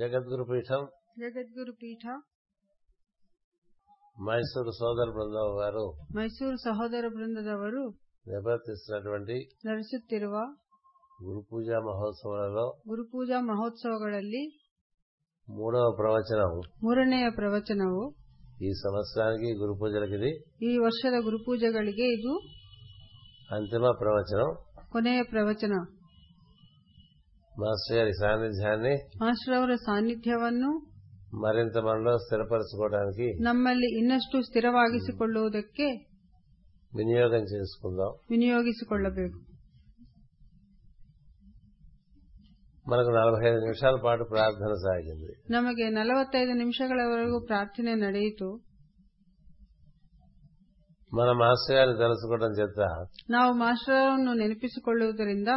జగద్గురు పీఠం జగద్గురు పీఠ మైసూరు సోదర బృందం వారు ಮೈಸೂರು ಸಹೋದರ ಬೃಂದದವರು నిర్వర్తిస్తున్నటువంటి ನಡೆಸುತ್ತಿರುವ గురు పూజా మహోత్సవాలలో ಗುರುಪೂಜಾ ಮಹೋತ್ಸವಗಳಲ್ಲಿ మూడవ ప్రవచనం ಮೂರನೆಯ ಪ್ರವಚನವು ఈ సంవత్సరానికి గురు పూజలకి ఇది ಈ ವರ್ಷದ ಗುರುಪೂಜೆಗಳಿಗೆ ಇದು అంతిమ ప్రవచనం ಕೊನೆಯ ಪ್ರವಚನ మాస్టర్ గారి సాన్నిధ్యాన్ని ಮಾಸ್ಟರ್ ಅವರ ಸಾನ್ನಿಧ್ಯವನ್ನು మరింత మనలో స్థిరపరచుకోవడానికి ನಮ್ಮಲ್ಲಿ ಇನ್ನಷ್ಟು ಸ್ಥಿರವಾಗಿಸಿಕೊಳ್ಳುವುದಕ್ಕೆ వినియోగం చేసుకుందాం ವಿನಿಯೋಗಿಸಿಕೊಳ್ಳಬೇಕು మనకు నలభై ఐదు నిమిషాల పాటు ప్రార్థన సాగింది ನಮಗೆ ನಲವತ್ತೈದು ನಿಮಿಷಗಳವರೆಗೂ ಪ್ರಾರ್ಥನೆ ನಡೆಯಿತು మన మాస్టర్ గారిని తెలుసుకోవడం చేత ನಾವು ಮಾಸ್ಟರ್ ಅವರನ್ನು ನೆನಪಿಸಿಕೊಳ್ಳುವುದರಿಂದ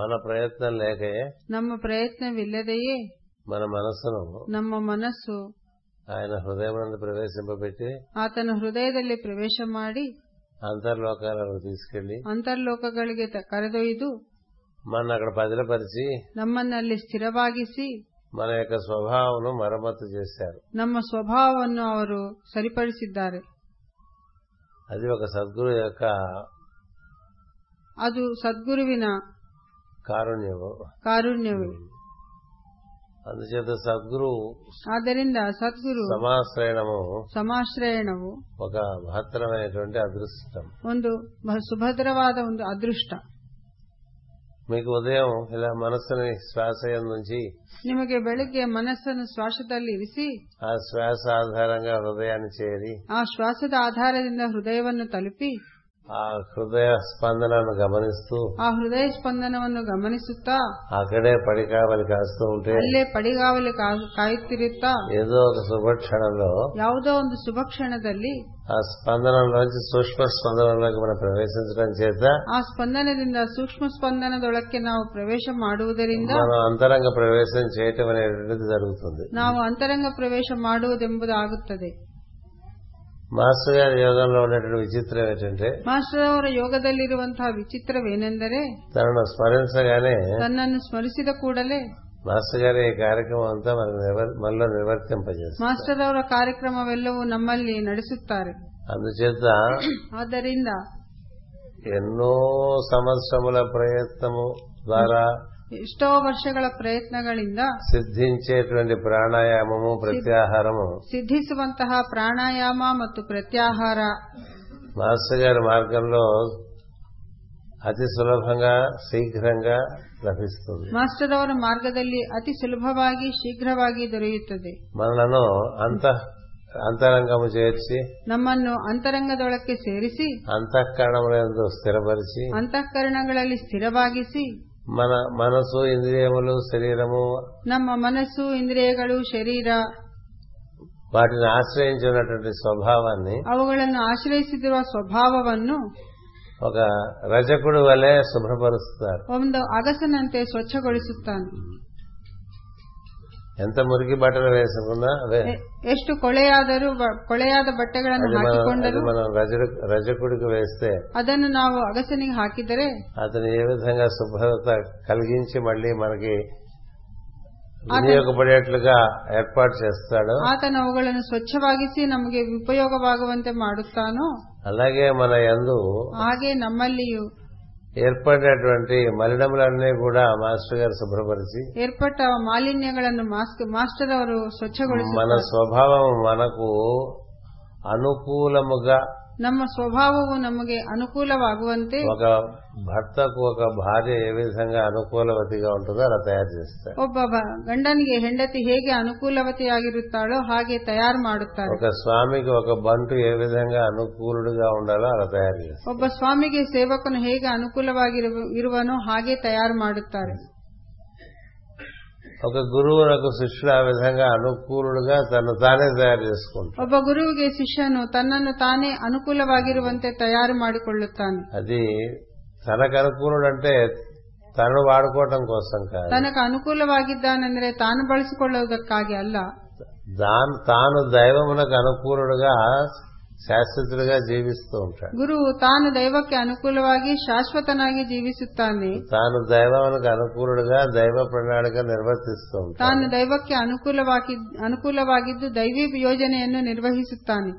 మన ప్రయత్నం లేకే ನಮ್ಮ ಪ್ರಯತ್ನವಿಲ್ಲದೆಯೇ మన మనస్సును ನಮ್ಮ ಮನಸ್ಸು ఆయన హృదయం ప్రవేశింపబెట్టి ಆತನ ಹೃದಯದಲ್ಲಿ ಪ್ರವೇಶ ಮಾಡಿ అంతర్లోకాలను తీసుకెళ్లి ಅಂತರ್ಲೋಕಗಳಿಗೆ ತ- ಕರೆದೊಯ್ದು మన అక్కడ పదిలపరిచి ನಮ್ಮನ್ನಲ್ಲಿ ಸ್ಥಿರವಾಗಿಸಿ మన యొక్క స్వభావం మరమ్మతు చేశారు ನಮ್ಮ ಸ್ವಭಾವವನ್ನು ಅವರು ಸರಿಪಡಿಸಿದ್ದಾರೆ అది ఒక సద్గురు యొక్క ಅದು ಸದ್ಗುರುವಿನ కారుణ్యము ಕಾರುಣ್ಯವೇ అందుచేత సద్గురు ಆದ್ದರಿಂದ ಸದ್ಗುರು సమాశ్రయణము ಸಮಾಶ್ರಯಣವು ఒక మహత్తరమైనటువంటి అదృష్టం ಒಂದು ಬ- ಸುಭದ್ರವಾದ ಒಂದು ಅದೃಷ್ಟ మీకు ఉదయం ఇలా మనస్సుని శ్వాస నుంచి ನಿಮಗೆ ಬೆಳಗ್ಗೆ ಮನಸ್ಸನ್ನು ಶ್ವಾಸದಲ್ಲಿ ಇರಿಸಿ ఆ శ్వాస ఆధారంగా హృదయాన్ని చేరి ಆ ಶ್ವಾಸದ ಆಧಾರದಿಂದ ಹೃದಯವನ್ನು ತಲುಪಿ ఆ హృదయ స్పందనను గమనిస్తూ ಆ ಹೃದಯ ಸ್ಪಂದನವನ್ನು ಗಮನಿಸುತ್ತಾ అక్కడే పడికావలి కాస్తూ ఉంటే ಅಲ್ಲೇ ಪಡಿಗಾವಲು ಕಾ- ಕಾಯುತ್ತಿರುತ್ತಾ ఏదో ఒక శుభక్షణంలో ಯಾವುದೋ ಒಂದು ಶುಭ ಕ್ಷಣದಲ್ಲಿ ఆ స్పందనలోంచి సూక్ష్మ స్పందనలోకి మనం ప్రవేశించడం చేత ಆ ಸ್ಪಂದನದಿಂದ ಸೂಕ್ಷ್ಮ ಸ್ಪಂದನದೊಳಕ್ಕೆ ನಾವು ಪ್ರವೇಶ ಮಾಡುವುದರಿಂದ మనం అంతరంగ ప్రవేశం చేయటం అనేటువంటిది జరుగుతుంది ನಾವು ಅಂತರಂಗ ಪ್ರವೇಶ ಮಾಡುವುದೆಂಬುದಾಗುತ್ತದೆ మాస్టర్ గారి యోగంలో ఉన్నటువంటి విచిత్రం ఏంటంటే ಮಾಸ್ಟರ್ ಅವರ ಯೋಗದಲ್ಲಿರುವಂತಹ ವಿಚಿತ್ರವೇನೆಂದರೆ తనను స్మరించగానే ತನ್ನನ್ನು ಸ್ಮರಿಸಿದ ಕೂಡಲೇ మాస్టర్ గారి ఈ కార్యక్రమం అంతా మన నివర్- మనలో నివర్తింపజేస్తుంది ಮಾಸ್ಟರ್ ಅವರ ಕಾರ್ಯಕ್ರಮವೆಲ್ಲವೂ ನಮ್ಮಲ್ಲಿ ನಡೆಸುತ್ತಾರೆ అందుచేత ಆದ್ದರಿಂದ ఎన్నో సంవత్సరముల ప్రయత్నము ద్వారా ಎಷ್ಟೋ ವರ್ಷಗಳ ಪ್ರಯತ್ನಗಳಿಂದ సిద్ధించేటువంటి ప్రాణాయామము ప్రత్యాహారము ಸಿದ್ಧಿಸುವಂತಹ ಪ್ರಾಣಾಯಾಮ ಮತ್ತು ಪ್ರತ್ಯಾಹಾರ మాస్టర్ గారి మార్గంలో అతి సులభంగా శీఘ్రంగా లభిస్తుంది ಮಾಸ್ಟರ್ ಅವರ ಮಾರ್ಗದಲ್ಲಿ ಅತಿ ಸುಲಭವಾಗಿ ಶೀಘ್ರವಾಗಿ ದೊರೆಯುತ್ತದೆ మనలను అంత అంతరంగము చేర్చి ನಮ್ಮನ್ನು ಅಂತರಂಗದೊಳಕ್ಕೆ ಸೇರಿಸಿ అంతఃకరణములందు స్థిరపరిచి ಅಂತಃಕರಣಗಳಲ್ಲಿ ಸ್ಥಿರವಾಗಿಸಿ మన మనసు ఇంద్రియములు శరీరము ನಮ್ಮ ಮನಸ್ಸು ಇಂದ್ರಿಯಗಳು ಶರೀರ వాటిని ఆశ్రయించినటువంటి స్వభావాన్ని ಅವುಗಳನ್ನು ಆಶ್ರಯಿಸಿರುವ ಸ್ವಭಾವವನ್ನು ఒక రజకుడు వలె శుభ్రపరుస్తారు ಒಂದು ಅಗಸನಂತೆ ಸ್ವಚ್ಛಗೊಳಿಸುತ್ತಾನೆ ఎంత మురికి బట్టలు వేసుకున్నా అవే ಎ- ಎಷ್ಟು ಕೊಳೆಯಾದರೂ ಬ- ಕೊಳೆಯಾದ ಬಟ್ಟೆಗಳನ್ನು అది మనం అది ಹಾಕಿಕೊಂಡರೂ మనం రజడు రజకుడికి వేస్తే ಅದನ್ನು ನಾವು ಅಗಸನಿಗೆ ಹಾಕಿದರೆ అతను ఏ విధంగా శుభ్రత కలిగించి మళ్ళీ మనకి వినియోగపడేట్లుగా ఏర్పాటు చేస్తాడో ಆತನು ಅವುಗಳನ್ನು ಸ್ವಚ್ಛವಾಗಿಸಿ ನಮಗೆ ಉಪಯೋಗವಾಗುವಂತೆ ಮಾಡುತ್ತಾನೋ అలాగే మన యందు ಹಾಗೆ ನಮ್ಮಲ್ಲಿಯೂ ఏర్పడినటువంటి మలినములన్నీ కూడా మాస్టర్ గారు శుభ్రపరిచి ಏರ್ಪಟ್ಟ ಮಾಲಿನ್ಯಗಳನ್ನು ಮಾಸ್ಕ್- ಮಾಸ್ಟರ್ ಅವರು మన ಸ್ವಚ್ಛಗೊಳಿಸುತ್ತಾರೆ స్వభావం మనకు అనుకూలముగా ನಮ್ಮ ಸ್ವಭಾವವು ನಮಗೆ ಅನುಕೂಲವಾಗುವಂತೆ ఒక భర్తకు ఒక భార్య ఏ విధంగా అనుకూలవతిగా ఉంటుందో అలా తయారు చేస్తారు ಒಬ್ಬ ಬ- ಗಂಡನಿಗೆ ಹೆಂಡತಿ ಹೇಗೆ ಅನುಕೂಲವತಿಯಾಗಿರುತ್ತಾಳೋ ಹಾಗೆ ತಯಾರು ಮಾಡುತ್ತಾರೆ ఒక స్వామికి ఒక బంటు ఏ విధంగా అనుకూలుడుగా ఉండాలో అలా తయారు చేస్తారు ಒಬ್ಬ ಸ್ವಾಮಿಗೆ ಸೇವಕನು ಹೇಗೆ ಅನುಕೂಲವಾಗಿರುವ ಇರುವನೋ ಹಾಗೆ ತಯಾರು ಮಾಡುತ್ತಾರೆ ఒక గురువునకు శిష్యుడు ఆ విధంగా అనుకూలుడుగా తను తానే తయారు చేసుకుంటాడు ಒಬ್ಬ ಗುರುವಿಗೆ ಶಿಷ್ಯನು ತನ್ನನ್ನು ತಾನೇ ಅನುಕೂಲವಾಗಿರುವಂತೆ ತಯಾರು ಮಾಡಿಕೊಳ್ಳುತ್ತಾನೆ అది తనకు అనుకూలుడు అంటే తను వాడుకోవటం కోసం కాదు ತನಕ ಅನುಕೂಲವಾಗಿದ್ದಾನೆಂದರೆ ತಾನು ಬಳಸಿಕೊಳ್ಳುವುದಕ್ಕಾಗಿ ಅಲ್ಲ దాన్ తాను దైవమునకు అనుకూలుడుగా శాశ్వతుడిగా జీవిస్తూ ఉంటాడు ಗುರುವು ತಾನು ದೈವಕ್ಕೆ ಅನುಕೂಲವಾಗಿ ಶಾಶ್ವತನಾಗಿ ಜೀವಿಸುತ್ತಾನೆ తాను దైవానికి అనుకూలుడుగా దైవ ప్రణాళిక నిర్వర్తిస్తూ ఉంటాడు ತಾನು ದೈವಕ್ಕೆ ಅನುಕೂಲವಾಗಿ ಅನುಕೂಲವಾಗಿದ್ದು ದೈವಿ ಯೋಜನೆಯನ್ನು ನಿರ್ವಹಿಸುತ್ತಾನೆ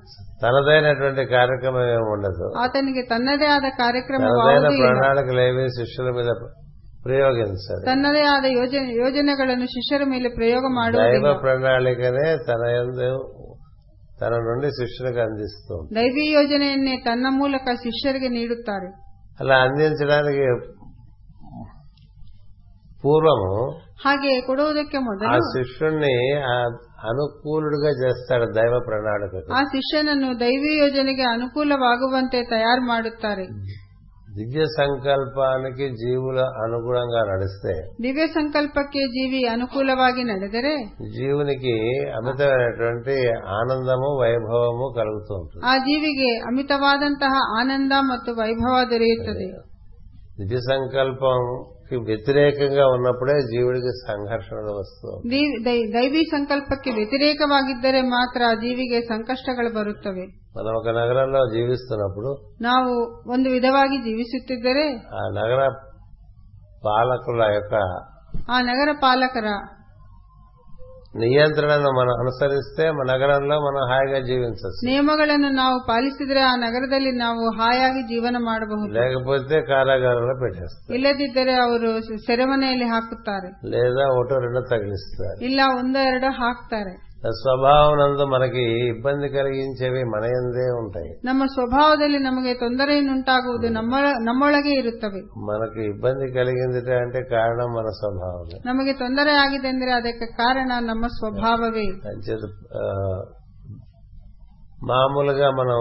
తనదైనటువంటి కార్యక్రమం ఏమి ఉండదు ಆತನಿಗೆ ತನ್ನದೇ ಆದ ಕಾರ್ಯಕ್ರಮ తనదైన ప్రణాళికలు ఏవి శిష్యుల మీద ప్రయోగించదు ತನ್ನದೇ ಆದ ಯೋಜನೆ ಯೋಜನೆಗಳನ್ನು ಶಿಷ್ಯರ ಮೇಲೆ ಪ್ರಯೋಗ దైవ ಮಾಡುವುದಿಲ್ಲ ప్రణాళికనే తన యందు తన నుండి శిష్యులకు అందిస్తూ ఉంటుంది. ದೈವಿ ಯೋಜನೆಯನ್ನೇ ತನ್ನ ಮೂಲಕ ಶಿಷ್ಯರಿಗೆ ನೀಡುತ್ತಾರೆ అలా అందించడానికి పూర్వము ಹಾಗೆ ಕೊಡುವುದಕ್ಕೆ ఆ ಮೊದಲು శిష్యుణ్ణి ఆ అనుకూలుడుగా చేస్తాడు దైవ ప్రణాళికకు ಆ ಶಿಷ್ಯನನ್ನು ದೈವಿ ಯೋಜನೆಗೆ ಅನುಕೂಲವಾಗುವಂತೆ ತಯಾರು ಮಾಡುತ್ತಾರೆ దివ్య సంకల్పానికి జీవులు అనుగుణంగా నడిస్తే ದಿವ್ಯ ಸಂಕಲ್ಪಕ್ಕೆ ಜೀವಿ ಅನುಕೂಲವಾಗಿ ನಡೆದರೆ జీవునికి అమితమైనటువంటి ఆనందము వైభవము కలుగుతూ ఉంటుంది ಆ ಜೀವಿಗೆ ಅಮಿತವಾದಂತಹ ಆನಂದ ಮತ್ತು ವೈಭವ ದೊರೆಯುತ್ತದೆ దివ్య సంకల్పంకి వ్యతిరేకంగా ఉన్నప్పుడే జీవుడికి సంఘర్షణలు వస్తూ ఉంటాయి. ದಿ- ದೈ- ದೈವಿ ಸಂಕಲ್ಪಕ್ಕೆ ವ್ಯತಿರೇಕವಾಗಿದ್ದರೆ ಮಾತ್ರ ಆ ಜೀವಿಗೆ ಸಂಕಷ್ಟಗಳು ಬರುತ್ತವೆ మనం ఒక నగరంలో జీవిస్తున్నప్పుడు ನಾವು ಒಂದು ವಿಧವಾಗಿ ಜೀವಿಸುತ್ತಿದ್ದರೆ ఆ నగర పాలకుల యొక్క ಆ ನಗರ ಪಾಲಕರ నియంత్రణను మనం అనుసరిస్తే మన నగరంలో మనం హాయిగా జీవించవచ్చు ನಿಯಮಗಳನ್ನು ನಾವು ಪಾಲಿಸಿದರೆ ಆ ನಗರದಲ್ಲಿ ನಾವು ಹಾಯಾಗಿ ಜೀವನ ಮಾಡಬಹುದು లేకపోతే కారాగారంలో పెట్టేస్తారు ಇಲ್ಲದಿದ್ದರೆ ಅವರು ಸೆರೆಮನೆಯಲ್ಲಿ ಹಾಕುತ್ತಾರೆ లేదా ఒకటో రెండో తగిలిస్తారు ಇಲ್ಲ ಒಂದೋ ಎರಡೋ ಹಾಕ್ತಾರೆ స్వభావం నందు మనకి ఇబ్బంది కలిగించేవి మన ఎందే ఉంటాయి ನಮ್ಮ ಸ್ವಭಾವದಲ್ಲಿ ನಮಗೆ ತೊಂದರೆಯನ್ನುಂಟಾಗುವುದು ನಮ್ಮ ನಮ್ಮೊಳಗೆ ಇರುತ್ತವೆ మనకి ఇబ్బంది కలిగింది అంటే కారణం మన స్వభావమే ನಮಗೆ ತೊಂದರೆ ಆಗಿದೆ ಅಂದರೆ ಅದಕ್ಕೆ ಕಾರಣ ನಮ್ಮ ಸ್ವಭಾವವೇ అంచేత ఆ, మామూలుగా మనం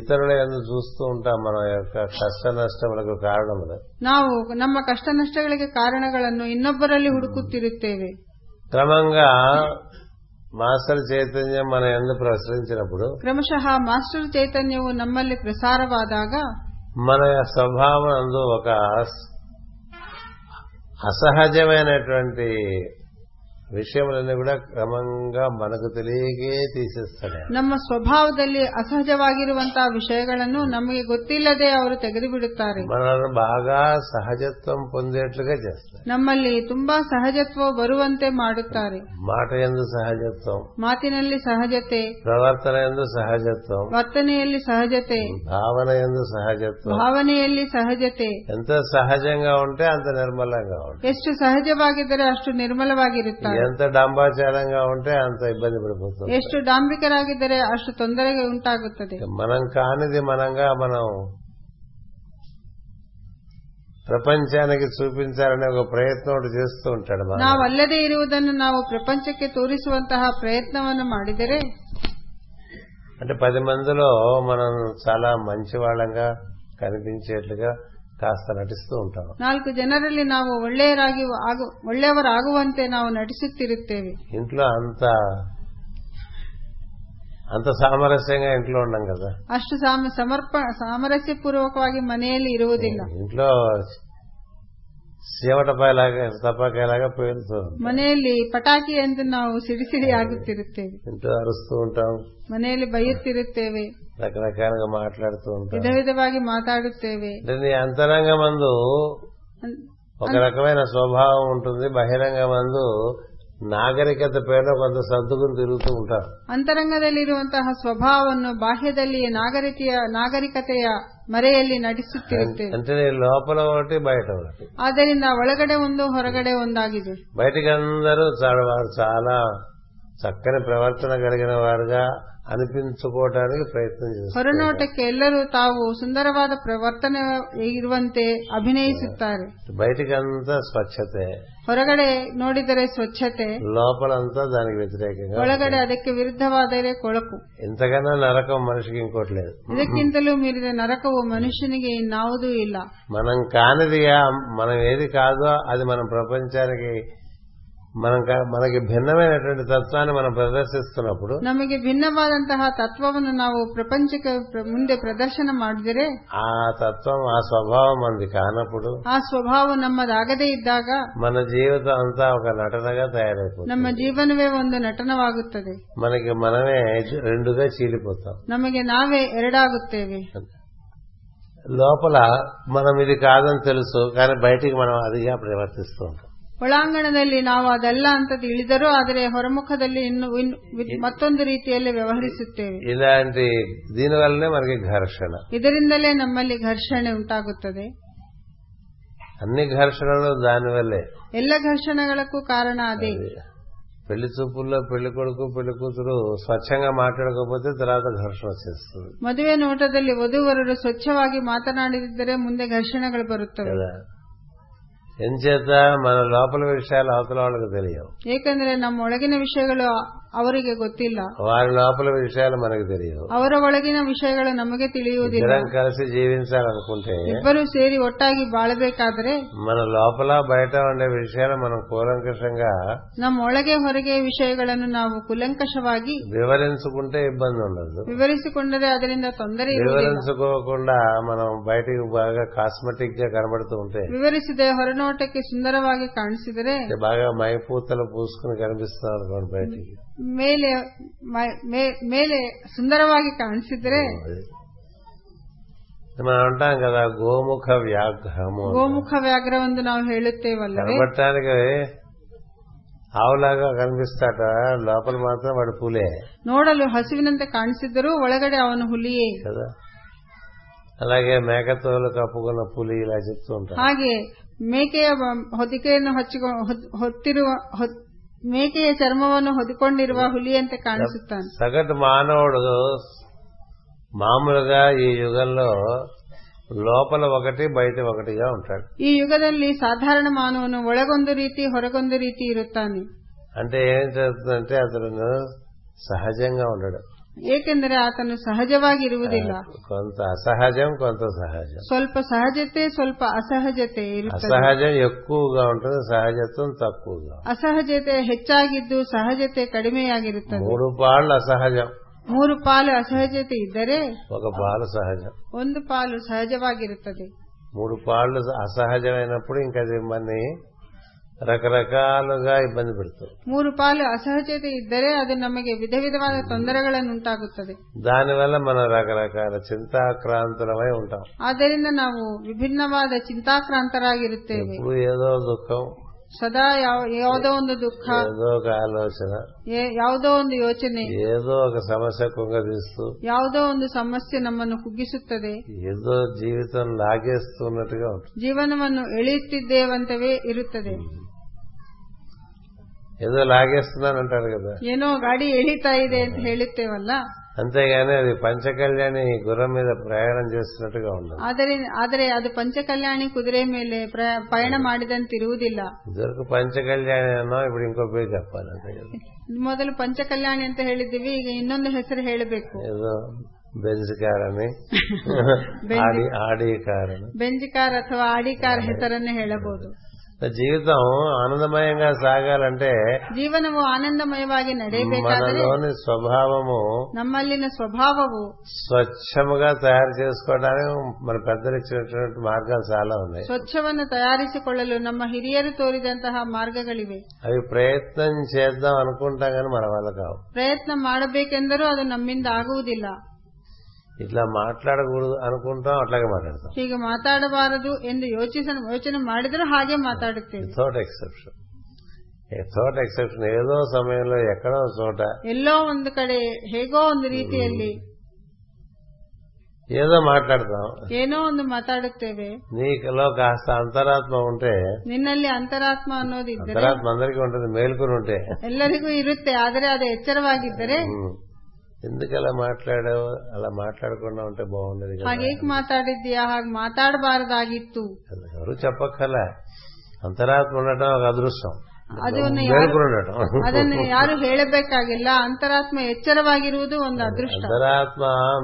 ఇతరుల ఎందు చూస్తూ ఉంటాం మన యొక్క కష్ట నష్టములకు కారణములు ನಾವು ನಮ್ಮ ಕಷ್ಟ ನಷ್ಟಗಳಿಗೆ ಕಾರಣಗಳನ್ನು ಇನ್ನೊಬ್ಬರಲ್ಲಿ ಹುಡುಕುತ್ತಿರುತ್ತೇವೆ క్రమంగా మాస్టర్ చైతన్యం మన ఎందు ప్రసరించినప్పుడు ಕ್ರಮಶಃ ಮಾಸ್ಟರ್ ಚೈತನ್ಯವು ನಮ್ಮಲ್ಲಿ ಪ್ರಸಾರವಾದಾಗ మన స్వభావం అందు ఒక అస్- అసహజమైనటువంటి విషయములన్నీ కూడా క్రమంగా మనకు తెలియకే తీసేస్తాడు ನಮ್ಮ ಸ್ವಭಾವದಲ್ಲಿ ಅಸಹಜವಾಗಿರುವಂತಹ ವಿಷಯಗಳನ್ನು ನಮಗೆ ಗೊತ್ತಿಲ್ಲದೆ ಅವರು ತೆಗೆದುಬಿಡುತ್ತಾರೆ మనల్ని బాగా సహజత్వం పొందేట్లుగా చేస్తాడు ನಮ್ಮಲ್ಲಿ ತುಂಬಾ ಸಹಜತ್ವ ಬರುವಂತೆ ಮಾಡುತ್ತಾರೆ మాట ఎందు సహజత్వం ಮಾತಿನಲ್ಲಿ ಸಹಜತೆ ప్రవర్తన ఎందు సహజత్వం ವರ್ತನೆಯಲ್ಲಿ ಸಹಜತೆ భావన ఎందు సహజత్వం ಭಾವನೆಯಲ್ಲಿ ಸಹಜತೆ ఎంత సహజంగా ఉంటే అంత నిర్మలంగా ఉంటుంది ಎಷ್ಟು ಸಹಜವಾಗಿದ್ದರೆ ಅಷ್ಟು ನಿರ್ಮಲವಾಗಿರುತ್ತಾರೆ ఎంత డంబాచారంగా ఉంటే అంత ఇబ్బంది పడిపోతుంది ಎಷ್ಟು ಡಾಂಬಿಕರಾಗಿದ್ದರೆ ಅಷ್ಟು ತೊಂದರೆಗೆ ಉಂಟಾಗುತ್ತದೆ మనం కానిది మనంగా మనం ప్రపంచానికి చూపించాలనే ఒక ప్రయత్నం ఒకటి చేస్తూ ఉంటాడు మనం ನಾವಲ್ಲದೆ ಇರುವುದನ್ನು ನಾವು ಪ್ರಪಂಚಕ್ಕೆ ತೋರಿಸುವಂತಹ ಪ್ರಯತ್ನವನ್ನು ಮಾಡಿದರೆ అంటే పది మందిలో మనం చాలా మంచి వాళ్ళంగా కనిపించేట్లుగా కాస్త నటిస్తూ ఉంటాం ನಾಲ್ಕು ಜನರಲ್ಲಿ ನಾವು ಒಳ್ಳೆಯರಾಗಿ ಆಗು- ಒಳ್ಳೆಯವರಾಗುವಂತೆ ನಾವು ನಟಿಸುತ್ತಿರುತ್ತೇವೆ ఇంట్లో అంత అంత సామరస్యంగా ఇంట్లో ఉండం కదా ಅಷ್ಟು ಸಾಮ- ಸಮರ್ಪ ಸಾಮರಸ್ಯಪೂರ್ವಕವಾಗಿ ಮನೆಯಲ್ಲಿ ಇರುವುದಿಲ್ಲ ఇంట్లో సేవటపాయలాగా తపాకాయలాగా పేలుతూ ఉంటాం. ಮನೆಯಲ್ಲಿ ಪಟಾಕಿ ಎಂದು ನಾವು ಸಿಡಿಸಿಡಿ ಆಗುತ್ತಿರುತ್ತೇವೆ ఇంట్లో అరుస్తూ ఉంటాం ಮನೆಯಲ್ಲಿ ಬೈಯುತ್ತಿರುತ್ತೇವೆ రకరకాలుగా మాట్లాడుతూ ఉంటాం ವಿಧ ವಿಧವಾಗಿ ಮಾತಾಡುತ್ತೇವೆ అంటే నీ అంతరంగమందు ఒక రకమైన స్వభావం ఉంటుంది బహిరంగమందు నాగరికత పేరులో కొంత సర్దుకులు తిరుగుతూ ఉంటారు ಅಂತರಂಗದಲ್ಲಿರುವಂತಹ ಸ್ವಭಾವವನ್ನು ಬಾಹ್ಯದಲ್ಲಿ ನಾಗರಿಕೆಯ ನಾಗರಿಕತೆಯ ಮರೆಯಲ್ಲಿ ನಟಿಸುತ್ತಿರುತ್ತೇವೆ అంటే నీ లోపల ఒకటి బయట ఒకటి ಆದ್ದರಿಂದ ಒಳಗಡೆ ಒಂದು ಹೊರಗಡೆ ಒಂದಾಗಿದೆ బయటికి అందరూ చాలా వారు చాలా చక్కని ప్రవర్తన కలిగిన వారుగా అనిపించుకోవటానికి ప్రయత్నం చేస్తారు ಹೊರನೋಟಕ್ಕೆ ಎಲ್ಲರೂ ತಾವು ಸುಂದರವಾದ ಪ್ರವರ್ತನೆ ಇರುವಂತೆ ಅಭಿನಯಿಸುತ್ತಾರೆ బయటికి అంతా స్వచ్ఛతే ಹೊರಗಡೆ ನೋಡಿದರೆ ಸ್ವಚ್ಛತೆ లోపలంతా దానికి వ్యతిరేకంగా ಒಳಗಡೆ ಅದಕ್ಕೆ ವಿರುದ್ಧವಾದರೆ ಕೊಳಕು ఇంతకన్నా నరకం మనిషికి ఇంకోటి లేదు ಇದಕ್ಕಿಂತಲೂ ಮೀರಿದ ನರಕವು ಮನುಷ್ಯನಿಗೆ ಇನ್ನಾವುದೂ ಇಲ್ಲ మనం కానిదిగా మనం ఏది కాదో అది మనం ప్రపంచానికి మనం కా- మనకి భిన్నమైనటువంటి తత్వాన్ని మనం ప్రదర్శిస్తున్నప్పుడు ನಮಗೆ ಭಿನ್ನವಾದಂತಹ ತತ್ವವನ್ನು ನಾವು ಪ್ರಪಂಚಕ್ಕೆ ಪ್ರ- ಮುಂದೆ ಪ್ರದರ್ಶನ ಮಾಡಿದರೆ ఆ తత్వం ఆ స్వభావం మనది కానప్పుడు ಆ ಸ್ವಭಾವ ನಮ್ಮದಾಗದೇ ಇದ್ದಾಗ మన జీవితం అంతా ఒక నటనగా తయారైపోతుంది ನಮ್ಮ ಜೀವನವೇ ಒಂದು ನಟನವಾಗುತ್ತದೆ మనకి మనమే రెండుగా చీలిపోతాం ನಮಗೆ ನಾವೇ ಎರಡಾಗುತ್ತೇವೆ లోపల మనం ఇది కాదని తెలుసు కానీ బయటికి మనం అదిగా ప్రవర్తిస్తూ ఉంటాం ಒಳಾಂಗಣದಲ್ಲಿ ನಾವು ಅದಲ್ಲ ಅಂತ ತಿಳಿದರೂ ಆದರೆ ಹೊರಮುಖದಲ್ಲಿ ಇನ್ನು ಇನ್ನು ವಿ- ಮತ್ತೊಂದು ರೀತಿಯಲ್ಲಿ ವ್ಯವಹರಿಸುತ್ತೇವೆ ఇలాంటి దీనివల్లనే మనకి ఘర్షణ ಇದರಿಂದಲೇ ನಮ್ಮಲ್ಲಿ ಘರ್ಷಣೆ ಉಂಟಾಗುತ್ತದೆ అన్ని ఘర్షణలు దానివల్లే ಎಲ್ಲ ಘರ್ಷಣೆಗಳಕ್ಕೂ ಕಾರಣ ಅದೇ పెళ్లి చూపుల్లో పెళ్లి కొడుకు పెళ్లి కూతురు స్వచ్ఛంగా మాట్లాడకపోతే తర్వాత ఘర్షణ వచ్చేస్తుంది ಮದುವೆ ನೋಟದಲ್ಲಿ ವಧುವರರು ಸ್ವಚ್ಛವಾಗಿ ಮಾತನಾಡದಿದ್ದರೆ ಮುಂದೆ ಘರ್ಷಣೆಗಳು ಬರುತ್ತವೆ కదా ఎంచేత మన లోపల విషయాలు అవతల వాళ్ళకి తెలియవు ಏಕೆಂದರೆ ನಮ್ಮ ಒಳಗಿನ ವಿಷಯಗಳು ಅವರಿಗೆ ಗೊತ್ತಿಲ್ಲ వారి లోపల విషయాలు మనకు తెలియవు ಅವರ ಒಳಗಿನ విషಯಗಳು ನಮಗೆ ತಿಳಿಯುವುದಿಲ್ಲ ఇద్దరం కలిసి జీవించాలనుకుంటే ಇಬ್ಬರು ಸೇರಿ ಒಟ್ಟಾಗಿ ಬಾಳಬೇಕಾದರೆ మన లోపల బయట ఉండే విషయాలు మనం కూలంకషంగా ನಮ್ಮ ಒಳಗೆ ಹೊರಗೆ ವಿಷಯಗಳನ್ನು ನಾವು ಕುಲಂಕಷವಾಗಿ వివరించుకుంటే ఇబ్బంది ఉండదు ವಿವರಿಸಿಕೊಂಡರೆ ಅದರಿಂದ ತೊಂದರೆ ಇರುವುದಿಲ್ಲ వివరించుకోకుండా మనం బయటికి బాగా కాస్మెటిక్ గా కనబడుతూ ఉంటే ವಿವರಿಸಿದೆ ಹೊರನೋಟಕ್ಕೆ ಸುಂದರವಾಗಿ ಕಾಣಿಸಿದರೆ అంటే బాగా మైపూతలు పూసుకుని కనిపిస్తున్నాం అనుకోండి బయటికి ಮೇಲೆ ಮೈ- ಮೇ- ಮೇಲೆ ಸುಂದರವಾಗಿ ಕಾಣಿಸಿದರೆ అది మనం అంటాం కదా గోముఖ వ్యాఘ్రము అని. ಗೋಮುಖ ವ್ಯಾಘ್ರವೆಂದು ನಾವು ಹೇಳುತ್ತೇವಲ್ಲವೇ కనబడటానికి ఆవులాగా కనిపిస్తాట లోపల మాత్రం వాడు పూలే ನೋಡಲು ಹಸುವಿನಂತೆ ಕಾಣಿಸಿದರೂ ಒಳಗಡೆ ಅವನು ಹುಲಿಯೇ కదా అలాగే మేకతోలు కప్పుకున్న పులి ఇలా చెప్తూ ఉంటారు ಹಾಗೆ ಮೇಕೆಯ ಬ- ಹೊದಿಕೆಯನ್ನು ಹಚ್ಚಿಕೊ ಹೊದ್- ಹೊತ್ತಿರುವ ಹೊದ್- ಮೇಕೆಯ ಚರ್ಮವನ್ನು ಹೊದಿಕೊಂಡಿರುವ ಹುಲಿಯಂತೆ ಕಾಣಿಸುತ್ತಾನೆ సగటు మానవుడు మామూలుగా ఈ ಯುಗంలో లోపల ఒకటి బయట ఒకటిగా ఉంటాడు ಈ ಯುಗದಲ್ಲಿ ಸಾಧಾರಣ ಮಾನವನು ಒಳಗೊಂದು ರೀತಿ ಹೊರಗೊಂದು ರೀತಿ ಇರುತ್ತಾನೆ అంటే ఏం జరుగుతుందంటే అతను సహజంగా ఉండడు ಏಕೆಂದರೆ ಆತನು ಸಹಜವಾಗಿರುವುದಿಲ್ಲ కొంత అసహజం కొంత సహజం ಸ್ವಲ್ಪ ಸಹಜತೆ ಸ್ವಲ್ಪ ಅಸಹಜತೆ ಇರುತ್ತದೆ అసహజం ఎక్కువగా ఉంటుంది సహజత్వం తక్కువగా ఉంటుంది. ಅಸಹಜತೆ ಹೆಚ್ಚಾಗಿದ್ದು ಸಹಜತೆ ಕಡಿಮೆಯಾಗಿರುತ್ತದೆ మూడు పాళ్ళు అసహజం ಮೂರು ಪಾಲು ಅಸಹಜತೆ ಇದ್ದರೆ ఒక పాలు సహజం ಒಂದು ಪಾಲು ಸಹಜವಾಗಿರುತ್ತದೆ మూడు పాళ్ళు అసహజమైనప్పుడు ఇంకా అది మనని రకరకాలుగా ఇబ్బంది పెడుతుంది ಮೂರು ಪಾಲು ಅಸಹಜತೆ ಇದ್ದರೆ ಅದು ನಮಗೆ ವಿಧ ವಿಧವಾದ ತೊಂದರೆಗಳನ್ನು ಉಂಟಾಗುತ್ತದೆ దానివల్ల మనం రకరకాల చింతాక్రాంతులమై ఉంటాం ಆದ್ದರಿಂದ ನಾವು ವಿಭಿನ್ನವಾದ ಚಿಂತಾಕ್ರಾಂತರಾಗಿರುತ್ತೇವೆ ఇప్పుడు ఏదో దుఃఖం ಸದಾ ಯಾವ- ಯಾವುದೋ ಒಂದು ದುಃಖ ఏదో ఒక ఆలోచన ಯೇ- ಯಾವುದೋ ಒಂದು ಯೋಚನೆ ఏదో ఒక సమస్య కుంగదీస్తూ ಯಾವುದೋ ಒಂದು ಸಮಸ್ಯೆ ನಮ್ಮನ್ನು ಕುಗ್ಗಿಸುತ್ತದೆ ఏదో జీవితం లాగేస్తున్నట్టుగా ఉంటుంది ಜೀವನವನ್ನು ಎಳೆಯುತ್ತಿದ್ದೇವಂತವೇ ಇರುತ್ತದೆ ఏదో లాగేస్తున్నానంటాడు కదా ಏನೋ ಗಾಡಿ ಎಳಿತಾ ಇದೆ ಅಂತ ಹೇಳುತ್ತೇವಲ್ಲ అంతేగాని అది పంచకళ్యాణి గుర్రం మీద ప్రయాణం చేస్తున్నట్టుగా ఉండదు ಆದರೆ ಆದರೆ ಅದು ಪಂಚಕಲ್ಯಾಣಿ ಕುದುರೆ ಮೇಲೆ ಪ್ರ- ಪಯಣ ಮಾಡಿದಂತಿರುವುದಿಲ್ಲ ఇదివరకు పంచకళ్యాణి అన్నా ఇప్పుడు ఇంకో పేరు చెప్పాలి అంతే కదా ಮೊದಲು ಪಂಚಕಲ್ಯಾಣಿ ಅಂತ ಹೇಳಿದ್ದೀವಿ ಈಗ ಇನ್ನೊಂದು ಹೆಸರು ಹೇಳಬೇಕು ఏదో బెంజ్ కార్ అని ఆడి ఆడి కార్ అని ಬೆಂಜ್ ಕಾರ್ ಅಥವಾ ಆಡಿ ಕಾರ್ ಹೆಸರನ್ನೇ ಹೇಳಬಹುದು జీవితం ఆనందమయంగా సాగాలంటే ಜೀವನವು ಆನಂದಮಯವಾಗಿ ನಡೆಯಬೇಕಾದರೆ మనలోని స్వభావము ನಮ್ಮಲ್ಲಿನ ಸ್ವಭಾವವು స్వచ్ఛముగా తయారు చేసుకోవడానికి మన పెద్దలు ఇచ్చినటువంటి మార్గాలు చాలా ఉన్నాయి ಸ್ವಚ್ಛವನ್ನು ತಯಾರಿಸಿಕೊಳ್ಳಲು ನಮ್ಮ ಹಿರಿಯರು ತೋರಿದಂತಹ ಮಾರ್ಗಗಳಿವೆ అవి ప్రయత్నం చేద్దాం అనుకుంటాం కానీ మన వల్ల కావు ಪ್ರಯತ್ನ ಮಾಡಬೇಕೆಂದರೂ ಅದು ನಮ್ಮಿಂದ ಆಗುವುದಿಲ್ಲ ఇట్లా మాట్లాడకూడదు అనుకుంటాం అట్లాగే మాట్లాడతాం ಹೀಗೆ ಮಾತಾಡಬಾರದು ಎಂದು ಯೋಚಿಸ ಯೋಚನೆ ಮಾಡಿದರೂ ಹಾಗೆ ಮಾತಾಡುತ್ತೇವೆ వితౌట్ ఎక్సెప్షన్ వితౌట్ ఎక్సెప్షన్ ఏదో సమయంలో ఎక్కడో ఒక చోట ಎಲ್ಲೋ ಒಂದು ಕಡೆ ಹೇಗೋ ಒಂದು ರೀತಿಯಲ್ಲಿ ఏదో మాట్లాడతాం ಏನೋ ಒಂದು ಮಾತಾಡುತ್ತೇವೆ నీలో కాస్త అంతరాత్మ ఉంటే ನಿನ್ನಲ್ಲಿ ಅಂತರಾತ್ಮ ಅನ್ನೋದಿದ್ದರೆ అంతరాత్మ అందరికీ ఉంటుంది మేల్కొని ఉంటే ಎಲ್ಲರಿಗೂ ಇರುತ್ತೆ ಆದರೆ ಅದು ಎಚ್ಚರವಾಗಿದ್ದರೆ ఉమ్, ఎందుకు అలా మాట్లాడావు అలా మాట్లాడకుండా ఉంటే బాగుండేది కదా ಹಾಗೇಕ್ ಮಾತಾಡಿದ್ದೀಯಾ ಹಾಗೆ ಮಾತಾಡಬಾರದಾಗಿತ್ತು ఎవరు చెప్పక్కర్లే అంతరాత్మ ఉండటం ఒక అదృష్టం ಅದನ್ನು ಯಾರು ಬೇರ್ಕೊಂಡಟం ಅದನ್ನು ಯಾರು ಹೇಳಬೇಕಾಗಿಲ್ಲ ಅಂತರಾತ್ಮ ಎಚ್ಚರವಾಗಿರುವುದು ಒಂದು ಅದೃಷ್ಟ ಅಂತರಾತ್ಮ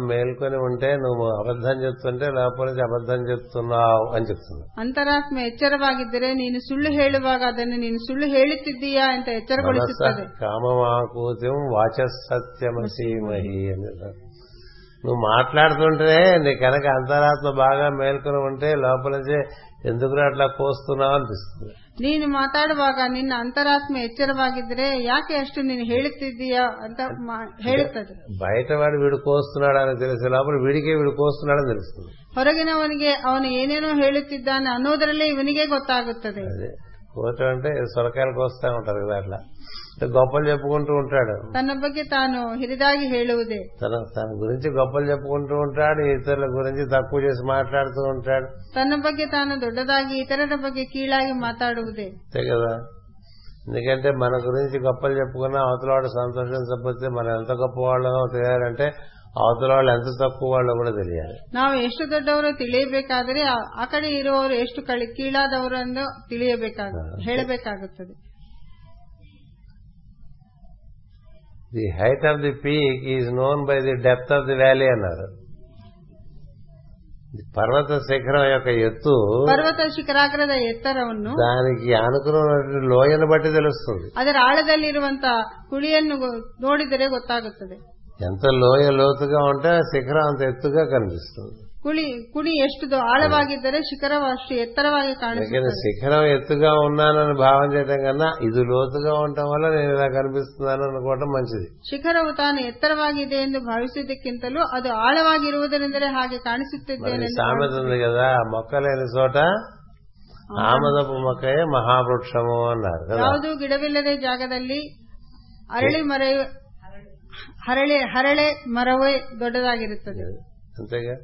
మేల్కొని ఉంటే నువ్వు అబద్ధం చెప్తుంటే లోపల నుంచి అబద్ధం చెప్తున్నావు అని చెప్తుంది ಅಂತರಾತ್ಮ ಎಚ್ಚರವಾಗಿದ್ದರೆ ನೀನು ಸುಳ್ಳು ಹೇಳುವಾಗ ಅದನ್ನು ನೀನು ಸುಳ್ಳು ಹೇಳುತ್ತಿದ್ದೀಯಾ ಅಂತ ಎಚ್ಚರಗೊಳಿಸುತ್ತದೆ కామమాకూత్యం వాచసత్యమసీమహి అని అంటారు. నువ్వు మాట్లాడుతుంటే నీ కనుక అంతరాత్మ బాగా మేల్కొని ఉంటే లోపల నుంచి ఎందుకురా అట్లా కోస్తున్నావు అనిపిస్తుంది ನೀನು ಮಾತಾಡುವಾಗ ನಿನ್ನ ಅಂತರಾತ್ಮ ಎಚ್ಚರವಾಗಿದ್ದರೆ ಯಾಕೆ ಅಷ್ಟು ನೀನು ಹೇಳುತ್ತಿದ್ದೀಯಾ ಅಂತ ಮಾ- ಹೇಳುತ್ತದೆ బయట వాడు వీడు కోస్తున్నాడు అని తెలిసే లోపల వీడికే వీడు కోస్తున్నాడని తెలుస్తుంది ಹೊರಗಿನವನಿಗೆ ಅವನು ಏನೇನೋ ಹೇಳುತ್ತಿದ್ದಾನೆ ಅನ್ನೋದರಲ್ಲೇ ಇವನಿಗೆ ಗೊತ್ತಾಗುತ್ತದೆ అదే కోచం అంటే సొరకాయలు కోస్తా ఉంటారు కదా అట్లా అంటే గొప్పలు చెప్పుకుంటూ ఉంటాడు ತನ್ನ ಬಗ್ಗೆ ತಾನು ಹಿರಿದಾಗಿ ಹೇಳುವುದೇ తన తన గురించి గొప్పలు చెప్పుకుంటూ ఉంటాడు ఇతరుల గురించి తక్కువ చేసి మాట్లాడుతూ ఉంటాడు ತನ್ನ ಬಗ್ಗೆ ತಾನು ದೊಡ್ಡದಾಗಿ ಇತರರ ಬಗ್ಗೆ ಕೀಳಾಗಿ ಮಾತಾಡುವುದೇ అంతే కదా ఎందుకంటే మన గురించి గొప్పలు చెప్పుకున్నా అవతల వాడు సంతోషించకపోతే మనం ఎంత గొప్ప వాళ్ళమో తెలియాలంటే అవతల వాళ్ళు ఎంత తక్కువ వాళ్ళో కూడా తెలియాలి ನಾವು ಎಷ್ಟು ದೊಡ್ಡವರು ತಿಳಿಯಬೇಕಾದರೆ ಆ- ಆ ಕಡೆ ಇರುವವರು ಎಷ್ಟು ಕಳಿ ಕೀಳಾದವರು ಎಂದು ತಿಳಿಯಬೇಕಾಗ ಹೇಳಬೇಕಾಗುತ್ತದೆ the height of the peak is known by the depth of the valley అన్నారు ఈ పర్వత శిఖరం యొక్క ఎత్తు ಪರ್ವತ ಶಿಖರಾಗ್ರದ ಎತ್ತರವನ್ನು దానికి అనుకున్న లోయను బట్టి తెలుస్తుంది ಅದರ ಆಳದಲ್ಲಿರುವಂತಹ ಕುಳಿಯನ್ನು ಗೊ- ನೋಡಿದರೆ ಗೊತ್ತಾಗುತ್ತದೆ ఎంత లోయ లోతుగా ఉంటే శిఖరం అంత ఎత్తుగా కనిపిస్తుంది ಕುಳಿ ಕುಳಿ ಎಷ್ಟು ದೊ- ಆಳವಾಗಿದ್ದರೆ ಶಿಖರವು ಅಷ್ಟು ಎತ್ತರವಾಗಿ అందుకని ಕಾಣಿಸುತ್ತದೆ శిఖరం ఎత్తుగా ఉన్నానని భావం చేయడం కన్నా ఇది లోతుగా ఉండటం వల్ల నేను ఇలా కనిపిస్తున్నాను అనుకోవటం మంచిది ಶಿಖರವು ತಾನು ಎತ್ತರವಾಗಿದೆ ಎಂದು ಭಾವಿಸುವುದಕ್ಕಿಂತಲೂ ಅದು ಆಳವಾಗಿರುವುದರಿಂದಲೇ ಹಾಗೆ మరి ಕಾಣಿಸುತ್ತಿದ್ದೇನೆ ఈ సామెత ఉంది కదా మొక్క లేని చోట ఆమదపు మొక్కయే మహావృక్షము అన్నారు కదా ಯಾವುದು ಗಿಡವಿಲ್ಲದೆ ಜಾಗದಲ್ಲಿ ಅರಳಿ ಮರ ಹರಳೆ ಹರಳೆ ಮರವೇ ದೊಡ್ಡದಾಗಿರುತ್ತದೆ అంతేగా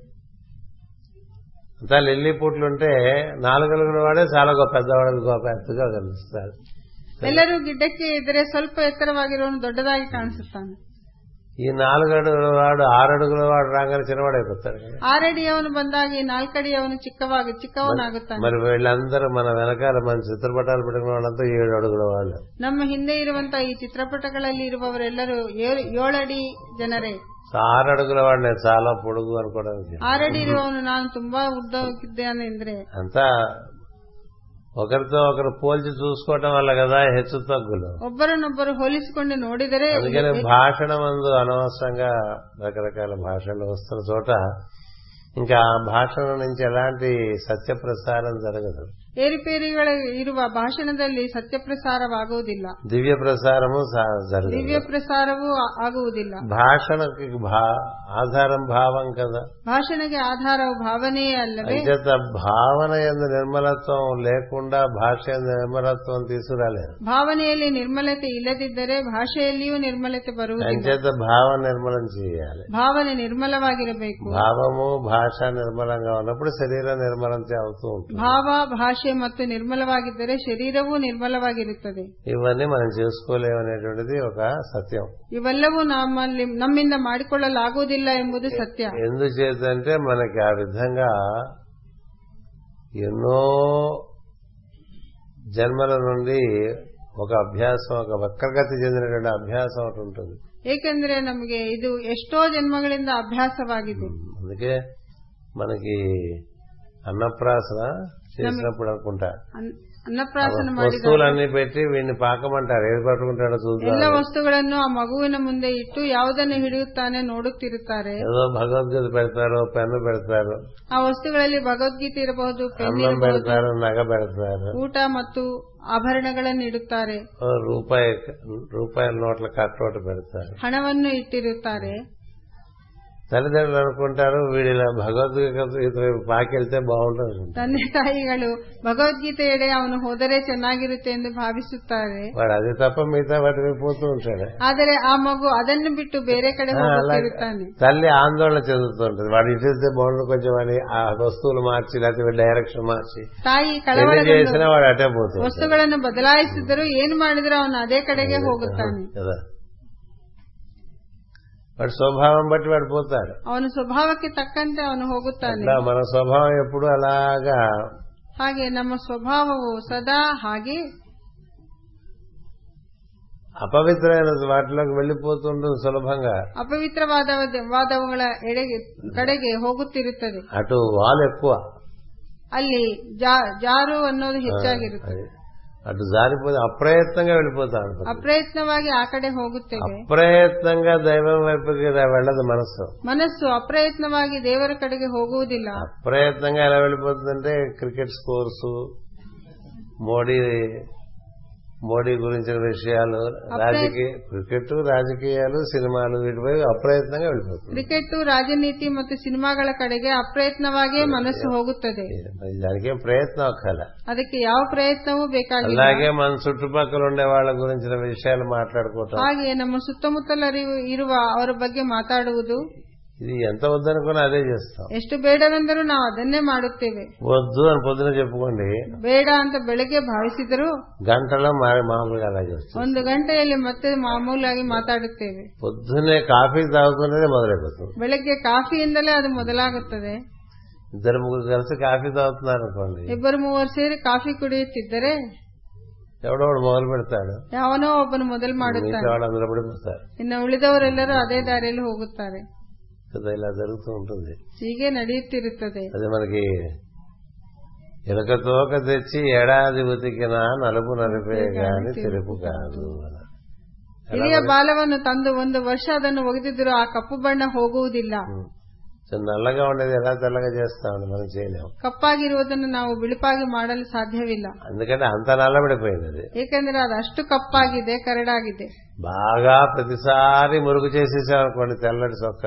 అంతా లిల్లీ పూట్లుంటే నాలుగలుగుల వాడే చాలా గొప్ప పెద్దవాడు గొప్ప ఎత్తుగా కనిపిస్తాడు ಎಲ್ಲರೂ ಗಿಡ್ಡಕ್ಕೆ ಇದ್ದರೆ ಸ್ವಲ್ಪ ಎತ್ತರವಾಗಿರೋನು ದೊಡ್ಡದಾಗಿ ಕಾಣಿಸುತ್ತಾನೆ ఈ నాలుగు అడుగుల వాడు ఆరు అడుగుల వాడు రాగానే చిన్నవాడైపోతాడు కదా ಆರಡಿಯವನು ಬಂದಾಗ ಈ ನಾಲ್ಕಡಿಯವನು ಚಿಕ್ಕವಾಗಿ ಚಿಕ್ಕವನಾಗುತ್ತಾನೆ మరి వీళ్ళందరూ మన వెనకాల మన చిత్రపటాలు పెట్టుకున్న వాళ్ళంతా ఏడు అడుగుల వాళ్ళు ನಮ್ಮ ಹಿಂದೆ ಇರುವಂತಹ ಈ ಚಿತ್ರಪಟಗಳಲ್ಲಿ ಇರುವವರೆಲ್ಲರೂ ಏಳು- ಏಳಡಿ ಜನರೇ సో ఆరు అడుగుల వాడు నేను చాలా పొడుగు అనుకోవడానికి ಆರಡಿ ಇರುವವನು ನಾನು ತುಂಬಾ ಉದ್ದವಾಗಿದ್ದೇನೆ ಅಂದ್ರೆ అంతా ఒకరితో ఒకరు పోల్చి చూసుకోవటం వల్ల కదా హెచ్చు తగ్గులు ಒಬ್ಬರನ್ನೊಬ್ಬರು ಹೋಲಿಸಿಕೊಂಡು ನೋಡಿದರೆ అందుకని భాషణ మందు అనవసరంగా రకరకాల భాషలు వస్తున్న చోట ఇంకా ఆ భాషణ నుంచి ఎలాంటి సత్య ప్రసారం జరగదు ಏರಿಪೇರಿಗಳ ಇರುವ ಭಾಷಣದಲ್ಲಿ ಸತ್ಯಪ್ರಸಾರವಾಗುವುದಿಲ್ಲ దివ్య ప్రసారము సా- జరగదు ದಿವ್ಯ ಪ್ರಸಾರವೂ ಆ- ಆಗುವುದಿಲ್ಲ భాషణకి భా- ఆధారం భావం కదా ಭಾಷಣಕ್ಕೆ ಆಧಾರವು ಭಾವನೆಯೇ ಅಲ್ಲವೇ అంచేత భావన ఎందు నిర్మలత్వం లేకుండా భాష ఎందు నిర్మలత్వం తీసుకురాలేదు ಭಾವನೆಯಲ್ಲಿ ನಿರ್ಮಲತೆ ಇಲ್ಲದಿದ್ದರೆ ಭಾಷೆಯಲ್ಲಿಯೂ ನಿರ್ಮಲತೆ ಬರುವುದಿಲ್ಲ అంచేత భావం నిర్మలం చేయాలి ಭಾವನೆ ನಿರ್ಮಲವಾಗಿರಬೇಕು భావము భాష నిర్మలంగా ఉన్నప్పుడు శరీరం నిర్మలం చే- అవుతూ ఉంటుంది ಭಾವ ಭಾಷೆ ಮತ್ತು ನಿರ್ಮಲವಾಗಿದ್ದರೆ ಶರೀರವೂ ನಿರ್ಮಲವಾಗಿರುತ್ತದೆ ఇవన్నీ మనం చేసుకోలేమనేటువంటిది ఒక సత్యం ಇವೆಲ್ಲವೂ ನಮ್ಮಲ್ಲಿ ನಮ್ಮಿಂದ ಮಾಡಿಕೊಳ್ಳಲಾಗುವುದಿಲ್ಲ ಎಂಬುದು ಸತ್ಯ ఎందుచేతంటే మనకి ఆ విధంగా ఎన్నో జన్మల నుండి ఒక అభ్యాసం ఒక వక్రగతి చెందినటువంటి అభ్యాసం ఒకటి ఉంటుంది ಏಕೆಂದರೆ ನಮಗೆ ಇದು ಎಷ್ಟೋ ಜನ್ಮಗಳಿಂದ ಅಭ್ಯಾಸವಾಗಿದೆ అందుకే మనకి అన్నప్రాసన చేసినప్పుడు అనుకుంటా ಅನ್- ಅನ್ನಪ್ರಾಸನ ಮಾಡಿದ వస్తువులన్నీ పెట్టి వీడిని పాకమంటారు ఏది పట్టుకుంటాడో చూద్దాం ಎಲ್ಲ ವಸ್ತುಗಳನ್ನು ಆ ಮಗುವಿನ ಮುಂದೆ ಇಟ್ಟು ಯಾವುದನ್ನು ಹಿಡಿಯುತ್ತಾನೆ ನೋಡುತ್ತಿರುತ್ತಾರೆ ఏదో భగవద్గీత పెడతారు పెన్ను పెడతారు ಆ ವಸ್ತುಗಳಲ್ಲಿ ಭಗವದ್ಗೀತೆ ಇರಬಹುದು ಪೆನ್ అన్నం ಇರಬಹುದು పెడతారు నగ పెడతారు ಊಟ ಮತ್ತು ಆಭರಣಗಳನ್ನು ಇಡುತ್ತಾರೆ ఓ రూపాయి రూపాయల నోట్ల కట్టోట పెడతారు ಹಣವನ್ನು ಇಟ್ಟಿರುತ್ತಾರೆ తల్లిదండ్రులు అనుకుంటారు వీడి ఇలా భగవద్గీత వైపు పాకెళ్తే బాగుంటుంది అనుకుంటారు. ತಂದೆ ತಾಯಿಗಳು ಭಗವದ್ಗೀತೆಯೆಡೆ ಅವನು ಹೋದರೆ ಚೆನ್ನಾಗಿರುತ್ತೆ ಎಂದು ಭಾವಿಸುತ್ತಾರೆ వాడు అది తప్ప మిగతా వాటి వైపు పోతూ ఉంటాడు ಆದರೆ ಆ ಮಗು ಅದನ್ನು ಬಿಟ್ಟು ಬೇರೆ ಕಡೆ ఆ, అలాగే ಹೋಗುತ್ತಿರುತ್ತಾನೆ తల్లి ఆందోళన చెందుతూ ఉంటుంది వాడు ఇటు వెళ్తే బాగుండు కొంచెం అని ఆ వస్తువులు మార్చి లేకపోతే డైరెక్షన్ మార్చి ತಾಯಿ ఎన్ని ಕಳವಳಗೊಂಡು చేసినా వాడు అటే పోతుంది ವಸ್ತುಗಳನ್ನು ಬದಲಾಯಿಸಿದರೂ ಏನು ಮಾಡಿದರೂ ಅವನು ಅದೇ ಕಡೆಗೆ ಹೋಗುತ್ತಾನೆ కదా వాడి స్వభావం బట్టి వాడు పోతాడు ಅವನ ಸ್ವಭಾವಕ್ಕೆ ತಕ್ಕಂತೆ ಅವನು ಹೋಗುತ್ತಾನೆ అట్లా మన స్వభావం ఎప్పుడు అలాగా ಹಾಗೆ ನಮ್ಮ ಸ್ವಭಾವವು ಸದಾ ಹಾಗೆ అపవిత్రమైన వాటిలోకి వెళ్ళిపోతుంటుంది సులభంగా ಅಪವಿತ್ರವಾದ ವಾದವುಗಳ ಎಡೆಗೆ ಕಡೆಗೆ ಹೋಗುತ್ತಿರುತ್ತದೆ అటు వాలు ఎక్కువ ಅಲ್ಲಿ ಜಾ- ಜಾರು ಅನ್ನೋದು ಹೆಚ್ಚಾಗಿರುತ್ತೆ అది. అటు జారిపోతే అప్రయత్నంగా వెళ్ళిపోతా ఉంటుంది ಅಪ್ರಯತ್ನವಾಗಿ ಆ ಕಡೆ ಹೋಗುತ್ತೇವೆ అప్రయత్నంగా దైవం వైపుకి ఇలా వెళ్ళదు మనసు ಮನಸ್ಸು ಅಪ್ರಯತ್ನವಾಗಿ ದೇವರ ಕಡೆಗೆ ಹೋಗುವುದಿಲ್ಲ అప్రయత్నంగా ఎలా వెళ్ళిపోతుందంటే క్రికెట్ స్కోర్స్ మోడీ మోడీ గురించిన విషయాలు రాజకీయ క్రికెట్ రాజకీయాలు సినిమాలు వీటిపై అప్రయత్నంగా వెళ్ళిపోతుంది ಕ್ರಿಕೆಟ್ ರಾಜನೀತಿ ಮತ್ತು ಸಿನಿಮಾಗಳ ಕಡೆಗೆ ಅಪ್ರಯತ್ನವಾಗಿಯೇ ಮನಸ್ಸು ಹೋಗುತ್ತದೆ మరి దానికేం ప్రయత్నం అక్కల ಅದಕ್ಕೆ ಯಾವ ಪ್ರಯತ್ನವೂ ಬೇಕಾಗಿಲ್ಲ అలాగే మన చుట్టుపక్కల ఉండే వాళ్ళ గురించిన విషయాలు మాట్లాడుకోవటం ಹಾಗೆ ನಮ್ಮ ಸುತ್ತಮುತ್ತಲರಿವು ಇರುವ ಅವರ ಬಗ್ಗೆ ಮಾತಾಡುವುದು ఇది ఎంత వద్దనుకున్నా అదే చేస్తాం ಎಷ್ಟು ಬೇಡವೆಂದರೂ ನಾವು ಅದನ್ನೇ ಮಾಡುತ್ತೇವೆ వద్దు అని పొద్దున చెప్పుకోండి ಬೇಡ ಅಂತ ಬೆಳಗ್ಗೆ ಭಾವಿಸಿದರೂ గంటలో మా- మామూలుగా అలా చేస్తాం ಒಂದು ಗಂಟೆಯಲ್ಲಿ ಮತ್ತೆ ಮಾಮೂಲಾಗಿ ಮಾತಾಡುತ್ತೇವೆ పొద్దున్నే కాఫీ తాగుతున్నదే మొదలైపోతుంది ಬೆಳಗ್ಗೆ ಕಾಫಿಯಿಂದಲೇ ಅದು ಮೊದಲಾಗುತ್ತದೆ ఇద్దరు ముగ్గురు కలిసి కాఫీ తాగుతున్నారు అనుకోండి ಇಬ್ಬರು ಮೂವರು ಸೇರಿ ಕಾಫಿ ಕುಡಿಯುತ್ತಿದ್ದರೆ ఎవడో వాడు మొదలు పెడతాడు ಯಾವನೋ ಒಬ್ಬನು ಮೊದಲು మిగతా ಮಾಡುತ್ತಾನೆ వాడు అందులో పడిపోతారు ಇನ್ನು ಉಳಿದವರೆಲ್ಲರೂ ಅದೇ ದಾರಿಯಲ್ಲಿ ಹೋಗುತ್ತಾರೆ కదా ఇలా జరుగుతూ ఉంటుంది ಹೀಗೆ ನಡೆಯುತ್ತಿರುತ್ತದೆ అది మనకి ఇలక తోక తెచ్చి ఏడాది ఉతికినా నలుపు నలిపే గాని తెలుపు కాదు అని. ಹಿರಿಯ ಬಾಲವನ್ನು ತಂದು ಒಂದು ವರ್ಷ ಅದನ್ನು ಒಗೆದಿದ್ದರೂ ಆ కప్పు ಬಣ್ಣ ಹೋಗುವುದಿಲ್ಲ సో నల్లగా ఉండేది ఎలా తెల్లగా చేస్తామని మనం చేయలేము ಕಪ್ಪಾಗಿರುವುದನ್ನು ನಾವು ಬಿಳುಪಾಗಿ ಮಾಡಲು సాధ్యವಿಲ್ಲ ఎందుకంటే అంత నల్లబడిపోయింది అది ಏಕೆಂದರೆ ಅದು ಅಷ್ಟು ಕಪ್ಪಾಗಿದೆ ಕರಡಾಗಿದೆ బాగా ప్రతిసారి మురుగు చేసేసామనుకోండి తెల్లటి చొక్క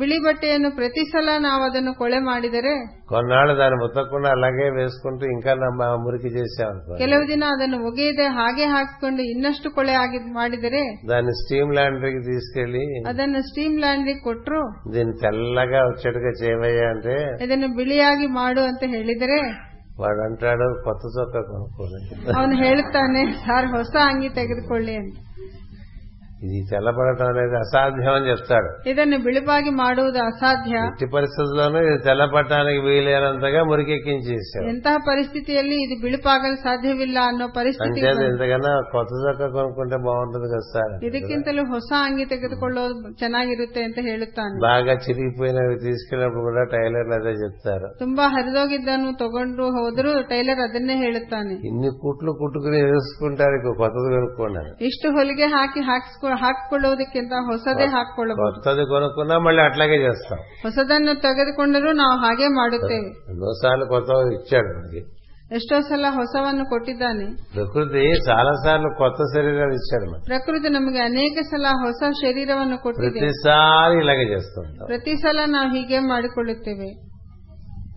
ಬಿಳಿ ಬಟ್ಟೆಯನ್ನು ಪ್ರತಿ ಸಲ ನಾವು ಅದನ್ನು ಕೊಳೆ ಮಾಡಿದರೆ కొన్నాళ్ళు దాన్ని ఉతకకుండా అలాగే వేసుకుంటూ ఇంకా నమ్మ- మురికి చేసామనుకోండి ಕೆಲವು ದಿನ ಅದನ್ನು ಒಗೆಯದೆ ಹಾಗೆ ಹಾಕಿಕೊಂಡು ಇನ್ನಷ್ಟು ಕೊಳೆ ಆಗಿ ಮಾಡಿದರೆ దాన్ని స్టీమ్ ల్యాండరీకి తీసుకెళ్లి ಅದನ್ನು ಸ್ಟೀಮ್ ಲ್ಯಾಂಡ್ಗೆ ಕೊಟ್ಟರು దీన్ని తెల్లగా వచ్చేట్టుగా చేయవయ్యా అంటే ಇದನ್ನು ಬಿಳಿಯಾಗಿ ಮಾಡು ಅಂತ ಹೇಳಿದರೆ వాడు అంటాడు కొత్త చొక్క కొనుక్కోని ಅವನು ಹೇಳುತ್ತಾನೆ ಸರ್ ಹೊಸ ಅಂಗಿ ತೆಗೆದುಕೊಳ್ಳಿ ಅಂತ ఇది తెల్లపడటం అనేది అసాధ్యం అని చెప్తాడు ಇದನ್ನು ಬಿಳುಪಾಗಿ ಮಾಡುವುದು ಅಸಾಧ್ಯ ఎట్టి పరిస్థితుల్లోనూ ఇది తెల్లపడటానికి వీలైనంతగా మురికెక్కించేసాడు ಎಂತಹ ಪರಿಸ್ಥಿತಿಯಲ್ಲಿ ಇದು ಬಿಳುಪಾಗಲು ಸಾಧ್ಯವಿಲ್ಲ ಅನ್ನೋ ಪರಿಸ್ಥಿತಿ అంతేత ఇంతకన్నా కొత్త చొక్క కొనుక్కుంటే బాగుంటుంది కదా సార్ ಇದಕ್ಕಿಂತಲೂ ಹೊಸ ಅಂಗಿ ತೆಗೆದುಕೊಳ್ಳೋದು ಚೆನ್ನಾಗಿರುತ್ತೆ ಅಂತ ಹೇಳುತ್ತಾನೆ బాగా చిరిగిపోయినవి తీసుకెళ్ళినప్పుడు కూడా టైలర్లు అదే చెప్తారు ತುಂಬಾ ಹರಿದೋಗಿದ್ದನ್ನು ತಗೊಂಡು ಹೋದರೂ ಟೈಲರ್ ಅದನ್ನೇ ಹೇಳುತ್ತಾನೆ ఇన్ని కుట్లు కుట్టుకుని వేసుకుంటారు ఇక కొత్తది కొనుక్కోండి అని. ಇಷ್ಟು ಹೊಲಿಗೆ ಹಾಕಿ ಹಾಕ್ಸ್ಕೊ- ಹಾಕಿಕೊಳ್ಳುವುದಕ್ಕಿಂತ ಹೊಸದೇ ಹಾಕಿಕೊಳ್ಳಬಹುದು కొత్తది కొనుక్కున్నా మళ్ళీ అట్లాగే చేస్తాం ಹೊಸದನ್ನು ತೆಗೆದುಕೊಂಡರೂ ನಾವು ಹಾಗೆ ಮಾಡುತ್ತೇವೆ ఎన్నోసార్లు కొత్త ఇచ్చాడు మనకి ಎಷ್ಟೋ ಸಲ ಹೊಸವನ್ನು ಕೊಟ್ಟಿದ್ದಾನೆ ప్రకృతి చాలా సార్లు కొత్త శరీరాలు ఇచ్చాడు మనకి ಪ್ರಕೃತಿ ನಮಗೆ ಅನೇಕ ಸಲ ಹೊಸ ಶರೀರವನ್ನು ಕೊಟ್ಟಿದೆ ప్రతిసారి ఇలాగే చేస్తుంటాం ಪ್ರತಿ ಸಲ ನಾವು ಹೀಗೆ ಮಾಡಿಕೊಳ್ಳುತ್ತೇವೆ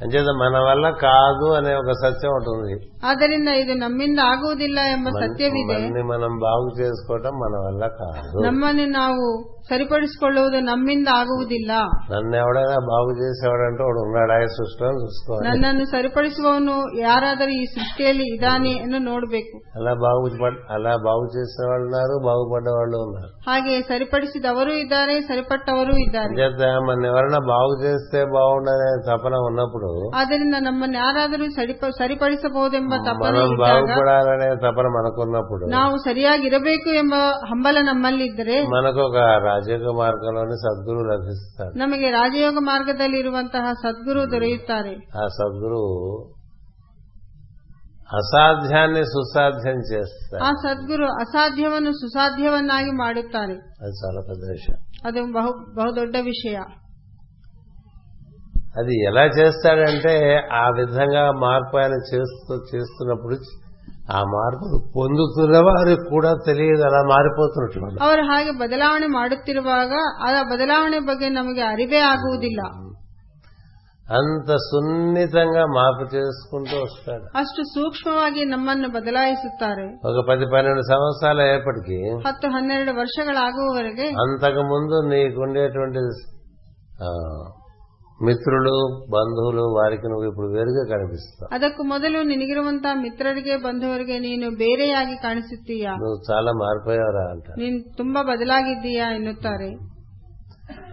అంచేత మన వల్ల కాదు అనే ఒక సత్యం ఉంటుంది ಆದ್ದರಿಂದ ಇದು ನಮ್ಮಿಂದ ಆಗುವುದಿಲ್ಲ ಎಂಬ ಸತ್ಯವಿದೆ మనల్ని మనం బాగు చేసుకోవటం మన వల్ల కాదు ನಮ್ಮನ್ನು ನಾವು ಸರಿಪಡಿಸಿಕೊಳ್ಳುವುದು ನಮ್ಮಿಂದ ಆಗುವುದಿಲ್ಲ నన్ను ఎవడైనా బాగు చేసేవాడంటే వాడు ఉన్నాడా ఈ సృష్టిలో అని చూసుకోవాలి ನನ್ನನ್ನು ಸರಿಪಡಿಸುವವನು ಯಾರಾದರೂ ಈ ಸೃಷ್ಟಿಯಲ್ಲಿ ಇದ್ದಾನೆ ಎಂದು ನೋಡಬೇಕು అలా బాగు పడ్- అలా బాగు చేసే వాళ్ళు ఉన్నారు బాగుపడ్డ వాళ్ళు ఉన్నారు ಹಾಗೆ ಸರಿಪಡಿಸಿದವರು ಇದ್ದಾರೆ ಸರಿಪಟ್ಟವರು ಇದ್ದಾರೆ అంచేత మన ఎవరైనా బాగు చేస్తే బాగుండనే తపన ఉన్నప్పుడు ಆದ್ದರಿಂದ ನಮ್ಮನ್ನು ಯಾರಾದರೂ ಸರಿಪ- ಸರಿಪಡಿಸಬಹುದೆಂಬ ತಪನೆ మనం ಇದ್ದಾಗ బాగుపడాలనే తపన మనకున్నప్పుడు ನಾವು ಸರಿಯಾಗಿರಬೇಕು ಎಂಬ ಹಂಬಲ ನಮ್ಮಲ್ಲಿದ್ದರೆ మనకు ఒక రాజయోగ మార్గంలోని సద్గురువు లభిస్తాడు ನಮಗೆ ರಾಜಯೋಗ ಮಾರ್ಗದಲ್ಲಿ ಇರುವಂತಹ ಸದ್ಗುರು ದೊರೆಯುತ್ತಾರೆ ఆ సద్గురువు అసాధ్యాన్ని సుసాధ్యం ಆ చేస్తాడు ಸದ್ಗುರು ಅಸಾಧ್ಯವನ್ನು ಸುಸಾಧ್ಯವನ್ನಾಗಿ ಮಾಡುತ್ತಾರೆ అది చాలా పెద్ద విషయం ಅದು ಬಹು ಬಹುದೊಡ್ಡ ವಿಷಯ అది ఎలా చేస్తాడంటే ఆ విధంగా మార్పు ఆయన చేస్తూ చేస్తున్నప్పుడు ఆ మార్పును పొందుతున్న వారికి కూడా తెలియదు అలా మారిపోతున్నట్టు వాళ్ళు. ಅವರು ಹಾಗೆ ಬದಲಾವಣೆ ಮಾಡುತ್ತಿರುವಾಗ ಆ ಬದಲಾವಣೆ ಬಗ್ಗೆ ನಮಗೆ ಅರಿವೇ ಆಗುವುದಿಲ್ಲ అంత సున్నితంగా మార్పు చేసుకుంటూ వస్తాడు ಅಷ್ಟು ಸೂಕ್ಷ್ಮವಾಗಿ ನಮ್ಮನ್ನು ಬದಲಾಯಿಸುತ್ತಾರೆ ఒక పది పన్నెండు సంవత్సరాలు అయ్యేప్పటికీ ಹತ್ತು ಹನ್ನೆರಡು ವರ್ಷಗಳಾಗುವವರೆಗೆ అంతకు ముందు నీకుండేటువంటి ఆ, మిత్రులు బంధువులు వారికి నువ్వు ఇప్పుడు వేరుగా కనిపిస్తావు ಅದಕ್ಕೂ ಮೊದಲು ನಿನಗಿರುವಂತಹ ಮಿತ್ರರಿಗೆ ಬಂದವರಿಗೆ ನೀನು ಬೇರೆಯಾಗಿ ಕಾಣಿಸುತ್ತೀಯಾ నువ్వు చాలా మారిపోయావురా అంట ನೀನು ತುಂಬಾ ಬದಲಾಗಿದ್ದೀಯಾ ಎನ್ನುತ್ತಾರೆ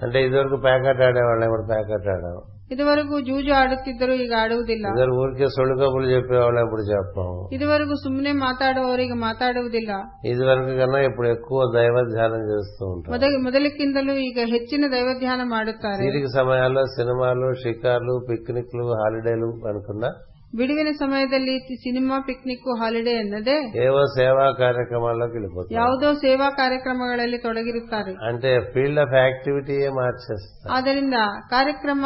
అంటే ఇదివరకు ప్యాకెట్ ఆడేవాళ్ళం ఇప్పుడు ప్యాకెట్ ఆడాం ಇದುವರೆಗೂ ಜೂಜು ಆಡುತ್ತಿದ್ದರು ಈಗ ಆಡುವುದಿಲ್ಲ అందరు ఊరికే సొళ్ళు కబుర్లు చెప్పేవాళ్ళం ఇప్పుడు చెప్పాము ಇದುವರೆಗೂ ಸುಮ್ಮನೆ ಮಾತಾಡುವವರಿಗೆ ಮಾತಾಡುವುದಿಲ್ಲ ఇది వరకు కన్నా ఇప్పుడు ఎక్కువ దైవ ధ్యానం చేస్తూ ఉంటాం ಮೊದಲ- ಮೊದಲಕ್ಕಿಂತಲೂ ಈಗ ಹೆಚ್ಚಿನ ದೈವ ಧ್ಯಾನ ಮಾಡುತ್ತಾರೆ తీరిక సమయాల్లో సినిమాలు షికార్లు పిక్నిక్లు హాలిడేలు అనుకున్నా ಬಿಡುವಿನ ಸಮಯದಲ್ಲಿ ತಿ- ಸಿನಿಮಾ ಪಿಕ್ನಿಕ್ ಹಾಲಿಡೇ ಎನ್ನದೇ ఏవో సేవా కార్యక్రమాల్లోకి వెళ్ళిపోతాం ಯಾವುದೋ ಸೇವಾ ಕಾರ್ಯಕ್ರಮಗಳಲ್ಲಿ ತೊಡಗಿರುತ್ತಾರೆ అంటే ఫీల్డ్ ఆఫ్ యాక్టివిటీయే మార్చేస్తాం ಆದ್ದರಿಂದ ಕಾರ್ಯಕ್ರಮ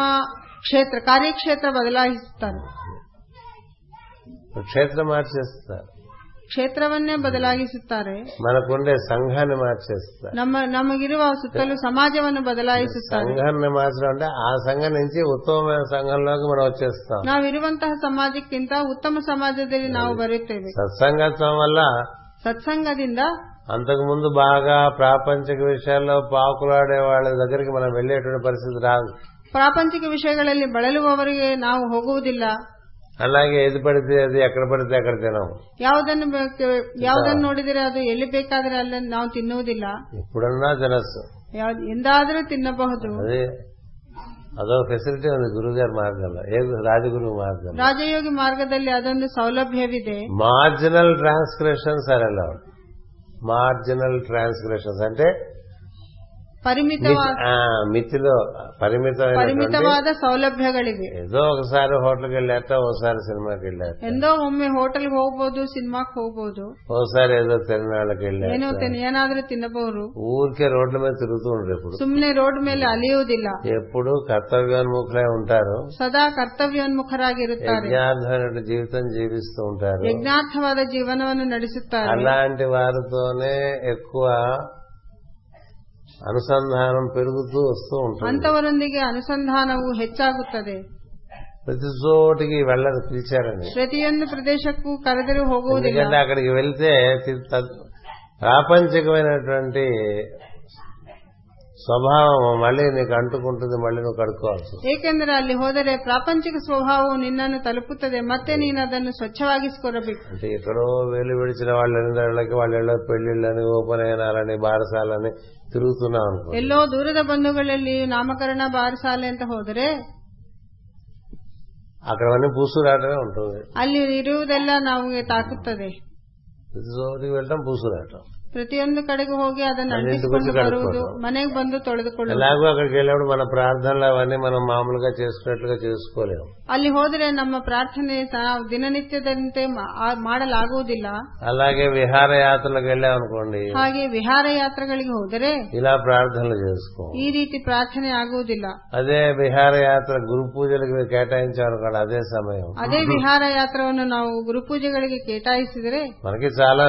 ಕ್ಷೇತ್ರ ಕಾರ್ಯಕ್ಷೇತ್ರ ಬದಲಾಯಿಸುತ್ತಾರೆ క్షేత్రం మార్చేస్తారు ಕ್ಷೇತ್ರವನ್ನೇ ಬದಲಾಯಿಸುತ್ತಾರೆ మనకుండే సంఘాన్ని మార్చేస్తారు ನಮ್ಮ ನಮಗಿರುವ ಸುತ್ತಲೂ ಸಮಾಜವನ್ನು ಬದಲಾಯಿಸುತ್ತಾರೆ సంఘాన్ని మార్చడం అంటే ఆ సంఘం నుంచి ఉత్తమమైన సంఘంలోకి మనం వచ్చేస్తాం ನಾವಿರುವಂತಹ ಸಮಾಜಕ್ಕಿಂತ ಉತ್ತಮ ಸಮಾಜದಲ್ಲಿ ನಾವು ಬರೆಯುತ್ತೇವೆ సత్సంగత్వం వల్ల ಸತ್ಸಂಗದಿಂದ అంతకు ముందు బాగా ప్రాపంచిక విషయాల్లో పాకులాడే వాళ్ళ దగ్గరికి మనం వెళ్ళేటువంటి పరిస్థితి రాదు ಪ್ರಾಪಂಚಿಕ ವಿಷಯಗಳಲ್ಲಿ ಬಳಲುವವರಿಗೆ ನಾವು ಹೋಗುವುದಿಲ್ಲ అలాగే ఏది పడితే అది ఎక్కడ పడితే అక్కడ తినం ಯಾವುದನ್ನು ಬೇಕು- ಯಾವುದನ್ನು ನೋಡಿದರೆ ಅದು ಎಲ್ಲಿ ಬೇಕಾದರೆ ಅಲ್ಲಿ ನಾವು ತಿನ್ನುವುದಿಲ್ಲ ఇప్పుడన్నా తినచ్చు ಯಾವ್ದ್- ಎಂದಾದರೂ ತಿನ್ನಬಹುದು అది అదో ఫెసిలిటీ ఉంది గురుగారి మార్గంలో ఏ రాజగురువు మార్గంలో ರಾಜಯೋಗಿ ಮಾರ್ಗದಲ್ಲಿ ಅದೊಂದು ಸೌಲಭ್ಯವಿದೆ marginal transgressions are allowed marginal transgressions అంటే ಪರಿಮಿತವಾದ ఆ, మితిలో పరిమితమైన ಪರಿಮಿತವಾದ ಸೌಲಭ್ಯಗಳಿವೆ ఏదో ఒకసారి హోటల్కి వెళ్ళాక ఒకసారి సినిమాకి వెళ్ళాక ಎಂದೋ ಒಮ್ಮೆ ಹೋಟೆಲ್ಗೆ ಹೋಗ್ಬೋದು ಸಿನಿಮಾಕ್ ಹೋಗ್ಬೋದು ఒకసారి ఏదో తిరణాళ్ళకి వెళ్ళాక ಏನೋ ತಿನ್- ಏನಾದ್ರೂ ತಿನ್ನಬಹುದು ఊరికే రోడ్ల మీద తిరుగుతూ ఉండరు ఇప్పుడు ಸುಮ್ಮನೆ ರೋಡ್ ಮೇಲೆ ಅಲಿಯುವುದಿಲ್ಲ ఎప్పుడు కర్తవ్యోన్ముఖులై ఉంటారు ಸದಾ ಕರ್ತವ್ಯೋನ್ಮುಖರಾಗಿರುತ್ತಾರೆ యజ్ఞార్థమైన జీవితం జీవిస్తూ ఉంటారు ಯಜ್ಞಾರ್ಥವಾದ ಜೀವನವನ್ನು ನಡೆಸುತ್ತಾರೆ అలాంటి వారితోనే ఎక్కువ అనుసంధానం పెరుగుతూ వస్తూ ఉంటుంది ಅಂತವರೊಂದಿಗೆ ಅನುಸಂಧಾನವು ಹೆಚ್ಚಾಗುತ್ತದೆ ప్రతి చోటికి వెళ్ళరు పిలిచారని ಪ್ರತಿಯೊಂದು ಪ್ರದೇಶಕ್ಕೂ ಕರೆದರೂ ಹೋಗುವುದಿಲ್ಲ ఎందుకంటే అక్కడికి వెళ్తే తి- త- ప్రాపంచికమైనటువంటి స్వభావం మళ్ళీ నీకు అంటుకుంటుంది మళ్ళీ నువ్వు కడుక్కోవాల్సి వస్తుంది. ಏಕೆಂದರೆ ಅಲ್ಲಿ ಹೋದರೆ ಪ್ರಾಪಂಚಿಕ ಸ್ವಭಾವವು ನಿನ್ನನ್ನು ತಲುಪುತ್ತದೆ ಮತ್ತೆ ನೀನು ಅದನ್ನು ಸ್ವಚ್ಛವಾಗಿಸಿಕೊಳ್ಳಬೇಕು అంటే ఎక్కడో వేలు విడిచిన వాళ్ళ వాళ్ళకి వాళ్ళ పెళ్లిళ్ళని ఉపనయనాలని బారసాలని తిరుగుతున్నాం అనుకో ಎಲ್ಲೋ ದೂರದ ಬಂಧುಗಳಲ್ಲಿ ನಾಮಕರಣ ಬಾರಸಾಲೆ ಅಂತ ಹೋದರೆ అక్కడ అన్నీ పూసురాటమే ఉంటుంది ಅಲ್ಲಿ ಇರುವುದೆಲ್ಲ ನಮಗೆ ತಾಕುತ್ತದೆ ప్రతి చోటికి వెళ్ళటం పూసురాటం ಪ್ರತಿಯೊಂದು ಕಡೆಗೂ ಹೋಗಿ ಅದನ್ನು ಅಲ್ಲಿ ಅಂಟಿಸಿಕೊಂಡು ಇಟ್ಟುಕೊಂಡು ಬರುವುದು ಕಳ್ಕೊಳ್ಳೋದು. ಮನೆಗೆ ಬಂದು ತೊಳೆದುಕೊಳ್ಳುವುದು ఎలాగో అక్కడికి వెళ్ళినప్పుడు మన ప్రార్థనలు అవన్నీ మనం మామూలుగా చేసుకున్నట్లుగా చేసుకోలేము ಅಲ್ಲಿ ಹೋದರೆ ನಮ್ಮ ಪ್ರಾರ್ಥನೆ ನಾವು ದಿನನಿತ್ಯದಂತೆ ಮಾ- ಆ- ಮಾಡಲಾಗುವುದಿಲ್ಲ అలాగే విహారయాత్రలకు వెళ్ళామనుకోండి ಹಾಗೆ ವಿಹಾರ ಯಾತ್ರೆಗಳಿಗೆ ಹೋದರೆ ఇలా ಪ್ರಾರ್ಥనలు చేసుకో ಈ ರೀತಿ ಪ್ರಾರ್ಥನೆ ಆಗುವುದಿಲ್ಲ అదే విహారయాత్ర గురు పూజలకు కేటాయించామనుకోండి అదే సమయం ಅದೇ ವಿಹಾರ ಯಾತ್ರವನ್ನು ನಾವು ಗುರುಪೂಜೆಗಳಿಗೆ ಕೇಟಾಯಿಸಿದರೆ మనకి చాలా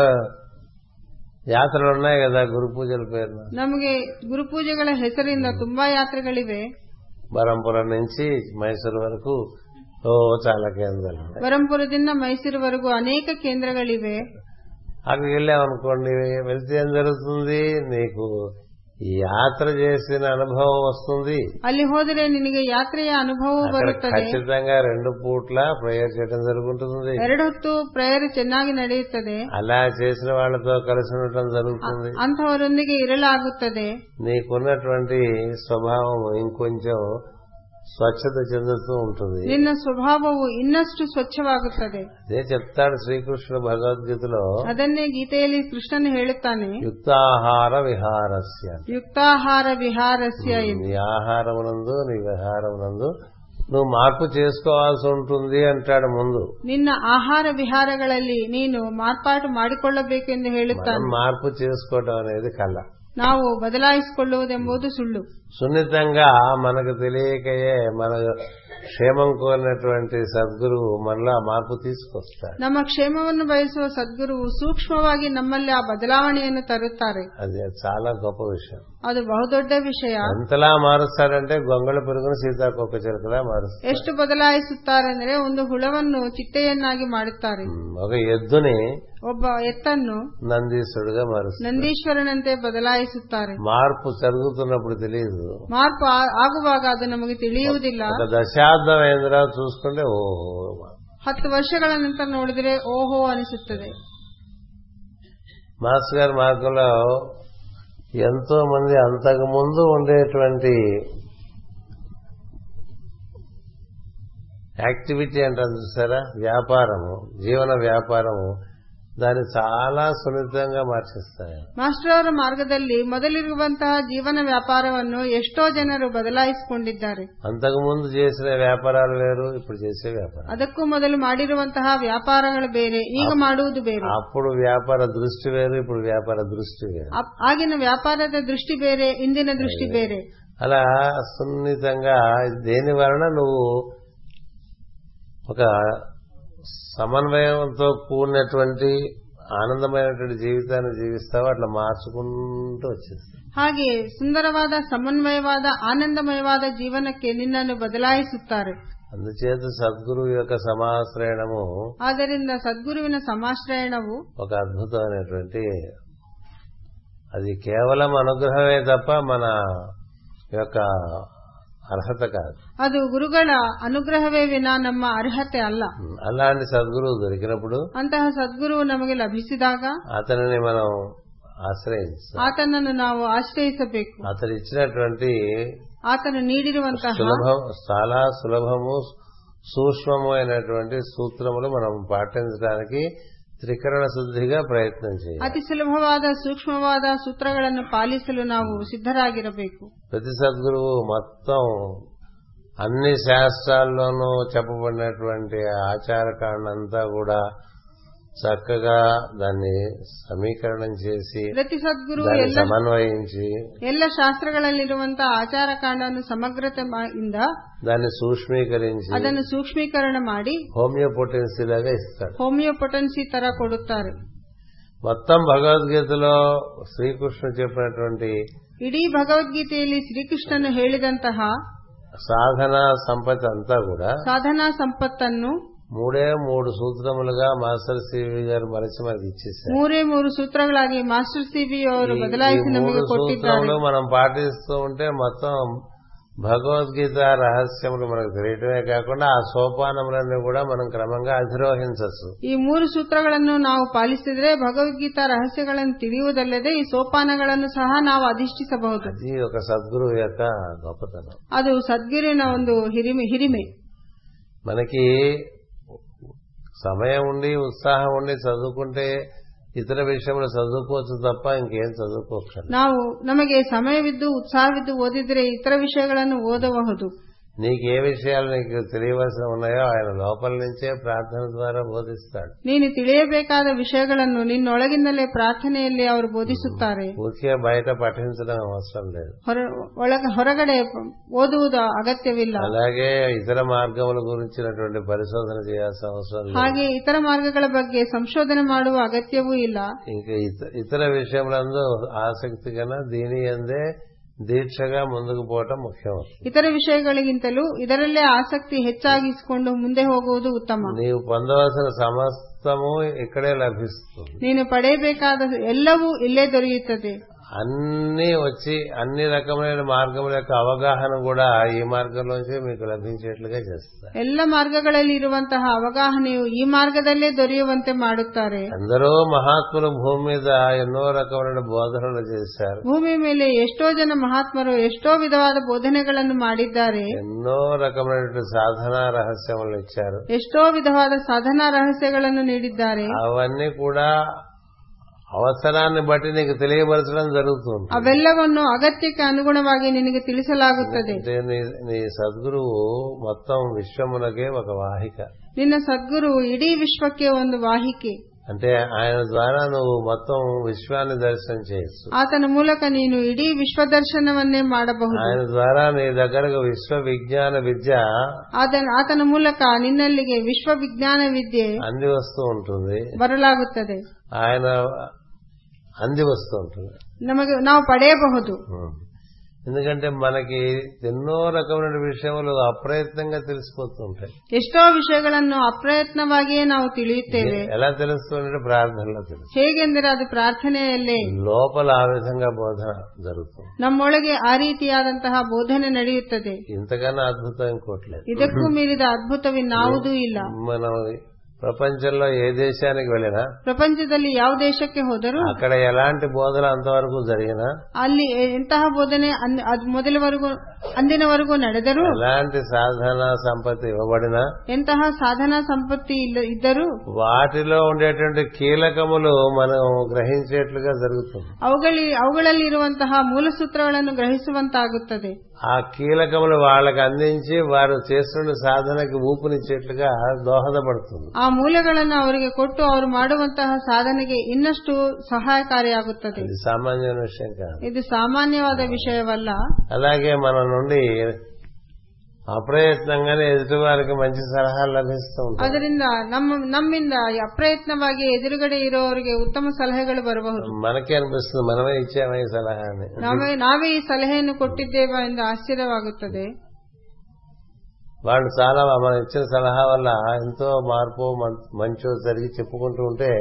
యాత్రలు ఉన్నాయి కదా గురు పూజల పేరున ನಮಗೆ ಗುರುಪೂಜೆಗಳ ಹೆಸರಿಂದ ತುಂಬಾ ಯಾತ್ರೆಗಳಿವೆ బరంపురం నుంచి మైసూరు వరకు ఓ చాలా కేంద్రాలు ఉన్నాయి ಬರಂಪುರದಿಂದ ಮೈಸೂರುವರೆಗೂ ಅನೇಕ ಕೇಂದ್ರಗಳಿವೆ అక్కడికి వెళ్ళామనుకోండి వెళ్తే ఏం జరుగుతుంది నీకు ఈ యాత్ర చేసిన అనుభవం వస్తుంది ಅಲ್ಲಿ ಹೋದರೆ ನಿನಗೆ ಯಾತ್ರೆಯ ಅನುಭವ అక్కడ ಬರುತ್ತದೆ ఖచ్చితంగా రెండు పూట్ల ప్రేయర్ చేయడం జరుగుతుంది ಎರಡು ಹೊತ್ತು ಪ್ರೇಯರ್ ಚೆನ್ನಾಗಿ ನಡೆಯುತ್ತದೆ అలా చేసిన వాళ్ళతో కలిసి ఉండటం జరుగుతుంది ಅಂತಹವರೊಂದಿಗೆ ಇರಲಾಗುತ್ತದೆ నీకున్నటువంటి స్వభావం ఇంకొంచెం స్వచ్ఛత చెందుతూ ఉంటుంది ನಿನ್ನ ಸ್ವಭಾವವು ಇನ್ನಷ್ಟು ಸ್ವಚ್ಛವಾಗುತ್ತದೆ అదే చెప్తాడు శ్రీకృష్ణుడు భగవద్గీతలో ಅದನ್ನೇ ಗೀತೆಯಲ್ಲಿ ಕೃಷ್ಣನು ಹೇಳುತ್ತಾನೆ యుక్తాహార విహారస్య ಯುಕ್ತಾಹಾರ ವಿಹಾರಸ್ಯ ಎಂದು నీ ఆహారమునందు నీ విహారమునందు నువ్వు మార్పు చేసుకోవాల్సి ఉంటుంది అంటాడు ముందు ನಿನ್ನ ಆಹಾರ ವಿಹಾರಗಳಲ್ಲಿ ನೀನು ಮಾರ್ಪಾಟು ಮಾಡಿಕೊಳ್ಳಬೇಕೆಂದು మనం ಹೇಳುತ್ತಾನೆ మార్పు చేసుకోవడం అనేది కళ ನಾವು ಬದಲಾಯಿಸಿಕೊಳ್ಳುವುದೆಂಬುದು ಸುಳ್ಳು సున్నితంగా మనకు తెలియకయే మన క్షేమం కోరినటువంటి సద్గురువు మనలో ఆ మార్పు తీసుకొస్తాడు ನಮ್ಮ ಕ್ಷೇಮವನ್ನು ಬಯಸುವ ಸದ್ಗುರುವು ಸೂಕ್ಷ್ಮವಾಗಿ ನಮ್ಮಲ್ಲಿ ಆ ಬದಲಾವಣೆಯನ್ನು ತರುತ್ತಾರೆ అది చాలా గొప్ప విషయం ಅದು ಬಹುದೊಡ್ಡ ವಿಷಯ ఎంతలా మారుస్తాడంటే గొంగళ పెరుగును సీతాకొక్క చిలుకలా మారుస్తాడు ಎಷ್ಟು ಬದಲಾಯಿಸುತ್ತಾರೆಂದರೆ ಒಂದು ಹುಳವನ್ನು ಚಿಟ್ಟೆಯನ್ನಾಗಿ ಮಾಡುತ್ತಾರೆ ఉమ్, ఒక ఎద్దుని ಒಬ್ಬ ಎತ್ತನ್ನು నందీశ్వరుడుగా మారుస్తాడు ನಂದೀಶ್ವರನಂತೆ ಬದಲಾಯಿಸುತ್ತಾರೆ మార్పు జరుగుతున్నప్పుడు తెలియదు ಮಾರ್ಪು ಆ- ಆಗುವಾಗ ಅದು ನಮಗೆ ತಿಳಿಯುವುದಿಲ್ಲ ఒక దశాబ్దం అయిన తర్వాత చూసుకుంటే ఓ ಹತ್ತು ವರ್ಷಗಳ ನಂತರ ನೋಡಿದರೆ ಓಹೋ ಅನಿಸುತ್ತದೆ మాస్టర్ గారి మార్గంలో ఎంతో మంది అంతకు ముందు ఉండేటువంటి యాక్టివిటీ అంటారు చూసారా వ్యాపారము జీవన వ్యాపారము దాన్ని చాలా సున్నితంగా మార్చేస్తాయి ಮಾಸ್ಟರ್ ಅವರ ಮಾರ್ಗದಲ್ಲಿ ಮೊದಲಿರುವಂತಹ ಜೀವನ ವ್ಯಾಪಾರವನ್ನು ಎಷ್ಟೋ ಜನರು ಬದಲಾಯಿಸಿಕೊಂಡಿದ್ದಾರೆ అంతకుముందు చేసిన వ్యాపారాలు వేరు ఇప్పుడు చేసే వ్యాపారం ಅದಕ್ಕೂ ಮೊದಲು ಮಾಡಿರುವಂತಹ ವ್ಯಾಪಾರಗಳು ಬೇರೆ ಈಗ ಮಾಡುವುದು ಬೇರೆ అప్పుడు వ్యాపార దృష్టి వేరు ఇప్పుడు వ్యాపార దృష్టి వేరు ಆ- ಆಗಿನ ವ್ಯಾಪಾರದ ದೃಷ್ಟಿ ಬೇರೆ ಇಂದಿನ ದೃಷ್ಟಿ ಬೇರೆ అలా సున్నితంగా దేని వలన నువ్వు ఒక సమన్వయంతో కూడినటువంటి ఆనందమైనటువంటి జీవితాన్ని జీవిస్తావు అట్లా మార్చుకుంటూ వచ్చేస్తావు ಹಾಗೆ ಸುಂದರವಾದ ಸಮನ್ವಯವಾದ ಆನಂದಮಯವಾದ ಜೀವನಕ್ಕೆ ನಿನ್ನನ್ನು ಬದಲಾಯಿಸುತ್ತಾರೆ అందుచేత సద్గురువు యొక్క సమాశ్రయణము ಆದ್ದರಿಂದ ಸದ್ಗುರುವಿನ ಸಮಾಶ್ರಯಣವು ఒక అద్భుతమైనటువంటి అది కేవలం అనుగ్రహమే తప్ప మన యొక్క అర్హత కాదు ಅದು ಗುರುಗಳ ಅನುಗ್ರಹವೇ ವಿನ ನಮ್ಮ ಅರ್ಹತೆ ಅಲ್ಲ అలాంటి సద్గురువు దొరికినప్పుడు ಅಂತಹ ಸದ್ಗುರು ನಮಗೆ ಲಭಿಸಿದಾಗ అతనిని మనం ఆశ్రయించాం ಆತನನ್ನು ನಾವು ಆಶ್ರಯಿಸಬೇಕು అతను ఇచ్చినటువంటి ಆತನು ನೀಡಿರುವಂತಹ సులభం చాలా సులభము సూక్ష్మమైనటువంటి సూత్రములు మనం పాటించడానికి త్రికరణ శుద్ధిగా ప్రయత్నం చేయాలి ಅತಿ ಸುಲಭವಾದ ಸೂಕ್ಷ್ಮವಾದ ಸೂತ್ರಗಳನ್ನು ಪಾಲಿಸಲು ನಾವು ಸಿದ್ಧರಾಗಿರಬೇಕು ప్రతి సద్గురువు మొత్తం అన్ని శాస్త్రాల్లోనూ చెప్పబడినటువంటి ఆచారకాండ అంతా కూడా చక్కగా దాన్ని సమీకరణం చేసి ಪ್ರತಿ ಸದ್ಗುರು దాన్ని ಎಲ್ಲ సమన్వయించి ಎಲ್ಲ ಶಾಸ್ತ್ರಗಳಲ್ಲಿರುವಂತಹ ಆಚಾರ ಕಾಂಡವನ್ನು ಸಮಗ್ರತೆಯಿಂದ దాన్ని సూక్ష్మీకరించి ಅದನ್ನು ಸೂಕ್ಷ್ಮೀಕರಣ ಮಾಡಿ హోమియోపొటెన్సీ లాగా ఇస్తాడు ಹೋಮಿಯೋಪೊಟೆನ್ಸಿ ತರ ಕೊಡುತ್ತಾರೆ మొత్తం భగవద్గీతలో శ్రీకృష్ణుడు చెప్పినటువంటి ಇಡೀ ಭಗವದ್ಗೀತೆಯಲ್ಲಿ ಶ್ರೀಕೃಷ್ಣನು ಹೇಳಿದಂತಹ సాధన సంపత్తి అంతా కూడా ಸಾಧನಾ ಸಂಪತ್ತನ್ನು మూడే మూడు సూత్రములుగా మాస్టర్ సివి గారు మరచి మనకి ఇచ్చేసారు ಮೂರೇ ಮೂರು ಸೂತ್ರಗಳಾಗಿ ಮಾಸ್ಟರ್ ಸಿಬಿ ಅವರು ఈ ಬದಲಾಯಿಸಿ మూడు ನಮಗೆ ಕೊಟ್ಟಿದ್ದಾರೆ సూత్రములు మనం పాటిస్తూ ఉంటే మొత్తం భగవద్గీత రహస్యములు మనకు తెలియటమే కాకుండా ఆ సోపానములన్నీ కూడా మనం క్రమంగా అధిరోహించచ్చు ಈ ಮೂರು ಸೂತ್ರಗಳನ್ನು ನಾವು ಪಾಲಿಸಿದರೆ ಭಗವದ್ಗೀತಾ ರಹಸ್ಯಗಳನ್ನು ತಿಳಿಯುವುದಲ್ಲದೆ ಈ ಸೋಪಾನಗಳನ್ನು ಸಹ ನಾವು ಅಧಿಷ್ಠಿಸಬಹುದು అది ఒక సద్గురువు యొక్క గొప్పతనం ಅದು ಸದ್ಗುರುವಿನ ಒಂದು ಹಿರಿಮೆ ಹಿರಿಮೆ మనకి సమయం ఉండి ఉత్సాహం ఉండి చదువుకుంటే ఇతర విషయంలో చదువుకోవచ్చు తప్ప ఇంకేం చదువుకోకండి ನಾವು ನಮಗೆ ಸಮಯವಿದ್ದು ಉತ್ಸಾಹವಿದ್ದು ಓದಿದರೆ ಇತರ ವಿಷಯಗಳನ್ನು ಓದಬಹುದು నీకు ఏ విషయాలు నీకు తెలియవలసి ఉన్నాయో ఆయన లోపల నుంచే ప్రార్థన ద్వారా బోధిస్తాడు ನೀನು ತಿಳಿಯಬೇಕಾದ ವಿಷಯಗಳನ್ನು ನಿನ್ನೊಳಗಿಂದಲೇ ಪ್ರಾರ್ಥನೆಯಲ್ಲಿ ಅವರು ಬೋಧಿಸುತ್ತಾರೆ ఊరికే బయట పఠించడం అవసరం లేదు ಹೊರ- ಒಳಗ- ಹೊರಗಡೆ ಓದುವುದು ಅಗತ್ಯವಿಲ್ಲ అలాగే ఇతర మార్గముల గురించినటువంటి పరిశోధన చేయాల్సిన అవసరం లేదు ಹಾಗೆ ಇತರ ಮಾರ್ಗಗಳ ಬಗ್ಗೆ ಸಂಶೋಧನೆ ಮಾಡುವ ಅಗತ್ಯವೂ ಇಲ್ಲ ఇంకా ఇత- ఇతర విషయములందు ఆసక్తి కన్నా దీని అందే దీక్షగా ముందుకు పోవటం ముఖ్యం ಇತರ ವಿಷಯಗಳಿಗಿಂತಲೂ ಇದರಲ್ಲೇ ಆಸಕ್ತಿ ಹೆಚ್ಚಾಗಿಸಿಕೊಂಡು ಮುಂದೆ ಹೋಗುವುದು ಉತ್ತಮ నీవు పొందవలసిన సమస్తము ఇక్కడే లభిస్తుంది ನೀನು ಪಡೆಯಬೇಕಾದ ಎಲ್ಲವೂ ಇಲ್ಲೇ ದೊರೆಯುತ್ತದೆ అన్ని వచ్చి అన్ని రకమైన మార్గముల యొక్క అవగాహన కూడా ఈ మార్గంలోంచి మీకు లభించేట్లుగా చేస్తారు ಎಲ್ಲ ಮಾರ್ಗಗಳಲ್ಲಿ ಇರುವಂತಹ ಅವಗಾಹನೆಯು ಈ ಮಾರ್ಗದಲ್ಲೇ ದೊರೆಯುವಂತೆ ಮಾಡುತ್ತಾರೆ ఎందరో మహాత్ములు భూమి మీద ఎన్నో రకమైన బోధనలు చేశారు ಭೂಮಿ ಮೇಲೆ ಎಷ್ಟೋ ಜನ ಮಹಾತ್ಮರು ಎಷ್ಟೋ ವಿಧವಾದ ಬೋಧನೆಗಳನ್ನು ಮಾಡಿದ್ದಾರೆ ఎన్నో రకమైనటువంటి సాధనా రహస్యములు ఇచ్చారు ಎಷ್ಟೋ ವಿಧವಾದ ಸಾಧನಾ ರಹಸ್ಯಗಳನ್ನು ನೀಡಿದ್ದಾರೆ అవన్నీ కూడా అవసరాన్ని బట్టి నీకు తెలియపరచడం జరుగుతుంది ಅವೆಲ್ಲವನ್ನು ಅಗತ್ಯಕ್ಕೆ ಅನುಗುಣವಾಗಿ ನಿನಗೆ ತಿಳಿಸಲಾಗುತ್ತದೆ అంటే నీ- నీ సద్గురువు మొత్తం విశ్వమునకే ఒక వాహిక ನಿನ್ನ ಸದ್ಗುರು ಇಡೀ ವಿಶ್ವಕ್ಕೆ ಒಂದು ವಾಹಿಕೆ అంటే ఆయన ద్వారా నువ్వు మొత్తం విశ్వాన్ని దర్శనం చేయొచ్చు ಆತನ ಮೂಲಕ ನೀನು ಇಡೀ ವಿಶ್ವದರ್ಶನವನ್ನೇ ಮಾಡಬಹುದು ఆయన ద్వారా నీ దగ్గరకు విశ్వ విజ్ఞాన విద్య ಆತನ ಆತನ ಮೂಲಕ ನಿನ್ನಲ್ಲಿಗೆ ವಿಶ್ವ ವಿಜ್ಞಾನ ವಿದ್ಯೆ అంది వస్తూ ఉంటుంది ಬರಲಾಗುತ್ತದೆ ఆయన అంది వస్తూ ఉంటుంది ನಮಗೆ ನಾವು ಪಡೆಯಬಹುದು ఉం. ఎందుకంటే మనకి ఎన్నో రకమైన విషయములు అప్రయత్నంగా తెలిసిపోతుంటాయి ಎಷ್ಟೋ ವಿಷಯಗಳನ್ನು ಅಪ್ರಯತ್ನವಾಗಿಯೇ ನಾವು ತಿಳಿಯುತ್ತೇವೆ ఎలా తెలుస్తుందంటే ప్రార్థనలో తెలుసు ಹೇಗೆಂದರೆ ಅದು ಪ್ರಾರ್ಥನೆಯಲ್ಲೇ లోపల ఆ విధంగా బోధన జరుగుతుంది ನಮ್ಮೊಳಗೆ ಆ ರೀತಿಯಾದಂತಹ ಬೋಧನೆ ನಡೆಯುತ್ತದೆ ఇంతకన్నా అద్భుతం ఇంకోట్లేదు ಇದಕ್ಕೂ ಮೀರಿದ ಅದ್ಭುತವಿನ್ನಾವುದೂ ಇಲ್ಲ మనం ప్రపంచంలో ఏ దేశానికి వెళ్ళినా ಪ್ರಪಂಚದಲ್ಲಿ ಯಾವ ದೇಶಕ್ಕೆ ಹೋದರೂ అక్కడ ఎలాంటి బోధన అంతవరకు జరిగినా ಅಲ್ಲಿ ಎಂತಹ ಬೋಧನೆ ಅಂದ್- ಅದು ಮೊದಲವರೆಗೂ ಅಂದಿನವರೆಗೂ ನಡೆದರೂ ఎలాంటి సాధన సంపత్తి ఇవ్వబడినా ಎಂತಹ ಸಾಧನಾ ಸಂಪತ್ತಿ ಇಲ್ಲ- ಇದ್ದರೂ వాటిలో ఉండేటువంటి కీలకములు మనం గ్రహించేట్లుగా జరుగుతుంది ಅವುಗಳಿ ಅವುಗಳಲ್ಲಿ ಇರುವಂತಹ ಮೂಲ ಸೂತ್ರಗಳನ್ನು ಗ್ರಹಿಸುವಂತಾಗುತ್ತದೆ ఆ కీలకములు వాళ్ళకి అందించి వారు చేస్తున్న సాధనకి ఊపునిచ్చేట్లుగా దోహదపడుతుంది ಆ ಮೂಲಗಳನ್ನು ಅವರಿಗೆ ಕೊಟ್ಟು ಅವರು ಮಾಡುವಂತಹ ಸಾಧನೆಗೆ ಇನ್ನಷ್ಟು ಸಹಾಯಕಾರಿಯಾಗುತ್ತದೆ ఇది సామాన్యమైన విషయం కాదు ಇದು ಸಾಮಾನ್ಯವಾದ ವಿಷಯವಲ್ಲ అలాగే మన నుండి అప్రయత్నంగానే ఎదుటి వారికి మంచి సలహాలు లభిస్తూ ఉంటాయి ಅದರಿಂದ ನಮ್ಮ ನಮ್ಮಿಂದ ಅಪ್ರಯತ್ನವಾಗಿ ಎದುರುಗಡೆ ಇರೋರಿಗೆ ಉತ್ತಮ ಸಲಹೆಗಳು ಬರಬಹುದು మనకే అనిపిస్తుంది మనమే ఇచ్చామే ఈ సలహా అని ನಾವೇ ನಾವೇ ಈ ಸಲಹೆಯನ್ನು ಕೊಟ್ಟಿದ್ದೇವೆ ಎಂದು ಆಶ್ಚರ್ಯವಾಗುತ್ತದೆ వాళ్ళు చాలా మనం ఇచ్చిన సలహా వల్ల ఎంతో మార్పు మం- మంచో జరిగి చెప్పుకుంటూ ఉంటే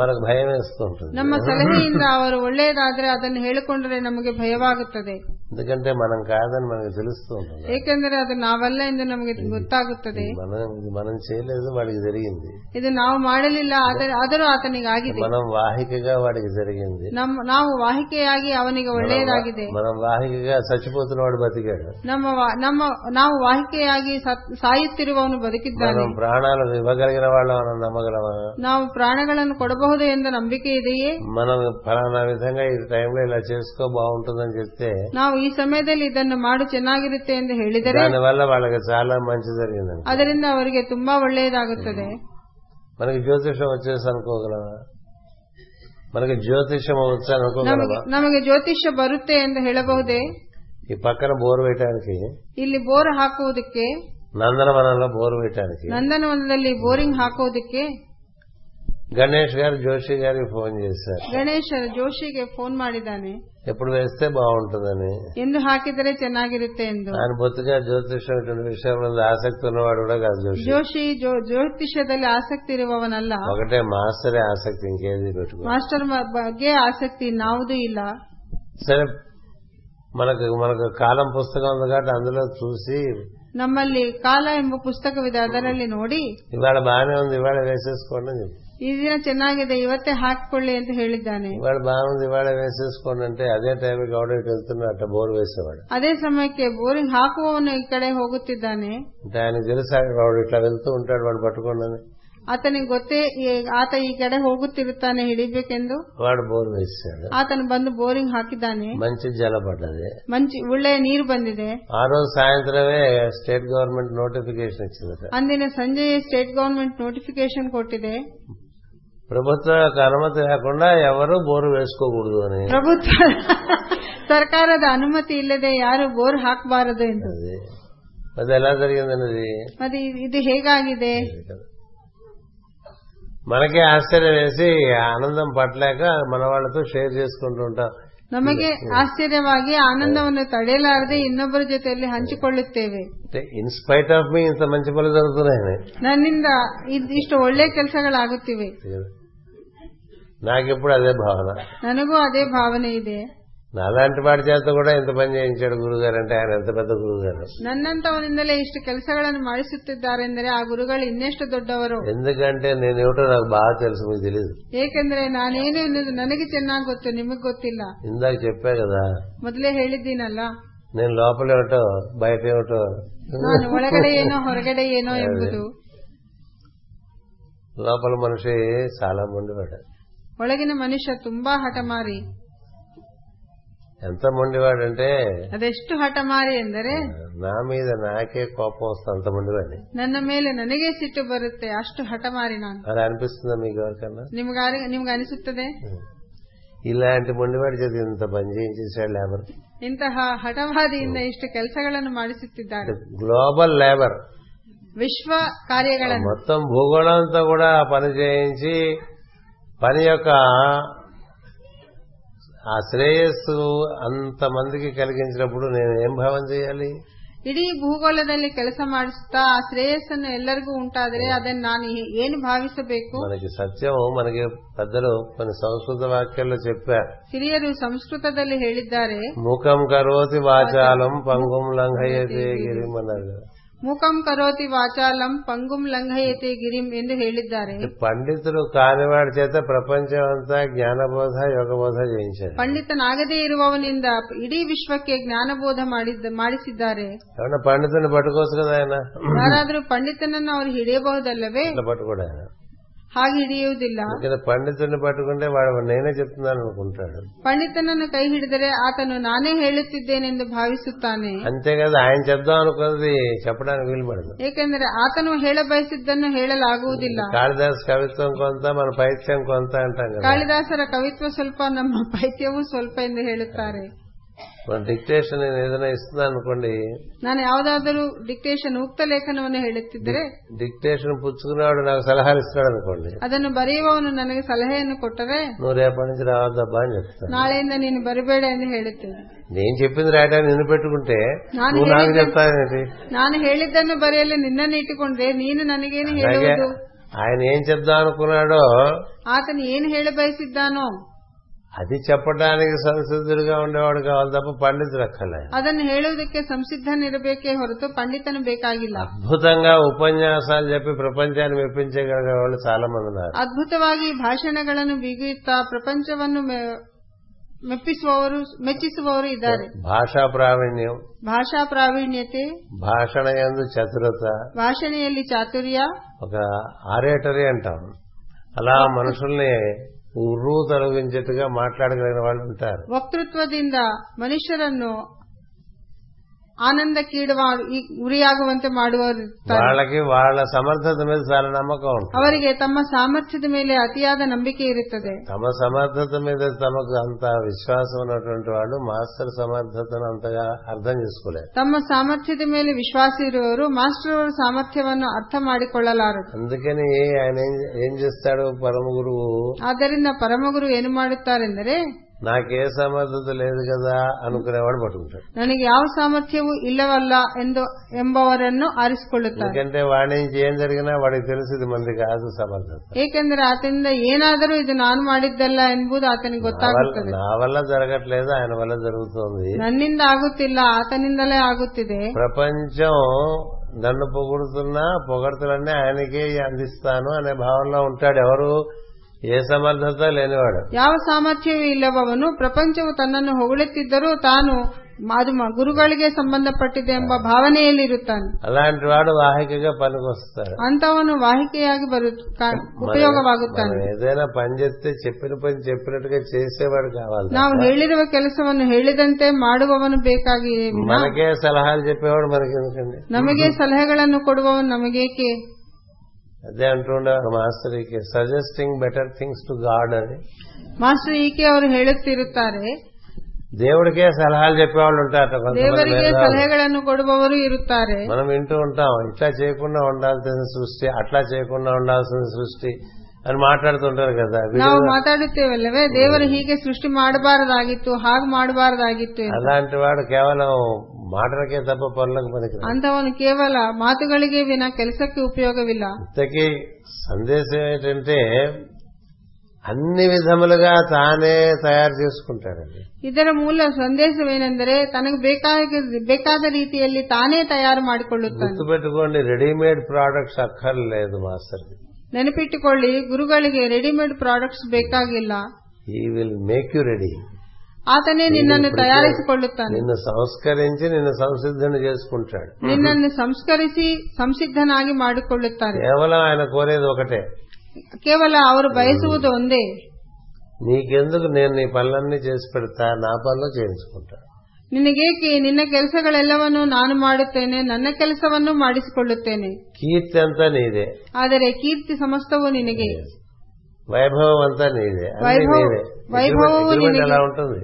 మనకు భయం వేస్తూ ఉంటుంది ನಮ್ಮ ಸಲಹೆಯಿಂದ ಅವರು ಒಳ್ಳೆಯದಾದ್ರೆ ಅದನ್ನು ಹೇಳಿಕೊಂಡರೆ ನಮಗೆ ಭಯವಾಗುತ್ತದೆ ఎందుకంటే మనం కాదని మనకు తెలుస్తూ ఉంటుంది ಏಕೆಂದರೆ ಅದು ನಾವಲ್ಲ ಎಂದು ನಮಗೆ ಗೊತ್ತಾಗುತ್ತದೆ మనం ఇది మనం చేయలేదు వాడికి జరిగింది ಇದು ನಾವು ಮಾಡಲಿಲ್ಲ ಆದರೆ ಆದರೂ ಆತನಿಗಾಗಿದೆ మనం వాహికగా వాడికి జరిగింది ನಮ್ಮ ನಾವು ವಾಹಿಕೆಯಾಗಿ ಅವನಿಗೆ ಒಳ್ಳೆಯದಾಗಿದೆ మనం వాహికగా చచ్చిపోతున్న వాడు బతికాడు ನಮ್ಮ ವಾ- ನಮ್ಮ ನಾವು ವಾಹಿಕೆಯಾಗಿ ಸತ್- ಸಾಯುತ್ತಿರುವವನು ಬದುಕಿದ್ದಾನೆ మనం ప్రాణాలు ఇవ్వగలిగిన వాళ్ళం మనం నమ్మగలమా ನಾವು ಪ್ರಾಣಗಳನ್ನು ಕೊಡಬಹುದು ಎಂದು ನಂಬಿಕೆ ಇದೆಯೇ మనం ఫలానా విధంగా ఈ టైంలో ఇలా చేసుకో బాగుంటుందని చెప్తే ನಾವು ಈ ಸಮಯದಲ್ಲಿ ಇದನ್ನು ಮಾಡು ಚೆನ್ನಾಗಿರುತ್ತೆ ಎಂದು ಹೇಳಿದರೆ దానివల్ల వాళ్ళకి చాలా మంచి జరిగిందండి ಅದರಿಂದ ಅವರಿಗೆ ತುಂಬಾ ಒಳ್ಳೆಯದಾಗುತ್ತದೆ మనకి జ్యోతిషం వచ్చేసి అనుకోగలమా మనకి జ్యోతిషం వచ్చి అనుకోగలమా ನಮಗೆ ಜ್ಯೋತಿಷ್ಯ ಬರುತ್ತೆ ಎಂದು ಹೇಳಬಹುದೇ ఈ పక్కన బోరు వేయటానికి ಇಲ್ಲಿ ಬೋರ್ ಹಾಕುವುದಕ್ಕೆ నందనవనంలో బోరు వేయటానికి ನಂದನವನದಲ್ಲಿ ಬೋರಿಂಗ್ ಹಾಕುವುದಕ್ಕೆ గణేష్ గారు జోషి గారికి ఫోన్ చేశారు ಗಣೇಶ ಜೋಶಿಗೆ ಫೋನ್ ಮಾಡಿದ್ದಾನೆ ఎప్పుడు వేస్తే బాగుంటుందని ಎಂದು ಹಾಕಿದರೆ ಚೆನ್ನಾಗಿರುತ್ತೆ ಎಂದು ఆయన బొత్తిగా జ్యోతిషం ఇటువంటి విషయంలో ఆసక్తి ఉన్నవాడు కూడా కాదు జోషి ಜೋಶಿ ಜೋ- ಜ್ಯೋತಿಷ್ಯದಲ್ಲಿ ಆಸಕ್ತಿ ಇರುವವನಲ್ಲ ఒకటే మాస్టరే ఆసక్తి ఇంకేది పెట్టుకో ಮಾಸ್ಟರ್ ಮ- ಬಗ್ಗೆ ಆಸಕ್ತಿ ಇನ್ನಾವುದೂ ಇಲ್ಲ సరే మనకు మనకు కాలం పుస్తకం ఉంది కాబట్టి అందులో చూసి ನಮ್ಮಲ್ಲಿ ಕಾಲ ಎಂಬ ಪುಸ್ತಕವಿದೆ ಅದರಲ್ಲಿ ನೋಡಿ ఇవాళ బాగానే ఉంది ఇవాళ వేసేసుకోండి అని చెప్పి ಈ ದಿನ ಚೆನ್ನಾಗಿದೆ ಇವತ್ತೇ ಹಾಕಿಕೊಳ್ಳಿ ಅಂತ ಹೇಳಿದ್ದಾನೆ ఇవాళ బాగానే ఉంది ఇవాళ వేసేసుకోండి అంటే అదే టైంకి ఎవడో ఇటు వెళ్తున్నాడు అట్ట బోర్ వేసేవాడు ಅದೇ ಸಮಯಕ್ಕೆ ಬೋರಿಂಗ್ ಹಾಕುವವನು ಈ కಡೆ ಹೋಗುತ್ತಿದ್ದಾನೆ అంటే ఆయన తెలుసు ఆయన వాడు ఇట్లా వెళ్తూ ఉంటాడు వాడు పట్టుకోండి అని ಆತನಿಗೆ ಗೊತ್ತೇ ಈ- ಆತ ಈ ಕಡೆ ಹೋಗುತ್ತಿರುತ್ತಾನೆ ಹಿಡಿಬೇಕೆಂದು వాడు బోర్ వేసాడు ಆತನು ಬಂದು ಬೋರಿಂಗ್ ಹಾಕಿದ್ದಾನೆ మంచి జల పడ్డది ಮಂಚಿ ಒಳ್ಳೆಯ ನೀರು ಬಂದಿದೆ ఆ రోజు సాయంత్రమే స్టేట్ గవర్నమెంట్ నోటిఫికేషన్ ఇచ్చిందట ಅಂದಿನ ಸಂಜೆಯೇ ಸ್ಟೇಟ್ ಗವರ್ನಮೆಂಟ್ ನೋಟಿಫಿಕೇಶನ್ ಕೊಟ್ಟಿದೆ ప్రభుత్వం యొక్క అనుమతి లేకుండా ఎవరు బోరు వేసుకోకూడదు అని ಪ್ರಭುತ್ವ ಸರ್ಕಾರದ ಅನುಮತಿ ಇಲ್ಲದೆ ಯಾರು ಬೋರ್ ಹಾಕಬಾರದು ಎಂದು అది అది ఎలా జరిగిందని అది ಅದು ಇದು ಹೇಗಾಗಿದೆ మనకే ఆశ్చర్యం వేసి ఆ ఆనందం పట్టలేక మన వాళ్ళతో షేర్ చేసుకుంటూ ఉంటాం ನಮಗೆ ಆಶ್ಚರ್ಯವಾಗಿ ಆನಂದವನ್ನು ತಡೆಯಲಾರದೆ ಇನ್ನೊಬ್ಬರ ಜೊತೆಯಲ್ಲಿ ಹಂಚಿಕೊಳ್ಳುತ್ತೇವೆ అంటే ఇన్ స్పైట్ ఆఫ్ మీ ఇంత మంచి పనులు జరుగుతున్నాయని ನನ್ನಿಂದ ಇದ್- ಇಷ್ಟು ಒಳ್ಳೆ ಕೆಲಸಗಳಾಗುತ್ತಿವೆ నాకిప్పుడు అదే భావన ನನಗೂ ಅದೇ ಭಾವನೆ ಇದೆ నాలాంటి వాడి చేత కూడా ఇంత పని చేయించాడు గురుగారు అంటే ఆయన ఎంత పెద్ద గురుగారు ನನ್ನಂತವನಿಂದಲೇ ಇಷ್ಟು ಕೆಲಸಗಳನ್ನು ಮಾಡಿಸುತ್ತಿದ್ದಾರೆಂದರೆ ಆ ಗುರುಗಳು ಇನ್ನೆಷ್ಟು ದೊಡ್ಡವರು ఎందుకంటే నేను ఏమిటో నాకు బాగా తెలుసు మీకు తెలియదు ಏಕೆಂದರೆ ನಾನೇನು ಎನ್ನುವುದು ನನಗೆ ಚೆನ್ನಾಗಿ ಗೊತ್ತು ನಿಮಗ್ ಗೊತ್ತಿಲ್ಲ ఇందాక చెప్పా కదా ಮೊದಲೇ ಹೇಳಿದ್ದೀನಲ್ಲ నేను లోపల ఏమిటో బయట ఏమిటో ನಾನು ಒಳಗಡೆ ಏನೋ ಹೊರಗಡೆ ಏನೋ ಎಂಬುದು లోపల మనిషి చాలా మొండివాడు ಒಳಗಿನ ಮನುಷ್ಯ ತುಂಬಾ ಹಠಮಾರಿ ఎంత మొండివాడంటే ಅದೆಷ್ಟು ಹಠಮಾರಿ ಎಂದರೆ నా మీద నాకే కోపం వస్తుంది అంత మొండివాడిని ನನ್ನ ಮೇಲೆ ನನಗೆ ಸಿಟ್ಟು ಬರುತ್ತೆ ಅಷ್ಟು ಹಠಮಾರಿ ನಾನು అలా అనిపిస్తుందా మీకు ఎవరికన్నా ನಿಮ್ಗಾರಿ ನಿಮ್ಗೆ ಅನಿಸುತ್ತದೆ ఇలాంటి మొండివాడి చేతి ఇంత పని చేయించేసాడు లేబర్ ಇಂತಹ ಹಠವಾದಿಯಿಂದ ಇಷ್ಟು ಕೆಲಸಗಳನ್ನು ಮಾಡಿಸುತ್ತಿದ್ದಾರೆ గ్లోబల్ లేబర్ ವಿಶ್ವ ಕಾರ್ಯಗಳನ್ನು మొత్తం భూగోళం అంతా కూడా పని చేయించి పని యొక్క ఆ శ్రేయస్సు అంతమందికి కలిగించినప్పుడు నేను ఏం భావం చేయాలి ಇಡೀ ಭೂಗೋಳದಲ್ಲಿ ಕೆಲಸ ಮಾಡಿಸುತ್ತಾ ಆ ಶ್ರೇಯಸ್ಸನ್ನು ಎಲ್ಲರಿಗೂ ಉಂಟಾದರೆ ಅದನ್ನು ನಾನು ಏನು ಭಾವಿಸಬೇಕು మనకి సత్యం మనకి పెద్దలు కొన్ని సంస్కృత వాక్యాల్లో చెప్పారు ಹಿರಿಯರು ಸಂಸ್ಕೃತದಲ್ಲಿ ಹೇಳಿದ್ದಾರೆ ముఖం కరోతి వాచాలం పంగుం లంఘయతే గిరిమన్నారు కదా ಮೂಕಂ ಕರೋತಿ ವಾಚಾಲಂ ಪಂಗುಂ ಲಂಘಯತಿ ಗಿರಿಂ ಎಂದು ಹೇಳಿದ್ದಾರೆ పండితుడు కానివాడి చేత ప్రపంచం అంతా జ్ఞానబోధ యోగబోధ చేయించాడు ಪಂಡಿತನಾಗದೇ ಇರುವವನಿಂದ ಇಡೀ ವಿಶ್ವಕ್ಕೆ ಜ್ಞಾನಬೋಧ ಮಾಡಿದ್ದ- ಮಾಡಿಸಿದ್ದಾರೆ ఏమన్నా పండితుడిని పట్టుకోవచ్చు కదా ఆయన ಯಾರಾದರೂ ಪಂಡಿತನನ್ನು ಅವರು ಹಿಡಿಯಬಹುದಲ್ಲವೇ ఇట్లా పట్టుకోడు ఆయన ಹಾಗೆ ಹಿಡಿಯುವುದಿಲ್ಲ అందుకని పండితుడిని పట్టుకుంటే వాడు నేనే చెప్తున్నాను అనుకుంటాడు ಪಂಡಿತನನ್ನು ಕೈ ಹಿಡಿದರೆ ಆತನು ನಾನೇ ಹೇಳುತ್ತಿದ್ದೇನೆಂದು ಭಾವಿಸುತ್ತಾನೆ అంతేకాదు ఆయన చెప్దాం అనుకున్నది చెప్పడానికి వీలు పడదు ಏಕೆಂದರೆ ಆತನು ಹೇಳಬಯಸಿದ್ದನ್ನು ಹೇಳಲಾಗುವುದಿಲ್ಲ కాళిదాస్ కవిత్వం కొంత మన పైత్యం కొంత అంటాం కదా ಕಾಳಿದಾಸರ ಕವಿತ್ವ ಸ್ವಲ್ಪ ನಮ್ಮ ಪೈತ್ಯವೂ ಸ್ವಲ್ಪ ಎಂದು ಹೇಳುತ್ತಾರೆ మన డిక్టేషన్ నేను ఏదైనా ఇస్తున్నాను అనుకోండి ನಾನು ಯಾವುದಾದರೂ ಡಿಕ್ಟೇಷನ್ ಉಕ್ತ ಲೇಖನವನ್ನು ಹೇಳುತ್ತಿದ್ದರೆ డిక్టేషన్ పుచ్చుకునేవాడు నాకు సలహాలు ఇస్తాడు అనుకోండి ಅದನ್ನು ಬರೆಯುವವನು ನನಗೆ ಸಲಹೆಯನ್ನು ಕೊಟ್ಟರೆ నువ్వు రేపటి నుంచి రావద్దబ్బా అని చెప్తాను ನಾಳೆಯಿಂದ ನೀನು ಬರಬೇಡ ಎಂದು ಹೇಳುತ್ತೇನೆ నేను చెప్పింది రాయడానికి నిన్ను పెట్టుకుంటే ನಾನು నువ్వు నాకు చెప్తావేంటి ನಾನು ಹೇಳಿದ್ದನ್ನು ಬರೆಯಲು ನಿನ್ನನ್ನು ಇಟ್ಟುಕೊಂಡ್ರೆ ನೀನು ನನಗೇನು అలాగే ಹೇಳುವುದು ఆయన ఏం చెప్దాం అనుకున్నాడో ಆತನು ಏನು ಹೇಳಬಯಸಿದ್ದಾನೋ అది చెప్పడానికి సంసిద్ధుడిగా ఉండేవాడు కావాలి తప్ప పండితుడు అక్కర్లే ಅದನ್ನು ಹೇಳುವುದಕ್ಕೆ ಸಂಸಿದ್ಧನಿರಬೇಕೇ ಹೊರತು ಪಂಡಿತನು ಬೇಕಾಗಿಲ್ಲ అద్భుతంగా ఉపన్యాసాలు చెప్పి ప్రపంచాన్ని మెప్పించగలిగే వాళ్ళు చాలా మంది ఉన్నారు ಅದ್ಭುತವಾಗಿ ಭಾಷಣಗಳನ್ನು ಬಿಗಿಯುತ್ತಾ ಪ್ರಪಂಚವನ್ನು ಮೆ- ಮೆಪ್ಪಿಸುವವರು ಮೆಚ್ಚಿಸುವವರು ಇದ್ದಾರೆ భాషా ప్రావీణ్యం ಭಾಷಾ ಪ್ರಾವೀಣ್ಯತೆ భాషణ యందు చతురత ಭಾಷಣೆಯಲ್ಲಿ ಚಾತುರ್ಯ ఒక ఆరేటరీ అంటాం అలా మనుషుల్ని ఉర్రు తొలగించేట్టుగా మాట్లాడగలిగిన వాళ్ళు ఉంటారు ವಕ್ತೃತ್ವದಿಂದ ಮನುಷ್ಯರನ್ನು ಆನಂದಕ್ಕೀಡುವ ಈ- ಗುರಿಯಾಗುವಂತೆ ಮಾಡುವವರು ಇರ್ತಾರೆ. వాళ్ళకి వాళ్ళ సమర్థత మీద చాలా నమ్మకం ఉంటుంది ಅವರಿಗೆ ತಮ್ಮ ಸಾಮರ್ಥ್ಯದ ಮೇಲೆ ಅತಿಯಾದ ನಂಬಿಕೆ ಇರುತ್ತದೆ తమ సమర్థత మీద తమకు అంత విశ్వాసం ఉన్నటువంటి వాళ్ళు మాస్టర్ సమర్థతను అంతగా అర్థం చేసుకోలేరు ತಮ್ಮ ಸಾಮರ್ಥ್ಯದ ಮೇಲೆ ವಿಶ್ವಾಸ ಇರುವವರು ಮಾಸ್ಟರ್ ಅವರ ಸಾಮರ್ಥ್ಯವನ್ನು ಅರ್ಥ ಮಾಡಿಕೊಳ್ಳಲಾರರು అందుకని ఆయన ఏం- ఏం చేస్తాడు పరమ గురువు ಆದ್ದರಿಂದ ಪರಮಗುರು ಏನು ಮಾಡುತ್ತಾರೆಂದರೆ నాకే సమర్థత లేదు కదా అనుకునేవాడు పట్టుకుంటాడు ನನಗೆ ಯಾವ ಸಾಮರ್ಥ್ಯವೂ ಇಲ್ಲವಲ್ಲ ಎಂದು ಎಂಬವರನ್ನು ಆರಿಸಿಕೊಳ್ಳುತ್ತಾರೆ ఎందుకంటే వాడి నుంచి ఏం జరిగినా వాడికి తెలుసు ఇది మంది కాదు సమర్థత ಏಕೆಂದರೆ ಆತನಿಂದ ಏನಾದರೂ ಇದು ನಾನು ಮಾಡಿದ್ದಲ್ಲ ಎಂಬುದು నా ಆತನಿಗೆ వల్ల- ಗೊತ್ತಾಗುತ್ತದೆ నా వల్ల జరగట్లేదు ఆయన వల్ల జరుగుతోంది ನನ್ನಿಂದ ಆಗುತ್ತಿಲ್ಲ ಆತನಿಂದಲೇ ಆಗುತ್ತಿದೆ ప్రపంచం నన్ను పొగుడుతున్నా పొగడుతులన్నీ ఆయనకే అందిస్తాను అనే భావనలో ఉంటాడు ఎవరు ఏ సమర్థత లేనివాడు ಯಾವ ಸಾಮರ್ಥ್ಯವೂ ಇಲ್ಲವವನು ಪ್ರಪಂಚವು ತನ್ನನ್ನು ಹೊಗಳುತ್ತಿದ್ದರೂ ತಾನು ಅದು ಮ- ಗುರುಗಳಿಗೆ ಸಂಬಂಧಪಟ್ಟಿದೆ ಎಂಬ ಭಾವನೆಯಲ್ಲಿರುತ್ತಾನೆ అలాంటి వాడు వాహికగా పనికొస్తాడు ಅಂತವನು ವಾಹಿಕೆಯಾಗಿ ಬರು ಕಾ- ಉಪಯೋಗವಾಗುತ್ತಾನೆ మనం ఏదైనా పని చెప్తే చెప్పిన పని చెప్పినట్టుగా చేసేవాడు కావాలి ನಾವು ಹೇಳಿರುವ ಕೆಲಸವನ್ನು ಹೇಳಿದಂತೆ ಮಾಡುವವನು ಬೇಕಾಗಿ మనకే సలహాలు చెప్పేవాడు మనకి ఎందుకండి ನಮಗೆ ಸಲಹೆಗಳನ್ನು ಕೊಡುವವನು ನಮಗೇಕೆ అదే అంటూ ఉండేవారు మాస్టర్కి suggesting better things to god అని ಮಾಸ್ಟರ್ ಈಕೆ ಅವರು ಹೇಳುತ್ತಿರುತ್ತಾರೆ దేవుడికే సలహాలు చెప్పేవాళ్ళు ఉంటారట కొంతమంది ದೇವರಿಗೆ మేధావులు. ಸಲಹೆಗಳನ್ನು ಕೊಡುವವರು ಇರುತ್ತಾರೆ మనం వింటూ ఉంటాం ఇట్లా చేయకుండా ఉండాల్సిన సృష్టి అట్లా చేయకుండా ఉండాల్సిన సృష్టి అని మాట్లాడుతుంటారు కదా వీడు ನಾವು ಮಾತಾಡುತ್ತೇವಲ್ಲವೇ ದೇವರು ಹೀಗೆ ಸೃಷ್ಟಿ ಮಾಡಬಾರದಾಗಿತ್ತು ಹಾಗೆ ಮಾಡಬಾರದಾಗಿತ್ತು ಎಂದು. అలాంటి వాడు కేవలం మాటలకే తప్ప పనులకు పనికి ಅಂತವನು ಕೇವಲ ಮಾತುಗಳಿಗೆ ವಿನ ಕೆಲಸಕ್ಕೆ ಉಪಯೋಗವಿಲ್ಲ ఇంతకీ సందేశం ఏంటంటే అన్ని విధములుగా తానే తయారు చేసుకుంటాడండి ಇದರ ಮೂಲ ಸಂದೇಶವೇನೆಂದರೆ ತನಗೆ ಬೇಕಾಗಿ ಬೇಕಾದ ರೀತಿಯಲ್ಲಿ ತಾನೇ ತಯಾರು ಮಾಡಿಕೊಳ್ಳುತ್ತಾನೆ గుర్తుపెట్టుకోండి రెడీమేడ్ ప్రోడక్ట్స్ అక్కర్లేదు మాస్టర్ ನೆನಪಿಟ್ಟುಕೊಳ್ಳಿ ಗುರುಗಳಿಗೆ ರೆಡಿಮೇಡ್ ಪ್ರಾಡಕ್ಟ್ಸ್ ಬೇಕಾಗಿಲ್ಲ he will make you ready ಆತನೇ ನಿನ್ನನ್ನು ತಯಾರಿಸಿಕೊಳ್ಳುತ್ತಾನೆ నిన్ను సంస్కరించి నిన్ను సంసిద్ధుని చేసుకుంటాడు ನಿನ್ನನ್ನು ಸಂಸ್ಕರಿಸಿ ಸಂಸಿದ್ಧನಾಗಿ ಮಾಡಿಕೊಳ್ಳುತ್ತಾನೆ కేవలం ఆయన కోరేది ఒకటే ಕೇವಲ ಅವರು ಬಯಸುವುದು ಒಂದೇ నీకెందుకు నేను నీ పనులన్నీ చేసి పెడతా నా పనులు చేయించుకుంటా ನಿನಗೇಕೆ ನಿನ್ನ ಕೆಲಸಗಳೆಲ್ಲವನ್ನೂ ನಾನು ಮಾಡುತ್ತೇನೆ ನನ್ನ ಕೆಲಸವನ್ನು ಮಾಡಿಸಿಕೊಳ್ಳುತ್ತೇನೆ కీర్తి అంతా నీదే ಆದರೆ ಕೀರ್ತಿ ಸಮಸ್ತವೂ ನಿನಗೆ వైభవం అంతా నీదే అన్ని వైభవం- నీదే వైభవము అగ్రిమెంట్ నీదే. ఎలా ఉంటుంది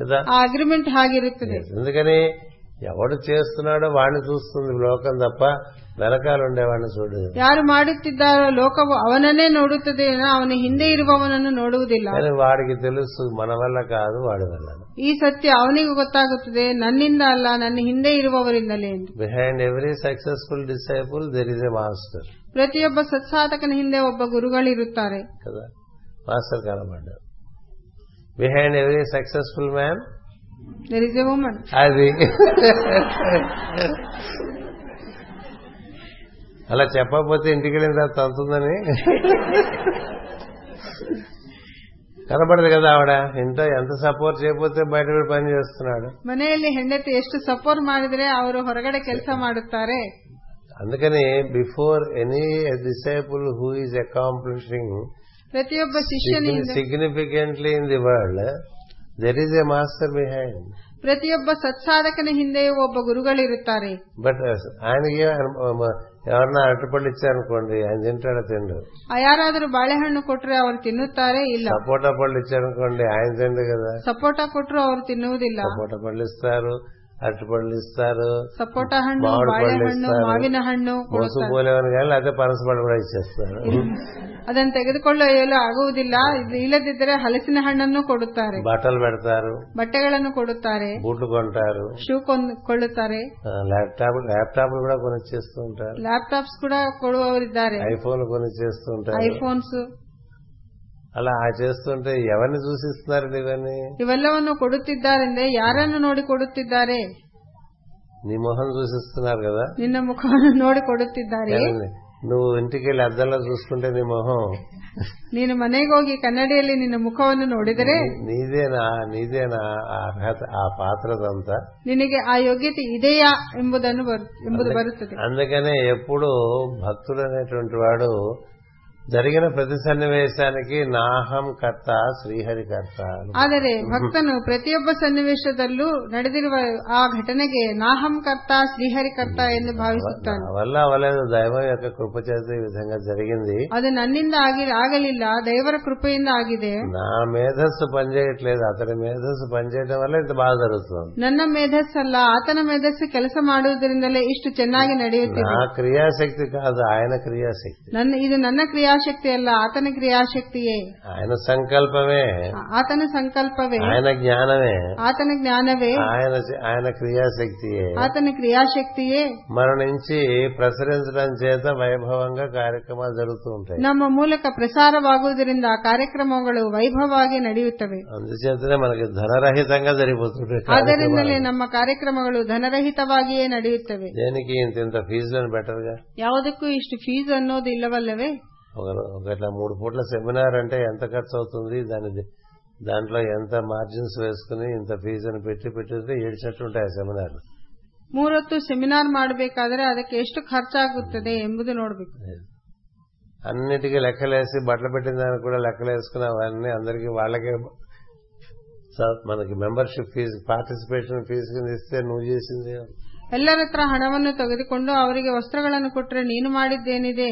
కదా ಆ ಅಗ್ರಿಮೆಂಟ್ ಹಾಗಿರುತ್ತದೆ ఎందుకని ఎవడు చేస్తున్నాడో వాడిని చూస్తుంది లోకం తప్ప వెనకాల ఉండేవాడిని చూడదు ಯಾರು ಮಾಡುತ್ತಿದ್ದಾರೋ ಲೋಕವು ಅವನನ್ನೇ ನೋಡುತ್ತದೆ ವಿನಃ ಅವನ ಹಿಂದೆ ಇರುವವನನ್ನು ನೋಡುವುದಿಲ್ಲ కానీ వాడికి తెలుసు మన వల్ల కాదు వాడి వల్ల ಈ ಸತ್ಯ ಅವನಿಗೂ ಗೊತ್ತಾಗುತ್ತದೆ ನನ್ನಿಂದ ಅಲ್ಲ ನನ್ನ ಹಿಂದೆ ಇರುವವರಿಂದಲೇ ಎಂದು behind every successful disciple there is a master ಪ್ರತಿಯೊಬ್ಬ ಸತ್ಸಾಧಕನ ಹಿಂದೆ ಒಬ್ಬ ಗುರುಗಳಿರುತ್ತಾರೆ కదా మాస్టర్ కనబడ్డాడు behind every successful man There is a woman. అది అలా చెప్పకపోతే ఇంటికి వెళ్ళిన తర్వాత తంతుందని కనబడదు కదా ఆవిడ ఇంత ఎంత సపోర్ట్ చేయకపోతే బయట వీడు పని చేస్తున్నాడు ಮನೆಯಲ್ಲಿ ಹೆಂಡತಿ ಎಷ್ಟು ಸಪೋರ್ಟ್ ಮಾಡಿದ್ರೆ ಅವರು ಹೊರಗಡೆ ಕೆಲಸ ಮಾಡುತ್ತಾರೆ అందుకని before any disciple who is accomplishing ಪ್ರತಿಯೊಬ್ಬ ಶಿಷ್ಯನಿಂದ significantly in the world there is a master behind ಪ್ರತಿಯೊಬ್ಬ ಸತ್ಸಾಧಕನ ಹಿಂದೆಯೂ ಒಬ್ಬ ಗುರುಗಳಿರುತ್ತಾರೆ బట్ ఆయనకి ఎవరన్నా అరటిపళ్ళు ఇచ్చారనుకోండి ఆయన తింటాడు తిండు ಯಾರಾದರೂ ಬಾಳೆಹಣ್ಣು ಕೊಟ್ರೆ ಅವರು ತಿನ್ನುತ್ತಾರೆ ಇಲ್ಲ సపోటా పళ్ళు ఇచ్చారనుకోండి ఆయన తిండు కదా ಸಪೋಟ ಕೊಟ್ರು ಅವರು ತಿನ್ನುವುದಿಲ್ಲ సపోటా పళ్ళు ఇస్తారు అరటిపళ్ళు ఇస్తారు ಸಪೋಟ ಹಣ್ಣು ಮಾವಿನ ಹಣ್ಣು ಬಾಳೆಹಣ್ಣು ಇಸ್ತಾರೆ. ಮಾವಿನ ಹಣ್ಣು ಕೊಡುತ್ತಾರೆ. మోసుకుపోలేవని కానీ లేకపోతే పనసపళ్ళు కూడా ఇచ్చేస్తారు ಅದನ್ನು ತೆಗೆದುಕೊಳ್ಳಲು ಆಗುವುದಿಲ್ಲ ಇದು ಇಲ್ಲದಿದ್ದರೆ ಹಲಸಿನ ಹಣ್ಣನ್ನು ಕೊಡುತ್ತಾರೆ బట్టలు పెడతారు ಬಟ್ಟೆಗಳನ್ನು ಕೊಡುತ್ತಾರೆ బూట్లు కొంటారు ಶೂ ಕೊಂದ್- ಕೊಳ್ಳುತ್ತಾರೆ ల్యాప్టాప్ ల్యాప్టాప్ కూడా కొనిచ్చేస్తూ ఉంటారు ಲ್ಯಾಪ್ಟಾಪ್ಸ್ ಕೂಡ ಕೊಡುವವರಿದ್ದಾರೆ ఐఫోన్ కొనిచ్చేస్తూ ఉంటారు ಐಫೋನ್ಸ್ అలా ఆ చేస్తుంటే ఎవరిని సూచిస్తున్నారండి ఇవన్నీ ಇವೆಲ್ಲವನ್ನು ಕೊಡುತ್ತಿದ್ದಾರೆಂದ್ರೆ ಯಾರನ್ನು ನೋಡಿ ಕೊಡುತ್ತಿದ್ದಾರೆ నీ మొహం సూచిస్తున్నారు కదా ನಿನ್ನ ಮುಖವನ್ನು ನೋಡಿ ಕೊಡುತ್ತಿದ್ದಾರೆ ఏమండి? నువ్వు ఇంటికి వెళ్ళి అద్దంలో చూసుకుంటే నీ మొహం ನೀನು ಮನೆಗೆ ಹೋಗಿ ಕನ್ನಡಿಯಲ್ಲಿ ನಿನ್ನ ಮುಖವನ್ನು ನೋಡಿದರೆ నీదేనా నీదేనా ఆ అర్హత ఆ పాత్రదంతా ನಿನಗೆ ಆ ಯೋಗ್ಯತೆ ಇದೆಯಾ ಎಂಬುದನ್ನು ಬರು- ಎಂಬುದು ಬರುತ್ತದೆ అందుకనే ఎప్పుడు భక్తుడు అనేటువంటి వాడు జరిగిన ప్రతి సన్నివేశానికి నాహం కర్త శ్రీహరి కర్త అని. ಆದರೆ ಭಕ್ತನು ಪ್ರತಿಯೊಬ್ಬ ಸನ್ನಿವೇಶದಲ್ಲೂ ನಡೆದಿರುವ ಆ ಘಟನೆಗೆ ನಾಹಂ ಕರ್ತ ಶ್ರೀಹರಿಕರ್ತ ಎಂದು ಭಾವಿಸುತ್ತಾನೆ నా వల్ల అవ్వలేదు దైవం యొక్క కృప చేత ఈ విధంగా జరిగింది ಅದು ನನ್ನಿಂದ ಆಗಿ- ಆಗಲಿಲ್ಲ ದೈವರ ಕೃಪೆಯಿಂದ ಆಗಿದೆ నా మేధస్సు పనిచేయట్లేదు అతని మేధస్సు పనిచేయడం వల్ల ఇంత బాధ జరుగుతుంది ನನ್ನ ಮೇಧಸ್ಸಲ್ಲ ಆತನ ಮೇಧಸ್ಸು ಕೆಲಸ ಮಾಡುವುದರಿಂದಲೇ ಇಷ್ಟು ಚೆನ್ನಾಗಿ ನಡೆಯುತ್ತಿದೆ నా క్రియాశక్తి కాదు ఆయన క్రియాశక్తి ನನ್ನ ಇದು ನನ್ನ ಕ್ರಿಯಾಶಕ್ತಿ ಅಲ್ಲ ಆತನ ಕ್ರಿಯಾಶಕ್ತಿಯೇ ఆయన సంకల్పమే ಆ- ಆತನ ಸಂಕಲ್ಪವೇ ఆయన జ్ఞానమే ಆತನ ಜ್ಞಾನವೇ ఆయన ఆయన క్రియాశక్తియే ಆತನ ಕ್ರಿಯಾಶಕ್ತಿಯೇ మరణించి ప్రసరించడం చేత వైభవంగా కార్యక్రమాలు జరుగుతూ ఉంటాయి ನಮ್ಮ ಮೂಲಕ ಪ್ರಸಾರವಾಗುವುದರಿಂದ ಆ ಕಾರ್ಯಕ್ರಮಗಳು ವೈಭವವಾಗಿ ನಡೆಯುತ್ತವೆ అందుచేతనే మనకి ధనరహితంగా జరిగిపోతుంటాయి ಆದ್ದರಿಂದಲೇ ನಮ್ಮ ಕಾರ್ಯಕ್ರಮಗಳು ಧನರಹಿತವಾಗಿಯೇ ನಡೆಯುತ್ತವೆ దేనికి ఇంత ఇంత ఫీజులను బెటర్గా ಯಾವುದಕ್ಕೂ ಇಷ್ಟು ಫೀಸ್ ಅನ್ನೋದು ಇಲ್ಲವಲ್ಲವೇ ఒక ఒక ఇట్లా మూడు పూట్ల సెమినార్ అంటే ఎంత ఖర్చు అవుతుంది దాని దాంట్లో ఎంత మార్జిన్స్ వేసుకుని ఇంత ఫీజు అని పెట్టి పెట్టితే ఏడ్చినట్టు ఉంటాయి ఆ సెమినార్ ಮೂರೊತ್ತು ಸೆಮಿನಾರ್ ಮಾಡಬೇಕಾದ್ರೆ ಅದಕ್ಕೆ ಎಷ್ಟು ಖರ್ಚಾಗುತ್ತದೆ ಎಂಬುದು ನೋಡಬೇಕು అన్నిటికీ లెక్కలేసి బట్టలు పెట్టిన దానికి కూడా లెక్కలు వేసుకుని అవన్నీ అందరికీ వాళ్ళకే స- మనకి మెంబర్షిప్ ఫీజు పార్టిసిపేషన్ ఫీజు కింద ఇస్తే నువ్వు చేసింది ಎಲ್ಲರ ಹತ್ರ ಹಣವನ್ನು ತೆಗೆದುಕೊಂಡು ಅವರಿಗೆ ವಸ್ತ್ರಗಳನ್ನು ಕೊಟ್ಟರೆ ನೀನು ಮಾಡಿದ್ದೇನಿದೆ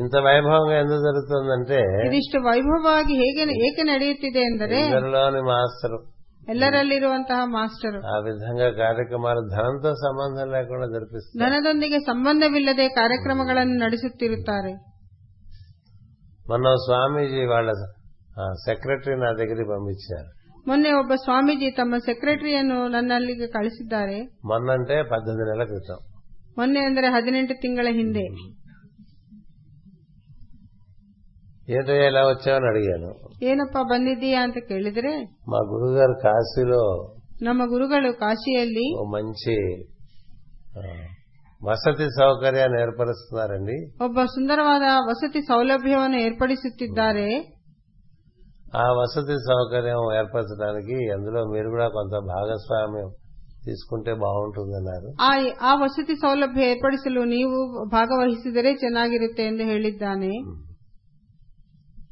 ఇంత వైభవంగా ఎందుకు జరుగుతుందంటే ಇದಿಷ್ಟು ವೈಭವವಾಗಿ ಹೇಗೆ ಏಕೆ ನಡೆಯುತ್ತಿದೆ ಎಂದರೆ ఇద్దరిలోని మాస్టర్ ಎಲ್ಲರಲ್ಲಿರುವಂತಹ ಮಾಸ್ಟರು ఆ విధంగా కార్యక్రమాలు ధనంతో సంబంధం లేకుండా జరిపిస్తారు ಧನದೊಂದಿಗೆ ಸಂಬಂಧವಿಲ್ಲದೆ ಕಾರ್ಯಕ್ರಮಗಳನ್ನು ನಡೆಸುತ್ತಿರುತ್ತಾರೆ మొన్న స్వామీజీ వాళ్ళ ఆ, సెక్రటరీ నా దగ్గరికి పంపించారు ಮೊನ್ನೆ ಒಬ್ಬ ಸ್ವಾಮೀಜಿ ತಮ್ಮ ಸೆಕ್ರೆಟರಿಯನ್ನು ನನ್ನಲ್ಲಿಗೆ ಕಳಿಸಿದ್ದಾರೆ మొన్నంటే పద్దెనిమిది నెలల క్రితం ಮೊನ್ನೆ ಅಂದರೆ ಹದಿನೆಂಟು ತಿಂಗಳ ಹಿಂದೆ ఏంటో ఎలా వచ్చావని అడిగాను ಏನಪ್ಪ ಬಂದಿದ್ದೀಯಾ ಅಂತ ಕೇಳಿದ್ರೆ మా గురుగారు కాశీలో ನಮ್ಮ గుರುಗಳು ಕಾಶಿಯಲ್ಲಿ ఓ మంచి ఆ, వసతి సౌకర్యాన్ని ఏర్పరుస్తున్నారండి ಒಬ್ಬ ಸುಂದರವಾದ ವಸತಿ ಸೌಲಭ್ಯವನ್ನು ಏರ್ಪಡಿಸುತ್ತಿದ್ದಾರೆ ఆ వసతి సౌకర్యం ఏర్పరచడానికి అందులో మీరు కూడా కొంత భాగస్వామ్యం తీసుకుంటే బాగుంటుందన్నారు ಆ ಆ ವಸತಿ ಸೌಲಭ್ಯ ಏರ್ಪಡಿಸಲು ನೀವು ಭಾಗವಹಿಸಿದರೆ ಚೆನ್ನಾಗಿರುತ್ತೆ ಎಂದು ಹೇಳಿದ್ದಾನೆ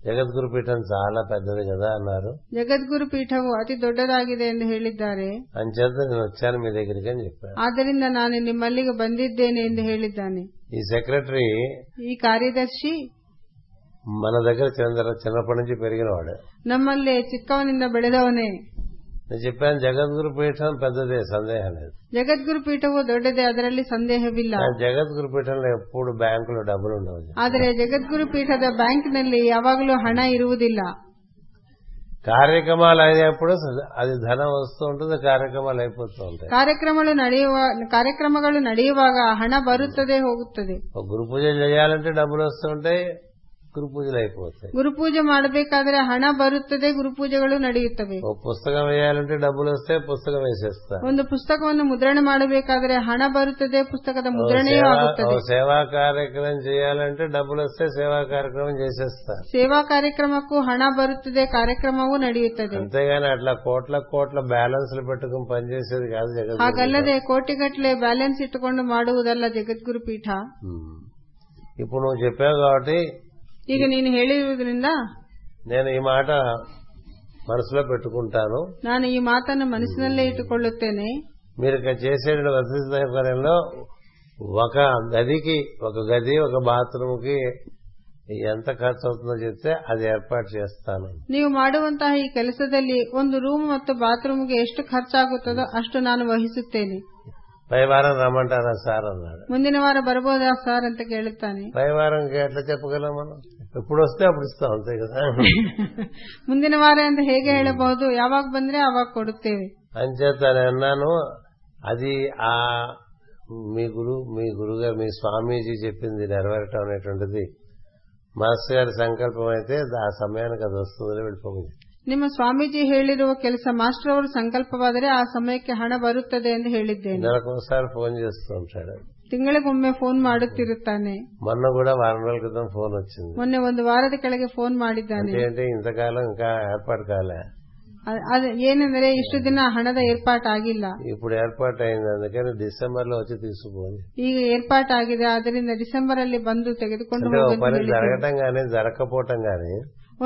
జగద్గురు పీఠం చాలా పెద్దది కదా అన్నారు ಜಗದ್ಗುರು ಪೀಠವು ಅತಿ ದೊಡ್ಡದಾಗಿದೆ ಎಂದು ಹೇಳಿದ್ದಾರೆ అంచేత నేను వచ్చాను మీ దగ్గరికి అని చెప్పాను ಆದ್ದರಿಂದ ನಾನು ನಿಮ್ಮಲ್ಲಿಗೆ ಬಂದಿದ್ದೇನೆ ಎಂದು ಹೇಳಿದ್ದಾನೆ ఈ సెక్రటరీ ಈ ಕಾರ್ಯದರ್ಶಿ మన దగ్గర చిన్న- చిన్నప్పటి నుంచి పెరిగినవాడు ನಮ್ಮಲ್ಲೇ ಚಿಕ್ಕವನಿಂದ ಬೆಳೆದವನೇ నేను చెప్పాను జగద్గురు పీఠం పెద్దదే సందేహం లేదు ಜಗದ್ಗುರು ಪೀಠವು ದೊಡ್ಡದೇ ಅದರಲ್ಲಿ ಸಂದೇಹವಿಲ್ಲ కానీ జగద్గురు పీఠంలో ఎప్పుడు బ్యాంకులో డబ్బులు ఉండవు ಆದರೆ ಜಗದ್ಗುರು ಪೀಠದ ಬ್ಯಾಂಕ್ನಲ್ಲಿ ಯಾವಾಗಲೂ ಹಣ ಇರುವುದಿಲ್ಲ కార్యక్రమాలు అయినప్పుడు అది ధనం వస్తూ ఉంటుంది కార్యక్రమాలు అయిపోతూ ఉంటాయి ಕಾರ್ಯಕ್ರಮಗಳು ನಡೆಯುವ ಕಾರ್ಯಕ್ರಮಗಳು ನಡೆಯುವಾಗ ಹಣ ಬರುತ್ತದೆ ಹೋಗುತ್ತದೆ ఒక గురు పూజ చేయాలంటే డబ్బులు వస్తుంటాయి గురు పూజలు అయిపోతాయి ಗುರು ಪೂಜೆ ಮಾಡಬೇಕಾದ್ರೆ ಹಣ ಬರುತ್ತದೆ ಗುರು ಪೂಜೆಗಳು ನಡೆಯುತ್ತವೆ ఓ పుస్తకం వేయాలంటే డబ్బులు వస్తే పుస్తకం వేసేస్తా ಒಂದು ಪುಸ್ತಕವನ್ನು ಮುದ್ರಣ ಮಾಡಬೇಕಾದರೆ ಹಣ ಬರುತ್ತದೆ ಪುಸ್ತಕದ ಮುದ್ರಣೆಯೂ సేవా- ಆಗುತ್ತದೆ ఓ సేవా కార్యక్రమం చేయాలంటే డబ్బులు వస్తే సేవా కార్యక్రమం చేసేస్తా ಸೇವಾ ಕಾರ್ಯಕ್ರಮಕ್ಕೂ ಹಣ ಬರುತ್ತದೆ ಕಾರ್ಯಕ್ರಮವೂ ನಡೆಯುತ್ತದೆ అంతేగాని అట్లా కోట్ల కోట్ల బ్యాలెన్స్లు పెట్టుకుని పనిచేసేది కాదు జగత్ ಹಾಗಲ್ಲದೆ ಕೋಟಿಗಟ್ಟಲೆ ಬ್ಯಾಲೆನ್ಸ್ ಇಟ್ಟುಕೊಂಡು ಮಾಡುವುದಲ್ಲ ಜಗದ್ಗುರು ಪೀಠ ఇప్పుడు నువ్వు చెప్పావు కాబట్టి ಈಗ ನೀನು ಹೇಳಿರುವುದರಿಂದ నేను ఈ మాట మనసులో పెట్టుకుంటాను ನಾನು ಈ ಮಾತನ್ನು ಮನಸ್ಸಿನಲ್ಲೇ ಇಟ್ಟುಕೊಳ್ಳುತ್ತೇನೆ మీరు ఇక్కడ చేసే వసతి సౌకర్యంలో ఒక గదికి ఒక గది ఒక బాత్రూమ్కి ఎంత ఖర్చు అవుతుందో చెప్తే అది ఏర్పాటు చేస్తాను ನೀವು ಮಾಡುವಂತಹ ಈ ಕೆಲಸದಲ್ಲಿ ಒಂದು ರೂಮ್ ಮತ್ತು ಬಾತ್ರೂಮ್ಗೆ ಎಷ್ಟು ಖರ್ಚಾಗುತ್ತದೋ ಅಷ್ಟು ನಾನು ವಹಿಸುತ್ತೇನೆ పై వారం రమ్మంటారా సార్ అన్నాడు ಮುಂದಿನ ವಾರ ಬರಬಹುದಾ ಸರ್ ಅಂತ ಕೇಳುತ್ತಾನೆ పై వారంకి ఎట్లా చెప్పగలం మనం ఎప్పుడు వస్తే అప్పుడు ఇస్తాం అంతే కదా ಮುಂದಿನ ವಾರ ಅಂತ ಹೇಗೆ ಹೇಳಬಹುದು ಯಾವಾಗ ಬಂದ್ರೆ ಅವಾಗ ಕೊಡುತ್ತೇವೆ అంచేత నేను అన్నాను అది ఆ మీ గురు మీ గురుగారు మీ స్వామీజీ చెప్పింది నెరవేరటం అనేటువంటిది మాస్టర్ గారి సంకల్పం అయితే ఆ సమయానికి అది వస్తుందని వెళ్ళిపోయింది ನಿಮ್ಮ ಸ್ವಾಮೀಜಿ ಹೇಳಿರುವ ಕೆಲಸ ಮಾಸ್ಟರ್ ಅವರು ಸಂಕಲ್ಪವಾದರೆ ಆ ಸಮಯಕ್ಕೆ ಹಣ ಬರುತ್ತದೆ ಎಂದು ಹೇಳಿದ್ದೇನೆ నెలకోసారి ఫోన్ చేస్తూ ఉంటాడు ತಿಂಗಳಿಗೊಮ್ಮೆ ಫೋನ್ ಮಾಡುತ್ತಿರುತ್ತಾನೆ మొన్న కూడా వారం రోజుల క్రితం ఫోన్ వచ్చింది ಮೊನ್ನೆ ಒಂದು ವಾರದ ಕೆಳಗೆ ಫೋನ್ ಮಾಡಿದ್ದಾನೆ ఏంటంటే ఇంతకాలం ఇంకా ఏర్పాటు కాలే ಅ- ಅದು ಏನೆಂದರೆ ಇಷ್ಟು ದಿನ ಹಣದ ಏರ್ಪಾಟಾಗಿಲ್ಲ ఇప్పుడు ఏర్పాటు అయింది అందుకని డిసెంబర్ లో వచ్చి తీసుకుపోయింది ಈಗ ಏರ್ಪಾಟಾಗಿದೆ ಆದ್ದರಿಂದ ಡಿಸೆಂಬರ್ ಅಲ್ಲಿ ಬಂದು ತೆಗೆದುಕೊಂಡು అంటే ఒక ಹೋಗು పని ಅಂತ ಹೇಳಿದ್ದೇನೆ. జరగటం కానీ జరగకపోవటం కానీ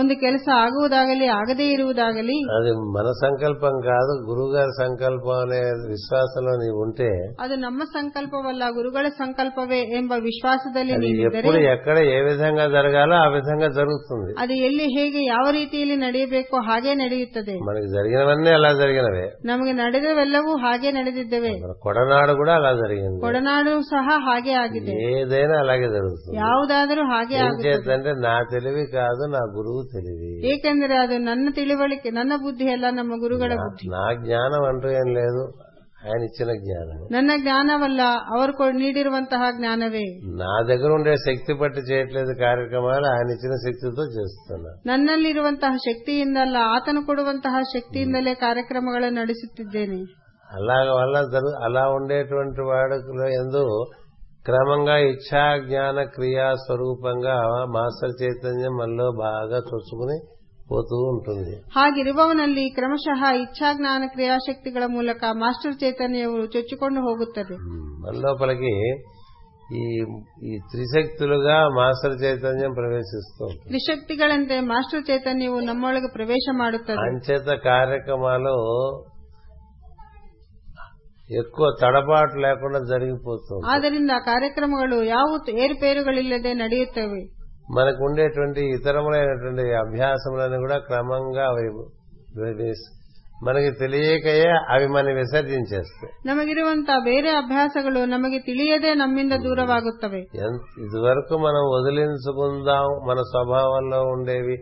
ಒಂದು ಕೆಲಸ ಆಗುವುದಾಗಲಿ ಆಗದೇ ಇರುವುದಾಗಲಿ అది మన సంకల్పం కాదు గురువు గారి సంకల్పం అనే విశ్వాసంలో నీవు ఉంటే ಅದು ನಮ್ಮ ಸಂಕಲ್ಪವಲ್ಲ ಗುರುಗಳ ಸಂಕಲ್ಪವೇ ಎಂಬ ವಿಶ್ವಾಸದಲ್ಲಿ అది ನೀವಿದ್ದರೆ ఎప్పుడు ఎక్కడ ఏ విధంగా జరగాలో ఆ విధంగా జరుగుతుంది ಅದು ಎಲ್ಲಿ ಹೇಗೆ ಯಾವ ರೀತಿಯಲ್ಲಿ ನಡೆಯಬೇಕು ಹಾಗೆ ನಡೆಯುತ್ತದೆ మనకి జరిగినవన్నీ అలా జరిగినవే ನಮಗೆ ನಡೆದವೆಲ್ಲವೂ ಹಾಗೆ ನಡೆದಿದ್ದೇವೆ మన కొడనాడు కూడా అలా జరిగింది ಕೊಡನಾಡು ಸಹ ಹಾಗೆ ಆಗಿದೆ ఏదైనా అలాగే జరుగుతుంది ಯಾವುದಾದರೂ ಹಾಗೆ ఏం ಆಗುತ್ತೆ చేద్దంటే నా తెలివి కాదు నా గురువు తెలివి ಏಕೆಂದರೆ ಅದು ನನ್ನ ತಿಳುವಳಿಕೆ ನನ್ನ ಬುದ್ಧಿ ಅಲ್ಲ ನಮ್ಮ ಗುರುಗಳ ಬುದ್ಧಿ నా జ్ఞానం అంటూ ఏం లేదు ఆయన ఇచ్చిన జ్ఞానం ನನ್ನ ಜ್ಞಾನವಲ್ಲ ಅವರು ಕೊ- ನೀಡಿರುವಂತಹ ಜ್ಞಾನವೇ నా దగ్గర ఉండే శక్తి పట్టి చేయట్లేదు కార్యక్ರమాలు ఆయన ఇచ్చిన శక్తితో చేస్తున్నా ನನ್ನಲ್ಲಿರುವಂತಹ ಶಕ್ತಿಯಿಂದಲ್ಲ ಆತನು ಕೊಡುವಂತಹ ಶಕ್ತಿಯಿಂದಲೇ ಕಾರ್ಯಕ್ರಮಗಳನ್ನು ನಡೆಸುತ್ತಿದ್ದೇನೆ అలాగ వల్ల జరు అలా ఉండేటువంటి వాడుకలో ఎందు క్రమంగా ఇచ్ఛా జ్ఞాన క్రియా స్వరూపంగా మాస్టర్ చైతన్యం మనలో బాగా చొచ్చుకుని పోతూ ఉంటుంది ಹಾಗಿರುವವನಲ್ಲಿ ಕ್ರಮಶಃ ಇಚ್ಛಾಜ್ಞಾನ ಕ್ರಿಯಾಶಕ್ತಿಗಳ ಮೂಲಕ ಮಾಸ್ಟರ್ ಚೈತನ್ಯವು ಚೊಚ್ಚಿಕೊಂಡು ಹೋಗುತ್ತದೆ మన లోపలికి ఈ ఈ త్రిశక్తులుగా మాస్టర్ చైతన్యం ప్రవేశిస్తూ ఉంటుంది. ತ್ರಿಶಕ್ತಿಗಳಂತೆ ಮಾಸ್ಟರ್ ಚೈತನ್ಯವು ನಮ್ಮೊಳಗೆ ಪ್ರವೇಶ ಮಾಡುತ್ತದೆ అంచేత కార్యక్రమాలు ఎక్కువ తడబాటు లేకుండా జరిగిపోతుంది ಆದ್ದರಿಂದ ಕಾರ್ಯಕ್ರಮಗಳು ಯಾವ ಏರುಪೇರುಗಳಿಲ್ಲದೆ ನಡೆಯುತ್ತವೆ మనకు ఉండేటువంటి ఇతరములైనటువంటి అభ్యాసములను కూడా క్రమంగా అవి విభజిస్- మనకి తెలియకయే అవి మనం విసర్జించేస్తాయి ನಮಗಿರುವಂತಹ ಬೇರೆ ಅಭ್ಯಾಸಗಳು ನಮಗೆ ತಿಳಿಯದೆ ನಮ್ಮಿಂದ ದೂರವಾಗುತ್ತವೆ ఎన్- ఇదివరకు మనం వదిలించుకుందాం మన స్వభావంలో ఉండేవి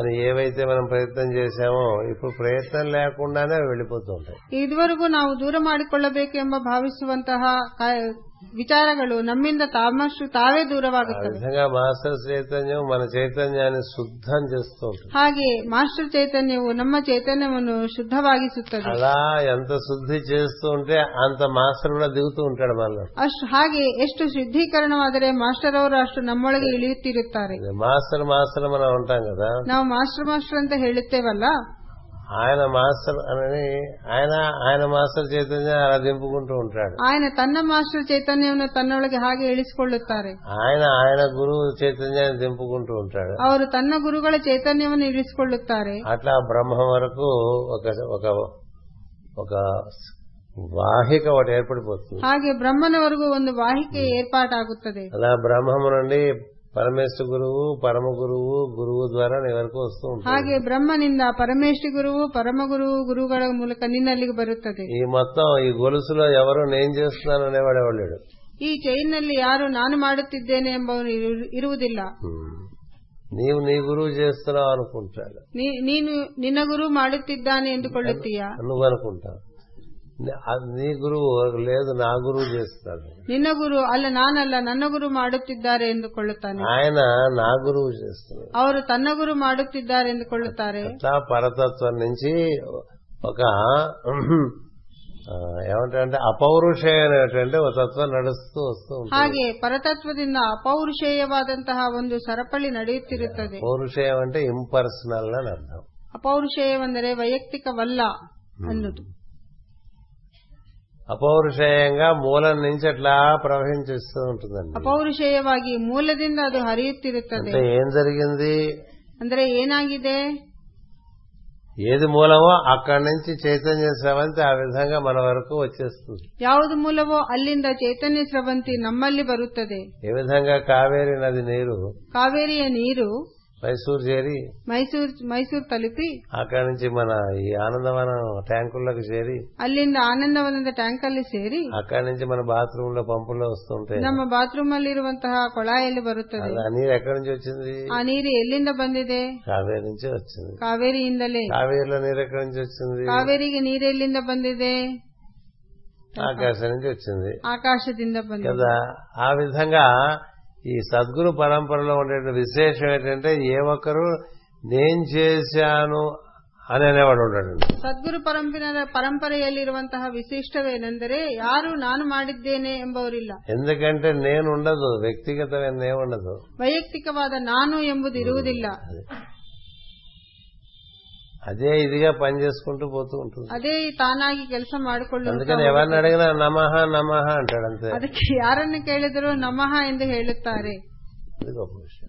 అని ఏవైతే మనం ప్రయత్నం చేశామో ఇప్పుడు ప్రయత్నం లేకుండానే అవి వెళ్ళిపోతూ ఉంటాయి ಇದುವರೆಗೂ ನಾವು ದೂರ ಮಾಡಿಕೊಳ್ಳಬೇಕೆಂಬ ಭಾವಿಸುವಂತಹ ಕಾ- ವಿಚಾರಗಳು ನಮ್ಮಿಂದ ತಾಮಷ್ಟು ತಾವೇ ఆ ದೂರವಾಗುತ್ತವೆ విధంగా మాస్టర్ చైతన్యం మన చైతన్యాన్ని శుద్ధం చేస్తూ ఉంటుంది ಹಾಗೆ ಮಾಸ್ಟರ್ ಚೈತನ್ಯವು ನಮ್ಮ ಚೈತನ್ಯವನ್ನು ಶುದ್ಧವಾಗಿಸುತ್ತದೆ అలా ఎంత శుద్ధి చేస్తూ ఉంటే అంత మాస్టర్ కూడా దిగుతూ ఉంటాడు మనలో ಅಷ್ಟು ಹಾಗೆ ಎಷ್ಟು ಶುದ್ಧೀಕರಣವಾದರೆ ಮಾಸ್ಟರ್ ಅವರು ಅಷ್ಟು ನಮ್ಮೊಳಗೆ ಇಳಿಯುತ್ತಿರುತ್ತಾರೆ ఇది మాస్టర్ మాస్టర్ మనం ఉంటాం కదా ನಾವು ಮಾಸ್ಟರ್ ಮಾಸ್ಟರ್ ಅಂತ ಹೇಳುತ್ತೇವಲ್ಲ ఆయన మాస్టర్ అని ఆయన ఆయన మాస్టర్ చైతన్యం అలా దింపుకుంటూ ఉంటాడు ఆయన ತನ್ನ ಮಾಸ್ಟರ್ ಚೈತನ್ಯವನ್ನು ತನ್ನೊಳಗೆ ಹಾಗೆ ಇಳಿಸಿಕೊಳ್ಳುತ್ತಾರೆ ఆయన ఆయన గురువు చైతన్యాన్ని దింపుకుంటూ ఉంటాడు ಅವರು ತನ್ನ ಗುರುಗಳ ಚೈತನ್ಯವನ್ನು ಇಳಿಸಿಕೊಳ್ಳುತ್ತಾರೆ అట్లా బ్రహ్మం వరకు ఒక ఒక ఒక వాహిక ఒకటి ఏర్పడిపోతుంది ಹಾಗೆ ಬ್ರಹ್ಮನವರೆಗೂ ಒಂದು ವಾಹಿಕೆ ಏರ್ಪಾಟಾಗುತ್ತದೆ అలా బ్రహ్మము నుండి పరమేశ్వర గురువు పరమ గురువు గురువు ద్వారా నీ వరకు వస్తూ ఉంటుంది ಹಾಗೆ ಬ್ರಹ್ಮನಿಂದ ಪರಮೇಶ್ವರಿ ಗುರುವು ಪರಮಗುರು ಗುರುಗಳ ಮೂಲಕ ನಿನ್ನಲ್ಲಿಗೆ ಬರುತ್ತದೆ ఈ మొత్తం ఈ గొలుసులో ఎవరు నేను చేస్తున్నాను అనేవాడు ఎవడు లేడు ಈ ಚೈನ್ನಲ್ಲಿ ಯಾರು ನಾನು ಮಾಡುತ್ತಿದ್ದೇನೆ ಎಂಬವನು ಇರು- ಇರುವುದಿಲ್ಲ నీవు నీ గురువు చేస్తున్నావు అనుకుంటాడు ನೀ- ನೀನು ನಿನ್ನ ಗುರು ಮಾಡುತ್ತಿದ್ದಾನೆ ಎಂದುಕೊಳ್ಳುತ್ತೀಯ నువ్వు అనుకుంటావు ನ- ಅದ್ నీ గురువు లేదు నా గురువు చేస్తాడు ನಿನ್ನ ಗುರು ಅಲ್ಲ ನಾನಲ್ಲ ನನ್ನ ಗುರು ಮಾಡುತ್ತಿದ್ದಾರೆ ಎಂದುಕೊಳ್ಳುತ್ತಾನೆ ఆయన నా గురువు చేస్తున్నాడు ಅವರು ತನ್ನ ಗುರು ಮಾಡುತ್ತಿದ್ದಾರೆ ಎಂದುಕೊಳ್ಳುತ್ತಾರೆ అట్లా పరతత్వం నుంచి ఒక ఆ, ఏమంటారంటే అపౌరుషమైనటువంటి ఒక తత్వం నడుస్తూ వస్తూ ఉంటుంది ಹಾಗೆ ಪರತತ್ವದಿಂದ ಅಪೌರುಷೇಯವಾದಂತಹ ಒಂದು ಸರಪಳಿ ನಡೆಯುತ್ತಿರುತ್ತದೆ పౌరుషయం అంటే ఇంపర్సనల్ అని అర్థం ಅಪೌರುಷೇಯವೆಂದರೆ ವೈಯಕ್ತಿಕವಲ್ಲ ಅನ್ನೋದು అపౌరుషేయంగా మూలం నుంచి అట్లా ప్రవహించిస్తూ ఉంటుందండి ಅಪೌರುಷೇಯವಾಗಿ ಮೂಲದಿಂದ ಅದು ಹರಿಯುತ್ತಿರುತ್ತದೆ అంటే ఏం జరిగింది ಅಂದ್ರೆ ಏನಾಗಿದೆ ఏది మూలమో అక్కడి నుంచి చైతన్య స్రవంతి ఆ విధంగా మన వరకు వచ్చేస్తుంది ಯಾವುದು ಮೂಲವೋ ಅಲ್ಲಿಂದ ಚೈತನ್ಯ ಸ್ರವಂತಿ ನಮ್ಮಲ್ಲಿ ಬರುತ್ತದೆ ఏ విధంగా కావేరి నది నీరు ಕಾವೇರಿಯ ನೀರು మైసూరు చేరి ಮೈಸೂರು ಮೈಸೂರು ತಲುಪಿ అక్కడి నుంచి మన ఈ ఆనందవనం ట్యాంకుల్లోకి చేరి ಅಲ್ಲಿಂದ ಆನಂದವನದ ಟ್ಯಾಂಕ್ ಅಲ್ಲಿ ಸೇರಿ అక్కడి నుంచి మన బాత్రూమ్ లో పంపుల్లో వస్తుంటాయి ನಮ್ಮ ಬಾತ್ರೂಮ್ ಅಲ್ಲಿರುವಂತಹ ಕೊಳಾಯಲ್ಲಿ ಬರುತ್ತದೆ అది ఆ ನೀరు ఎక్కడి నుంచి వచ్చింది ಆ ನೀರು ಎಲ್ಲಿಂದ ಬಂದಿದೆ కావేరి నుంచి వచ్చింది ಕಾವೇರಿಯಿಂದಲೇ కావేరిలో నీరు ఎక్కడి నుంచి వచ్చింది ಕಾವೇರಿಗೆ ನೀರು ಎಲ್ಲಿಂದ ಬಂದಿದೆ ఆకాశం నుంచి వచ్చింది ಆಕಾಶದಿಂದ ಬಂದಿದೆ కదా ఆ విధంగా ఈ సద్గురు పరంపరలో ఉండే విశేషం ఏంటంటే ఏ ఒక్కరు నేను చేశాను అని అనేవాడు ఉండడు ಸದ್ಗುರು ಪರಂಪರ ಪರಂಪರೆಯಲ್ಲಿರುವಂತಹ ವಿಶಿಷ್ಟವೇನೆಂದರೆ ಯಾರು ನಾನು ಮಾಡಿದ್ದೇನೆ ಎಂಬವರಿಲ್ಲ ఎందుకంటే నేను ఉండదు వ్యక్తిగతమైన నేను ఉండదు ವೈಯಕ್ತಿಕವಾದ ನಾನು ಎಂಬುದು ಇರುವುದಿಲ್ಲ అదే ఇదిగా పని చేసుకుంటూ పోతూ ఉంటుంది ಅದೇ ತಾನಾಗಿ ಕೆಲಸ ಮಾಡಿಕೊಳ್ಳುವುದು అందుకని ఎవరిని అడిగినా నమః నమః అంటాడు అంతే ಅದಕ್ಕೆ ಯಾರನ್ನು ಕೇಳಿದರೂ ನಮಃ ಎಂದು ಹೇಳುತ್ತಾರೆ ఇది గొప్ప విషయం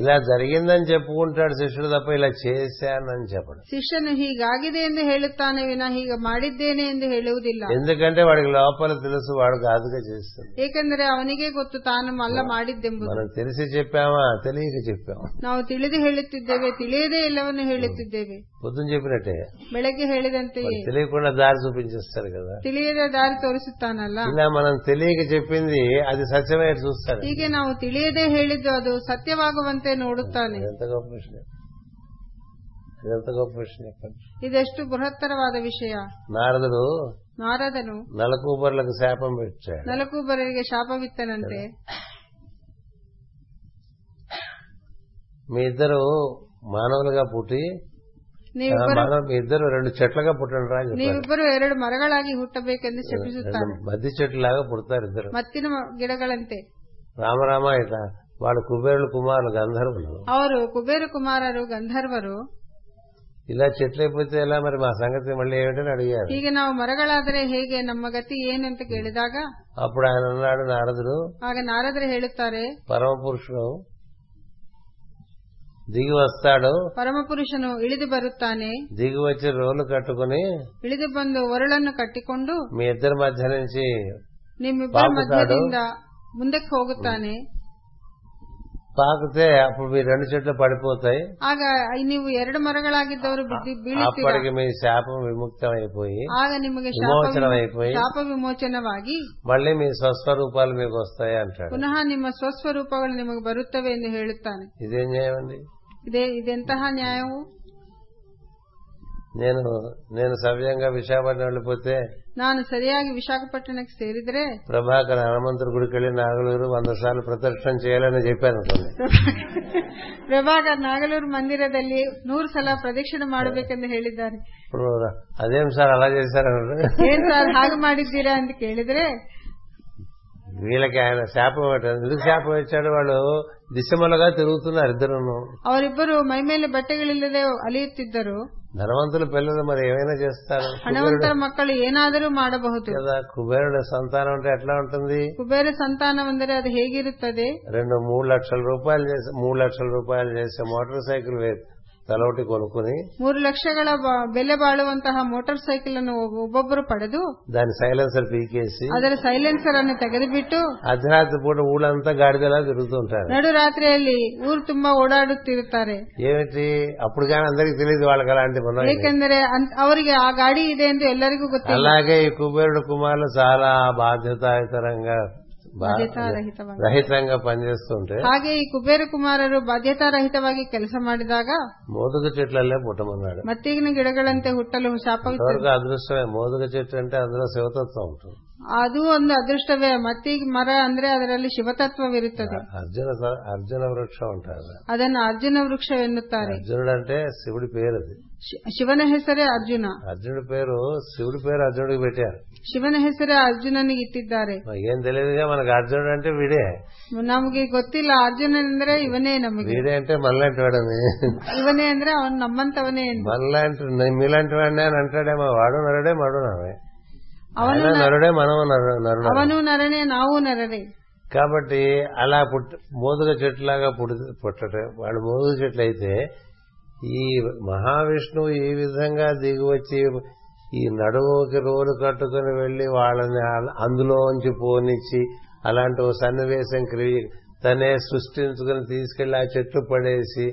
ఇలా జరిగిందని చెప్పుకుంటాడు శిష్యుడు తప్ప ఇలా చేశానని చెప్పడు ಶಿಷ್ಯನು ಹೀಗಾಗಿದೆ ಎಂದು ಹೇಳುತ್ತಾನೆ ವಿನ ಹೀಗ ಮಾಡಿದ್ದೇನೆ ಎಂದು ಹೇಳುವುದಿಲ್ಲ ఎందుకంటే వాడికి లోపల తెలుసు వాడు కాదుగా చేస్తుంది ಏಕೆಂದರೆ ಅವನಿಗೆ ಗೊತ್ತು ತಾನು ಅಲ್ಲ ಮಾಡಿದ್ದೆಂಬುದು మనం తెలిసి చెప్పామా తెలియక చెప్పామా ನಾವು ತಿಳಿದು ಹೇಳುತ್ತಿದ್ದೇವೆ ತಿಳಿಯದೇ ಎಲ್ಲವನ್ನು ಹೇಳುತ್ತಿದ್ದೇವೆ పొద్దున చెప్పినట్టే ಬೆಳಗ್ಗೆ ಹೇಳಿದಂತೆಯೇ తెలియకుండా దారి చూపించేస్తారు కదా ತಿಳಿಯದ ದಾರಿ ತೋರಿಸುತ್ತಾನಲ್ಲ ఇలా మనం తెలియక చెప్పింది అది సత్యమే చూస్తాడు ಹೀಗೆ ನಾವು ತಿಳಿಯದೆ ಹೇಳಿದ್ದು ಅದು ಸತ್ಯವಾಗುವಂತೆ ನೋಡುತ್ತಾನೆ ఎంత గొప్ప విషయం ఎంత గొప్ప విషయం చెప్పండి ಇದೆಷ್ಟು ಬೃಹತ್ತರವಾದ ವಿಷಯ నారదుడు ನಾರದನು నలకూబర్లకు శాపం పెట్టాడు ನಲಕೂಬರರಿಗೆ ಶಾಪವಿತ್ತನಂತೆ మీ ఇద్దరు మానవులుగా పుట్టి ఆ, ನೀವಿಬ್ಬರು మానవ మీ ఇద్దరు రెండు చెట్లుగా పుట్టండి రా అని చెప్పారు ನೀವಿಬ್ಬರು ಎರಡು ಮರಗಳಾಗಿ ಹುಟ್ಟಬೇಕೆಂದು ಶಪಿಸುತ್ತಾನೆ రెండు మద్ది చెట్టులాగా పుడతారు ఇద్దరు ಮತ್ತಿನ ಗಿಡಗಳಂತೆ రామరామ ఇట్లా వాళ్ళు కుబేరులు కుమారులు గంధర్వులు ಅವರು ಕುಬೇರ ಕುಮಾರರು ಗಂಧರ್ವರು ఇలా చెట్లు అయిపోతే ఎలా మరి మా సంగతి మళ్ళీ ఏమిటని అడిగారు ಹೀಗೆ ನಾವು ಮರಗಳಾದರೆ ಹೇಗೆ ನಮ್ಮ ಗತಿ ಏನಂತ ಕೇಳಿದಾಗ అప్పుడు ఆయన అన్నాడు నారదుడు ಆಗ ನಾರದರು ಹೇಳುತ್ತಾರೆ పరమ పురుషుడు దిగి వస్తాడు ಪರಮಪುರುಷನು ಇಳಿದು ಬರುತ್ತಾನೆ దిగి వచ్చి రోలు కట్టుకుని ಇಳಿದು ಬಂದು ಒರಳನ್ನು ಕಟ್ಟಿಕೊಂಡು మీ ಇద్దరి మధ్య నుంచి ನಿಮ್ಮಿಬ್ಬರ ಪಾಪುಗಾಡು. ಮಧ್ಯದಿಂದ ಮುಂದಕ್ಕೆ ಹೋಗುತ್ತಾನೆ పాకితే అప్పుడు మీ రెండు చెట్లు పడిపోతాయి ಆಗ ನೀವು ಎರಡು ಮರಗಳಾಗಿದ್ದವರು ಬಿದ್ದು ಬೀಳುತ್ತೀರ అప్పటికి మీ శాపం విముక్తం అయిపోయి ಆಗ ನಿಮಗೆ ಶಾಪ విమోచనం అయిపోయి ಶಾಪ ವಿಮೋಚನವಾಗಿ మళ్ళీ మీ స్వస్వరూపాలు మీకు వస్తాయి అంటాడు ಪುನಃ ನಿಮ್ಮ ಸ್ವಸ್ವರೂಪಗಳು ನಿಮಗೆ ಬರುತ್ತವೆ ಎಂದು ಹೇಳುತ್ತಾನೆ ఇదేం చేయమండి ಇದೇ ಇದೆಂತಹ ನ್ಯಾಯವು నేను నేను సవ్యంగా విశాఖపట్నం వెళ్ళిపోతే ನಾನು ಸರಿಯಾಗಿ ವಿಶಾಖಪಟ್ಟಣಕ್ಕೆ ಸೇರಿದ್ರೆ ప్రభాకర్ హనుమంతుడి గుడికి వెళ్ళి నాగలూరు వంద సార్లు ప్రదర్శన చేయాలని చెప్పాను అనుకోండి ಪ್ರಭಾಕರ್ ನಾಗಲೂರು ಮಂದಿರದಲ್ಲಿ ನೂರು ಸಲ ಪ್ರದಕ್ಷಿಣೆ ಮಾಡಬೇಕೆಂದು ಹೇಳಿದ್ದಾರೆ ఇప్పుడు అదేం సార్ అలా చేశారు ಏನ್ ಸರ್ ಹಾಗೆ ಮಾಡಿದ್ದೀರಾ ಅಂತ ಕೇಳಿದ್ರೆ వీళ్ళకి ఆయన శాపం పెట్టారు ఎందుకు శాపం ఇచ్చాడు వాళ్ళు దిశమలుగా తిరుగుతున్నారు ఇద్దరును ಅವರಿಬ್ಬರು ಮೈ ಮೇಲೆ ಬಟ್ಟೆಗಳಿಲ್ಲದೆ ಅಲಿಯುತ್ತಿದ್ದರು ధనవంతుల పిల్లలు మరి ఏమైనా చేస్తారు ಹಣವಂತರ ಮಕ್ಕಳು ಏನಾದರೂ ಮಾಡಬಹುದು కదా కుబేరుడు సంతానం అంటే ఎట్లా ఉంటుంది ಕುಬೇರ ಸಂತಾನವೆಂದರೆ ಅದು ಹೇಗಿರುತ್ತದೆ రెండు మూడు లక్షల రూపాయలు చేసి మూడు లక్షల రూపాయలు చేసే మోటార్ సైకిల్ వే- తలొకటి కొనుక్కుని ಮೂರು ಲಕ್ಷಗಳ ಬ- ಬೆಲೆ ಬಾಳುವಂತಹ ಮೋಟಾರ್ ಸೈಕಲ್ ಅನ್ನು ಒಬ್- ಒಬ್ಬೊಬ್ಬರು ಪಡೆದು దాని సైలెన్సర్ పీకేసి ಅದರ ಸೈಲೆನ್ಸರ್ ಅನ್ನು ತೆಗೆದುಬಿಟ್ಟು అర్ధరాత్రి పూట ఊళ్ళంతా గాడిదలా తిరుగుతుంటారు ನಡುರಾತ್ರಿಯಲ್ಲಿ ಊರು ತುಂಬಾ ಓಡಾಡುತ್ತಿರುತ್ತಾರೆ ఏమిటి అప్పుడు కానీ అందరికి తెలియదు వాళ్ళకి అలాంటి మనం ಏಕೆಂದರೆ ಅಂತ್- ಅವರಿಗೆ ಆ ಗಾಡಿ ಇದೆ ಎಂದು ಎಲ್ಲರಿಗೂ ಗೊತ್ತಿಲ್ಲ అలాగే ఈ కుబేరుడు కుమారులు చాలా బాధ్యతాయుతరంగా బా- ಬಾಧ್ಯತಾರಹಿತವಾಗಿ రహితంగా పనిచేస్తుంటే ಹಾಗೆ ಈ ಕುಬೇರ ಕುಮಾರರು ಬಾಧ್ಯತಾರಹಿತವಾಗಿ ಕೆಲಸ ಮಾಡಿದಾಗ మోదుగ చెట్లల్లే పుట్టమన్నాడు ಮತ್ತಿಗಿನ ಗಿಡಗಳಂತೆ ಹುಟ್ಟಲು ಶಾಪವಿತ್ತು ఇంతవరకు అదృష్టమే మోదుగ చెట్టు అంటే అందులో శివతత్వం ఉంటుంది ಅದು ಒಂದು ಅದೃಷ್ಟವೇ ಮತ್ತಿಗೆ ಮರ ಅಂದ್ರೆ ಅದರಲ್ಲಿ ಶಿವತತ್ವವಿರುತ್ತದೆ అర్జున అర్జున వృక్షం అంటారు ಅದನ್ನು ಅರ್ಜುನ ವೃಕ್ಷ ಎನ್ನುತ್ತಾರೆ అర్జునుడు అంటే శివుడి పేరు అది ಶಿ- ಶಿವನ ಹೆಸರೇ ಅರ್ಜುನ అర్జునుడి పేరు శివుడి పేరు అర్జునుడికి పెట్టారు ಶಿವನ ಹೆಸರೇ ಅರ್ಜುನನಿಗೆ ಇಟ್ಟಿದ್ದಾರೆ మనకేం తెలియదుగా మనకు అర్జునుడు అంటే వీడే ನಮಗೆ ಗೊತ್ತಿಲ್ಲ ಅರ್ಜುನ ಅಂದ್ರೆ ಇವನೇ ನಮಗೆ వీడే అంటే మనలాంటి వాడని ಇವನೇ ಅಂದ್ರೆ ಅವನು ನಮ್ಮಂತವನೇ ಎಂದು మనలాంటి నే- మీలాంటి వాడిని అని అంటాడేమో వాడు నరుడే మడు నరుడే ಅವನು ఆయన నరుడే మనం నరు- నరుడు ಅವನು ನರನೇ ನಾವು ನರನೇ కాబట్టి అలా పుట్ట మోదుగ చెట్టులాగా పుడి- పుట్టట వాళ్ళు మోదుగ చెట్లు అయితే ఈ మహావిష్ణువు ఈ విధంగా దిగివచ్చి ఈ నడువుకి రోలు కట్టుకుని వెళ్లి వాళ్ళని ఆ- అందులోంచి పోనిచ్చి అలాంటి ఓ సన్నివేశం క్రియ తనే సృష్టించుకుని తీసుకెళ్లి ఆ చెట్లు పడేసి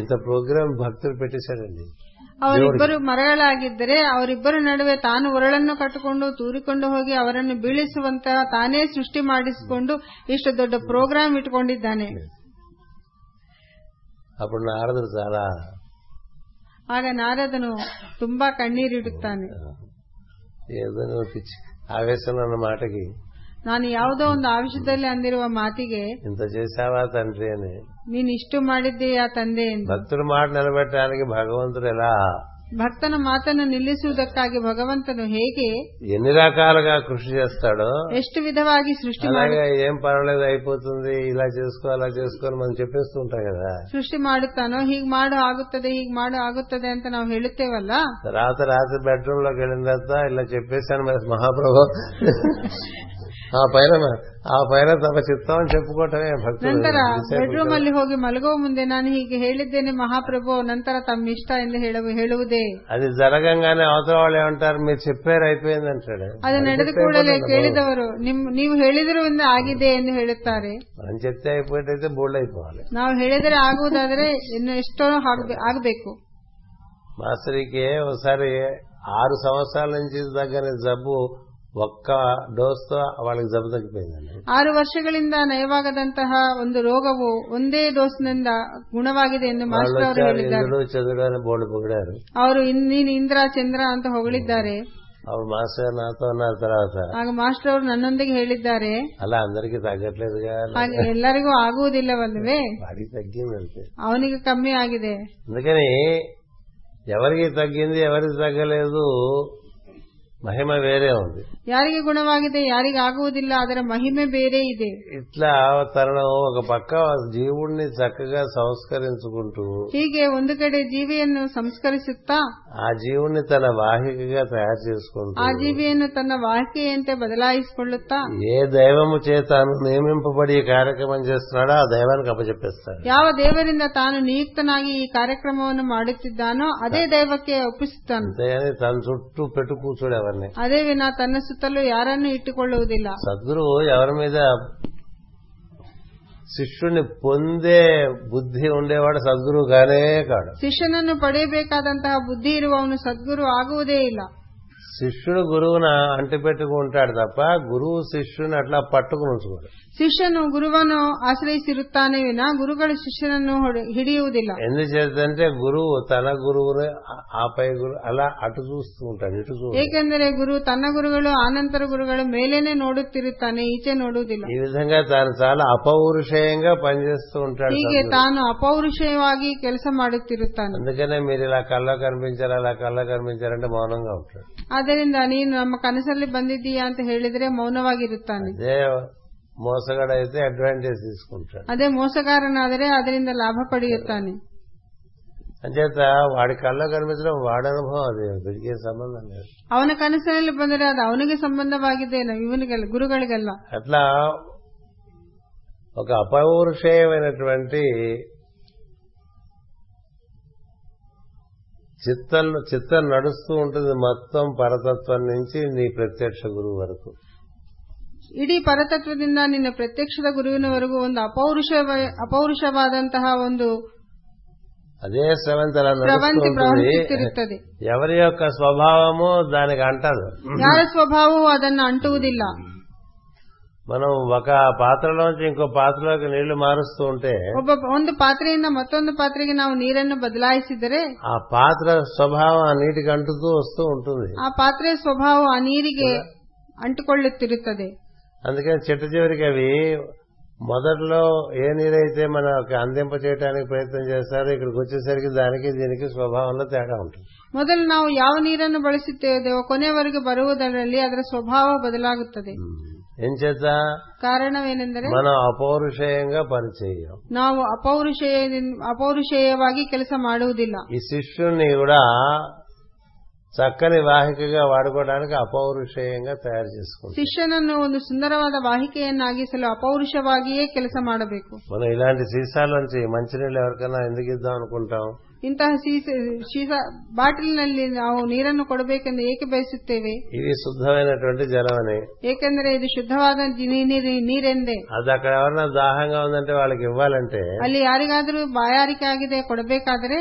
ఇంత ప్రోగ్రాం భక్తులు పెట్టేశాడండి ಅವರಿಬ್ಬರು ಮರಗಳಾಗಿದ್ದರೆ ಅವರಿಬ್ಬರ ನಡುವೆ ತಾನು ಒರಳನ್ನು ಕಟ್ಟಿಕೊಂಡು ತೂರಿಕೊಂಡು ಹೋಗಿ ಅವರನ್ನು ಬೀಳಿಸುವಂತಹ ತಾನೇ ಸೃಷ್ಟಿ ಮಾಡಿಸಿಕೊಂಡು ಇಷ್ಟು ದೊಡ್ಡ ಪ್ರೋಗ್ರಾಂ ಇಟ್ಕೊಂಡಿದ್ದಾನೆ అప్పుడు నారదుడు చాలా ಆಗ ನಾರದನು ತುಂಬಾ ಕಣ್ಣೀರಿಡುತ್ತಾನೆ ఏదో నువ్వు పిచ్చి ఆవేశం అన్న మాటకి ನಾನು ಯಾವುದೋ ಒಂದು ಆವಿಷದಲ್ಲಿ ಅಂದಿರುವ ಮಾತಿಗೆ ఇంత చేశావా తండ్రి అని ನೀನು ಇಷ್ಟು ಮಾಡಿದ್ದೀಯಾ ತಂದೆ ಎಂದು భక్తుడి మాట నిలబెట్టడానికి భగవంతుడు ఎలా ಭಕ್ತನ ಮಾತನ್ನು ನಿಲ್ಲಿಸುವುದಕ್ಕಾಗಿ ಭಗವಂತನು ಹೇಗೆ ఎన్ని రకాలుగా కృషి చేస్తాడో ಎಷ್ಟು ವಿಧವಾಗಿ ಸೃಷ್ಟಿ ಮಾಡಿ అలాగే ఏం పర్వాలేదు అయిపోతుంది ఇలా చేసుకో అలా చేసుకో అని మనం చెప్పేస్తూ ఉంటాం కదా ಸೃಷ್ಟಿ ಮಾಡುತ್ತಾನೋ ಹೀಗ್ ಮಾಡು ಆಗುತ್ತದೆ ಹೀಗ್ ಮಾಡು ಆಗುತ್ತದೆ ಅಂತ ನಾವು ಹೇಳುತ್ತೇವಲ್ಲ తర్వాత రాత్రి బెడ్రూమ్ లోకి వెళ్ళిన తర్వాత ఇలా చెప్పేశాను మరి మహాప్రభు ఆ పైన ఆ పైన తమ చిత్తం అని చెప్పుకోవటమే భక్తుడు ನಂತರ ಬೆಡ್ರೂಮ್ ಅಲ್ಲಿ ಹೋಗಿ ಮಲಗುವ ಮುಂದೆ ನಾನು ಹೀಗೆ ಹೇಳಿದ್ದೇನೆ ಮಹಾಪ್ರಭು ನಂತರ ತಮ್ಮ ಇಷ್ಟ ಎಂದು ಹೇಳುವ- ಹೇಳುವುದೇ అది జరగంగానే అవతల వాళ్ళు ఏమంటారు మీరు చెప్పారు అయిపోయింది అంటాడు ಅದು ನಡೆದ ಕೂಡಲೇ ಕೇಳಿದವರು ನಿಮ್ ನೀವು ಹೇಳಿದ್ರಿಂದ ಆಗಿದೆ ಎಂದು ಹೇಳುತ್ತಾರೆ మనం చెప్తే అయిపోయేటైతే బోల్డ్ అయిపోవాలి ನಾವು ಹೇಳಿದರೆ ಆಗುವುದಾದರೆ ಇನ್ನು ಎಷ್ಟೋ ಆಗ್ಬೆ- ಆಗ್ಬೇಕು మాస్టర్కి ఒకసారి ఆరు సంవత్సరాల నుంచి తగ్గని జబ్బు ఒక్క డోస్ తో వాళ్ళకి జబ్బు తగ్గిపోయిందండి ಆರು ವರ್ಷಗಳಿಂದ ನಯವಾಗದಂತಹ ಒಂದು ರೋಗವು ಒಂದೇ ಡೋಸ್ನಿಂದ ಗುಣವಾಗಿದೆ ಎಂದು వాళ్ళు ಮಾಸ್ಟರ್ ಅವರು వచ్చారు ಹೇಳಿದ್ದಾರೆ ఇంద్రుడు చంద్రుడు అని బోర్డు పొగిడారు ಅವರು ಇನ್- ನೀನು ಇಂದ್ರ ಚಂದ್ರ ಅಂತ ಹೊಗಳಿದ್ದಾರೆ అప్పుడు మాస్టర్ గారు నాతో అన్నారు తర్వాత ಆಗ ಮಾಸ್ಟರ್ ಅವರು ನನ್ನೊಂದಿಗೆ ಹೇಳಿದ್ದಾರೆ అలా అందరికీ తగ్గట్లేదుగా ಹಾಗೆ ಎಲ್ಲರಿಗೂ ಆಗುವುದಿಲ್ಲವಲ್ಲವೇ వాడికి తగ్గింది అంతే ಅವನಿಗೆ ಕಮ್ಮಿ ಆಗಿದೆ అందుకని ఎవరికి తగ్గింది ఎవరికి తగ్గలేదు మహిమ వేరే ఉంది ಯಾರಿಗೆ ಗುಣವಾಗಿದೆ ಯಾರಿಗೆ ಆಗುವುದಿಲ್ಲ ಅದರ ಮಹಿಮೆ ಬೇರೆ ಇದೆ ఇట్లా తరుణం ఒక పక్క జీవుణ్ణి చక్కగా సంస్కరించుకుంటూ ಹೀಗೆ ಒಂದು ಕಡೆ ಜೀವಿಯನ್ನು ಸಂಸ್ಕರಿಸುತ್ತಾ ఆ జీవుణ్ణి తన వాహికగా తయారు చేసుకుంటూ ಆ ಜೀವಿಯನ್ನು ತನ್ನ ವಾಹಿಕೆಯಂತೆ ಬದಲಾಯಿಸಿಕೊಳ್ಳುತ್ತಾ ఏ దైవము చేతాను నియమింపబడి ఈ కార్యక్రమం చేస్తున్నాడో ఆ దైవానికి అప్పచెప్పేస్తాడు ಯಾವ ದೇವರಿಂದ ತಾನು ನಿಯುಕ್ತನಾಗಿ ಈ ಕಾರ್ಯಕ್ರಮವನ್ನು ಮಾಡುತ್ತಿದ್ದಾನೋ ಅದೇ ದೈವಕ್ಕೆ ಒಪ್ಪಿಸುತ್ತಾನೆ అంతేగాని తన చుట్టూ పెట్టు కూర్చోడు ఎవరిని ಅದೇ ವಿನ ತನ್ನ ಸುತ್ತಲೂ ಯಾರನ್ನು ಇಟ್ಟುಕೊಳ್ಳುವುದಿಲ್ಲ సద్గురువు ఎవరి మీద శిష్యుణ్ణి పొందే బుద్ధి ఉండేవాడు సద్గురువు కానే కాడు ಶಿಷ್ಯನನ್ನು ಪಡೆಯಬೇಕಾದಂತಹ ಬುದ್ಧಿ ಇರುವವನು ಸದ್ಗುರು ಆಗುವುದೇ ಇಲ್ಲ శిష్యుడు గురువును అంటిపెట్టుకుంటాడు తప్ప గురువు శిష్యుని అట్లా పట్టుకుని ఉంచుకోడు ಶಿಷ್ಯನು ಗುರುವನ್ನು ಆಶ್ರಯಿಸಿರುತ್ತಾನೆ ವಿನ ಗುರುಗಳು ಶಿಷ್ಯನನ್ನು ಹೊಡೆ- ಹಿಡಿಯುವುದಿಲ್ಲ ఎందుచేతంటే గురువు తన గురువుని ఆ- ఆపై గురు అలా అటు చూస్తూ ఉంటాడు ఇటు చూడు ಏಕೆಂದರೆ ಗುರು ತನ್ನ ಗುರುಗಳು ಆನಂತರ ಗುರುಗಳು ಮೇಲೇನೆ ನೋಡುತ್ತಿರುತ್ತಾನೆ ಈಚೆ ನೋಡುವುದಿಲ್ಲ ఈ విధంగా తాను చాలా అపౌరుషేయంగా పనిచేస్తూ ఉంటాడు ಹೀಗೆ ತಾನು ಅಪೌರುಷವಾಗಿ ಕೆಲಸ ಮಾಡುತ್ತಿರುತ್ತಾನೆ అందుకనే మీరు ఇలా కళ్ళ కనిపించారు అలా కళ్ళ కనిపించారంటే మౌనంగా ఉంటాడు ಆದ್ದರಿಂದ ನೀನು ನಮ್ಮ ಕನಸಲ್ಲಿ ಬಂದಿದ್ದೀಯಾ ಅಂತ ಹೇಳಿದ್ರೆ ಮೌನವಾಗಿರುತ್ತಾನೆ అదే మోసగాడైతే అడ్వాంటేజ్ తీసుకుంటాడు ಅದೇ ಮೋಸಗಾರನಾದರೆ ಅದರಿಂದ ಲಾಭ ಪಡೆಯುತ್ತಾನೆ అంచేత వాడి కళ్ళ కనిపించడం వాడి అనుభవం అది వీడికి సంబంధం లేదు ಅವನ ಕನಸಿನಲ್ಲಿ ಬಂದರೆ ಅದು ಅವನಿಗೆ ಸಂಬಂಧವಾಗಿದೆ ನ- ಇವನಿಗೆಲ್ಲ ಗುರುಗಳಿಗೆಲ್ಲ అట్లా ఒక అపౌరుషేయమైనటువంటి చిత్తం చిత్తం నడుస్తూ ఉంటుంది మొత్తం పరతత్వం నుంచి నీ ప్రత్యక్ష గురువు వరకు ಇಡೀ ಪರತತ್ವದಿಂದ ನಿನ್ನ ಪ್ರತ್ಯಕ್ಷದ ಗುರುವಿನವರೆಗೂ ಒಂದು ಅಪೌರುಷ ಅಪೌರುಷವಾದಂತಹ ಒಂದು అదే స్రవంతి అలా నడుస్తూ ಪ್ರವಂತಿ ఉంటుంది ಪ್ರವಹಿಸುತ್ತಿರುತ್ತದೆ ఎవరి యొక్క స్వభావము దానికి అంటారు ಯಾರ ಸ್ವಭಾವವೂ ಅದನ್ನು ಅಂಟುವುದಿಲ್ಲ మనం ఒక పాత్రలోంచి ఇంకో పాత్రలోకి నీళ్లు మారుస్తూ ఉంటే ಒಬ್ಬ ಒಂದು ಪಾತ್ರೆಯಿಂದ ಮತ್ತೊಂದು ಪಾತ್ರೆಗೆ ನಾವು ನೀರನ್ನು ಬದಲಾಯಿಸಿದರೆ ఆ పాత్ర స్వభావం ఆ నీటికి అంటుతూ వస్తూ ఉంటుంది ಆ ಪಾತ್ರೆಯ ಸ್ವಭಾವ ಆ ನೀರಿಗೆ ಅಂಟಿಕೊಳ್ಳುತ್ತಿರುತ್ತದೆ అందుకని చిట్ట చివరికి అవి మొదట్లో ఏ నీరైతే మనకి అందింప చేయడానికి ప్రయత్నం చేస్తారో ఇక్కడికి వచ్చేసరికి దానికి దీనికి స్వభావంలో తేడా ఉంటుంది ಮೊದಲು ನಾವು ಯಾವ ನೀರನ್ನು ಬಳಸುತ್ತೇವೆಯೋ ಕೊನೆಯವರೆಗೆ ಬರುವುದರಲ್ಲಿ ಅದರ ಸ್ವಭಾವ ಬದಲಾಗುತ್ತದೆ ఎంచేత ಕಾರಣವೇನೆಂದರೆ మనం అపౌరుషేయంగా పనిచేయం ನಾವು ಅಪೌರುಷೇಯ ಅಪೌರುಷೇಯವಾಗಿ ಕೆಲಸ ಮಾಡುವುದಿಲ್ಲ ఈ శిష్యుణ్ణి కూడా చక్కని వాహికగా వాడుకోవడానికి అపౌరుషేయంగా తయారు చేసుకుంటాం ಶಿಷ್ಯನನ್ನು ಒಂದು ಸುಂದರವಾದ ವಾಹಿಕೆಯನ್ನಾಗಿಸಲು ಅಪೌರುಷವಾಗಿಯೇ ಕೆಲಸ ಮಾಡಬೇಕು మనం ఇలాంటి సీసాలోంచి మంచినీళ్ళు ఎవరికైనా ఎందుకు ఇద్దాం అనుకుంటాం ಇಂತಹ ಸೀಸ- ಸೀಸ ಬಾಟಲಿನಲ್ಲಿ ನಾವು ನೀರನ್ನು ಕೊಡಬೇಕೆಂದು ಏಕೆ ಬಯಸುತ್ತೇವೆ ఇది శుద్ధమైనటువంటి జలం అని ಏಕೆಂದರೆ ಇದು ಶುದ್ಧವಾದ ನೀ- ನೀ- ನೀರೆಂದೇ అది అక్కడ ఎవరైనా దాహంగా ఉందంటే వాళ్ళకి ఇవ్వాలంటే ಅಲ್ಲಿ ಯಾರಿಗಾದರೂ ಬಾಯಾರಿಕೆ ಆಗಿದೆ ಕೊಡಬೇಕಾದರೆ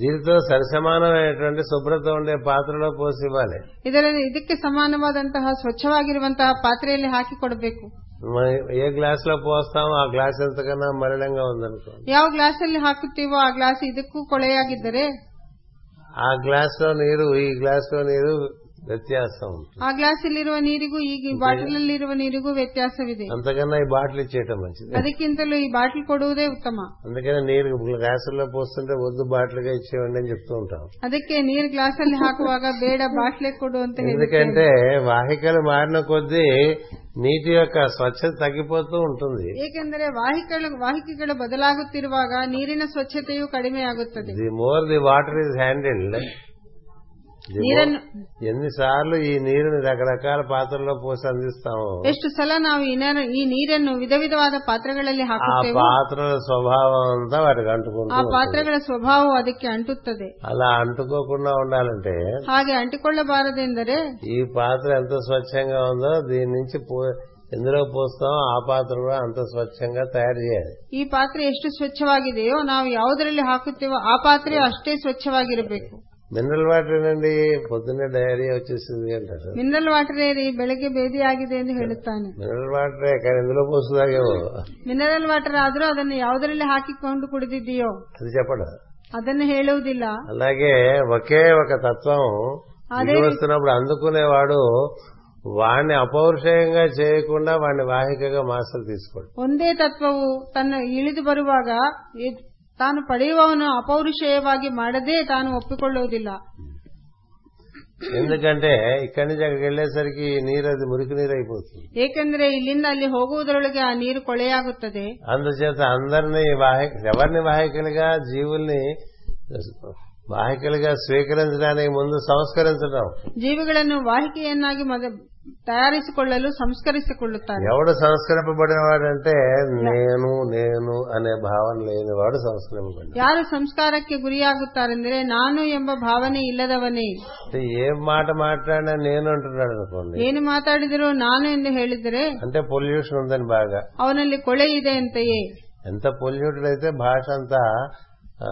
దీనితో సరిసమానమైనటువంటి శుభ్రత ఉండే పాత్రలో పోసి ఇవ్వాలి ಇದರಲ್ಲಿ ಇದಕ್ಕೆ ಸಮಾನವಾದಂತಹ ಸ್ವಚ್ಛವಾಗಿರುವಂತಹ ಪಾತ್ರೆಯಲ್ಲಿ ಹಾಕಿ ಕೊಡಬೇಕು మనం ఏ గ్లాస్ లో పోస్తామో ఆ గ్లాస్ ఎంతకన్నా మలినంగా ఉందనుకో ಯಾವ ಗ್ಲಾಸಲ್ಲಿ ಹಾಕುತ್ತೀವೋ ಆ ಗ್ಲಾಸ್ ಇದಕ್ಕೂ ಕೊಳೆಯಾಗಿದ್ದರೆ ఆ గ్లాస్ లో నీరు ఈ గ్లాస్ లో నీరు వ్యత్యాసం ఉంటుంది ಆ ಗ್ಲಾಸಲ್ಲಿರುವ ನೀರಿಗೂ ಈಗ ಬಾಟಲಲ್ಲಿರುವ ನೀರಿಗೂ ವ್ಯತ್ಯಾಸವಿದೆ అంతకన్నా ఈ బాటిల్ ఇచ్చేయటం మంచిది ಅದಕ್ಕಿಂತಲೂ ಈ ಬಾಟಲ್ ಕೊಡುವುದೇ ಉತ್ತಮ అందుకని నీరు గ్లాసుల్లో పోస్తుంటే వద్దు బాటిల్గా ఇచ్చేయండి అని చెప్తూ ఉంటాం ಅದಕ್ಕೆ ನೀರು ಗ್ಲಾಸಲ್ಲಿ ಹಾಕುವಾಗ ಬೇಡ ಬಾಟ್ಲೆ ಕೊಡು ಅಂತ ಹೇಳಿ ఎందుకంటే వాహికలు మారిన కొద్దీ నీటి యొక్క స్వచ్ఛత తగ్గిపోతూ ఉంటుంది ಏಕೆಂದರೆ ವಾಹಿಕಗಳು ವಾಹಿಕೆಗಳು ಬದಲಾಗುತ್ತಿರುವಾಗ ನೀರಿನ ಸ್ವಚ್ಛತೆಯೂ ಕಡಿಮೆಯಾಗುತ್ತದೆ the more the water is handled ನೀರನ್ನು ఎన్నిసార్లు ఈ నీరుని రకరకాల పాత్రల్లో పోసి అందిస్తాము ಎಷ್ಟು ಸಲ ನಾವು ಈ ನೀರ- ಈ ನೀರನ್ನು ವಿಧ ವಿಧವಾದ ಪಾತ್ರೆಗಳಲ್ಲಿ ఆ ಹಾಕುತ್ತೇವೆ పాత్రల స్వభావం అంతా వాటికి ಆ అంటుకుంటుంది ಪಾತ್ರೆಗಳ ಸ್ವಭಾವ ಅದಕ್ಕೆ ಅಂಟುತ್ತದೆ అలా అంటుకోకుండా ఉండాలంటే ಹಾಗೆ ಅಂಟಿಕೊಳ್ಳಬಾರದೆಂದರೆ ఈ పాత్ర ఎంత స్వచ్ఛంగా ఉందో దీని నుంచి పో- ఎందులో పోస్తామో ఆ పాత్ర కూడా అంత స్వచ్ఛంగా తయారు చేయాలి ಈ ಪಾತ್ರೆ ಎಷ್ಟು ಸ್ವಚ್ಛವಾಗಿದೆಯೋ ನಾವು ಯಾವುದರಲ್ಲಿ ಹಾಕುತ್ತೇವೋ ಆ ಪಾತ್ರೆ ಅಷ್ಟೇ ಸ್ವಚ್ಛವಾಗಿರಬೇಕು మినరల్ వాటర్ ఏనండి పొద్దున్నే డైరియా వచ్చేసింది అంటారు ಮಿನರಲ್ ವಾಟರ್ ಏರಿ ಬೆಳಗ್ಗೆ ಬೇದಿಯಾಗಿದೆ ಎಂದು ಹೇಳುತ್ತಾನೆ మినరల్ వాటరే కానీ ఎందులో పోస్తుందాగేమో ಮಿನರಲ್ ವಾಟರ್ ಆದರೂ ಅದನ್ನು ಯಾವುದರಲ್ಲಿ ಹಾಕಿಕೊಂಡು ಕುಡಿದಿದೆಯೋ అది చెప్పడం ಅದನ್ನು ಹೇಳುವುದಿಲ್ಲ అలాగే ఒకే ఒక తత్వం అదే దిగి వస్తున్నప్పుడు అందుకునేవాడు వాణ్ణి అపౌరుషేయంగా చేయకుండా వాణ్ణి వాహికగా మాస్టర్ తీసుకోడు ಒಂದೇ ತತ್ವವು ತನ್ನ ಇಳಿದು ಬರುವಾಗ ಇ- ತಾನು ಪಡೆಯುವವನು ಅಪೌರುಷೇಯವಾಗಿ ಮಾಡದೇ ತಾನು ಒಪ್ಪಿಕೊಳ್ಳುವುದಿಲ್ಲ ఎందుకంటే ఇక్కడి నుంచి అక్కడికి వెళ్లేసరికి ఈ నీరు అది మురికి నీరు అయిపోతుంది ಏಕೆಂದರೆ ಇಲ್ಲಿಂದ ಅಲ್ಲಿ ಹೋಗುವುದರೊಳಗೆ ಆ ನೀರು ಕೊಳೆಯಾಗುತ್ತದೆ అందుచేత అందరినీ వాహి- ఎవరిని వాహికలుగా జీవుల్ని వాహికలుగా స్వీకరించడానికి ముందు సంస్కరించడం ಜೀವಿಗಳನ್ನು ವಾಹಿಕೆಯನ್ನಾಗಿ ಮೊದ- ತಯಾರಿಸಿಕೊಳ್ಳಲು ಸಂಸ್ಕರಿಸಿಕೊಳ್ಳುತ್ತಾರೆ ఎవడు సంస్కరింపబడిన వాడంటే నేను నేను అనే భావన లేనివాడు సంస్కరింపబడిన ಯಾರು ಸಂಸ್ಕಾರಕ್ಕೆ ಗುರಿಯಾಗುತ್ತಾರೆಂದರೆ ನಾನು ಎಂಬ ಭಾವನೆ ಇಲ್ಲದವನೇ అంటే ఏ మాట మాట్లాడినా నేను అంటున్నాడు అనుకోండి ಏನು ಮಾತಾಡಿದರೂ ನಾನು ಎಂದು ಹೇಳಿದರೆ అంటే పొల్యూషన్ ఉందని బాగా ಅವನಲ್ಲಿ ಕೊಳೆ ಇದೆ ಅಂತೆಯೇ ఎంత పొల్యూటెడ్ అయితే భాష అంతా ఆ,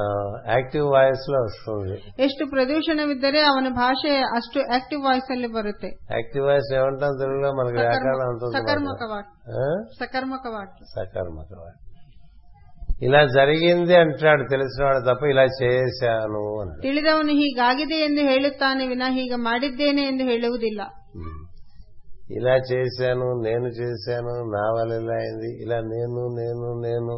యాక్టివ్ వాయిస్ లో వస్తుంది ಎಷ್ಟು ಪ್ರದೂಷಣವಿದ್ದರೆ ಅವನ ಭಾಷೆ ಅಷ್ಟು ಆಕ್ಟಿವ್ ವಾಯ್ಸ್ ಅಲ್ಲಿ ಬರುತ್ತೆ యాక్టివ్ వాయిస్ ఏమంటాం తెలుగులో మనకి వ్యాకరణ ఉంటుంది మాట. ಸಕರ್ಮಕವಾಗಿ ఆ? ಸಕರ್ಮಕವಾಗಿ సకర్మక వాక్యం. ఇలా జరిగింది అంటాడు తెలిసినవాడు తప్ప ఇలా చేశాను అన్నాడు ತಿಳಿದವನು ಹೀಗಾಗಿದೆ ಎಂದು ಹೇಳುತ್ತಾನೆ ವಿನಾ ಹೀಗ ಮಾಡಿದ್ದೇನೆ ಎಂದು ಹೇಳುವುದಿಲ್ಲ ఇలా చేశాను నేను చేశాను నా వల్ల ఇలా అయింది ఇలా నేను నేను నేను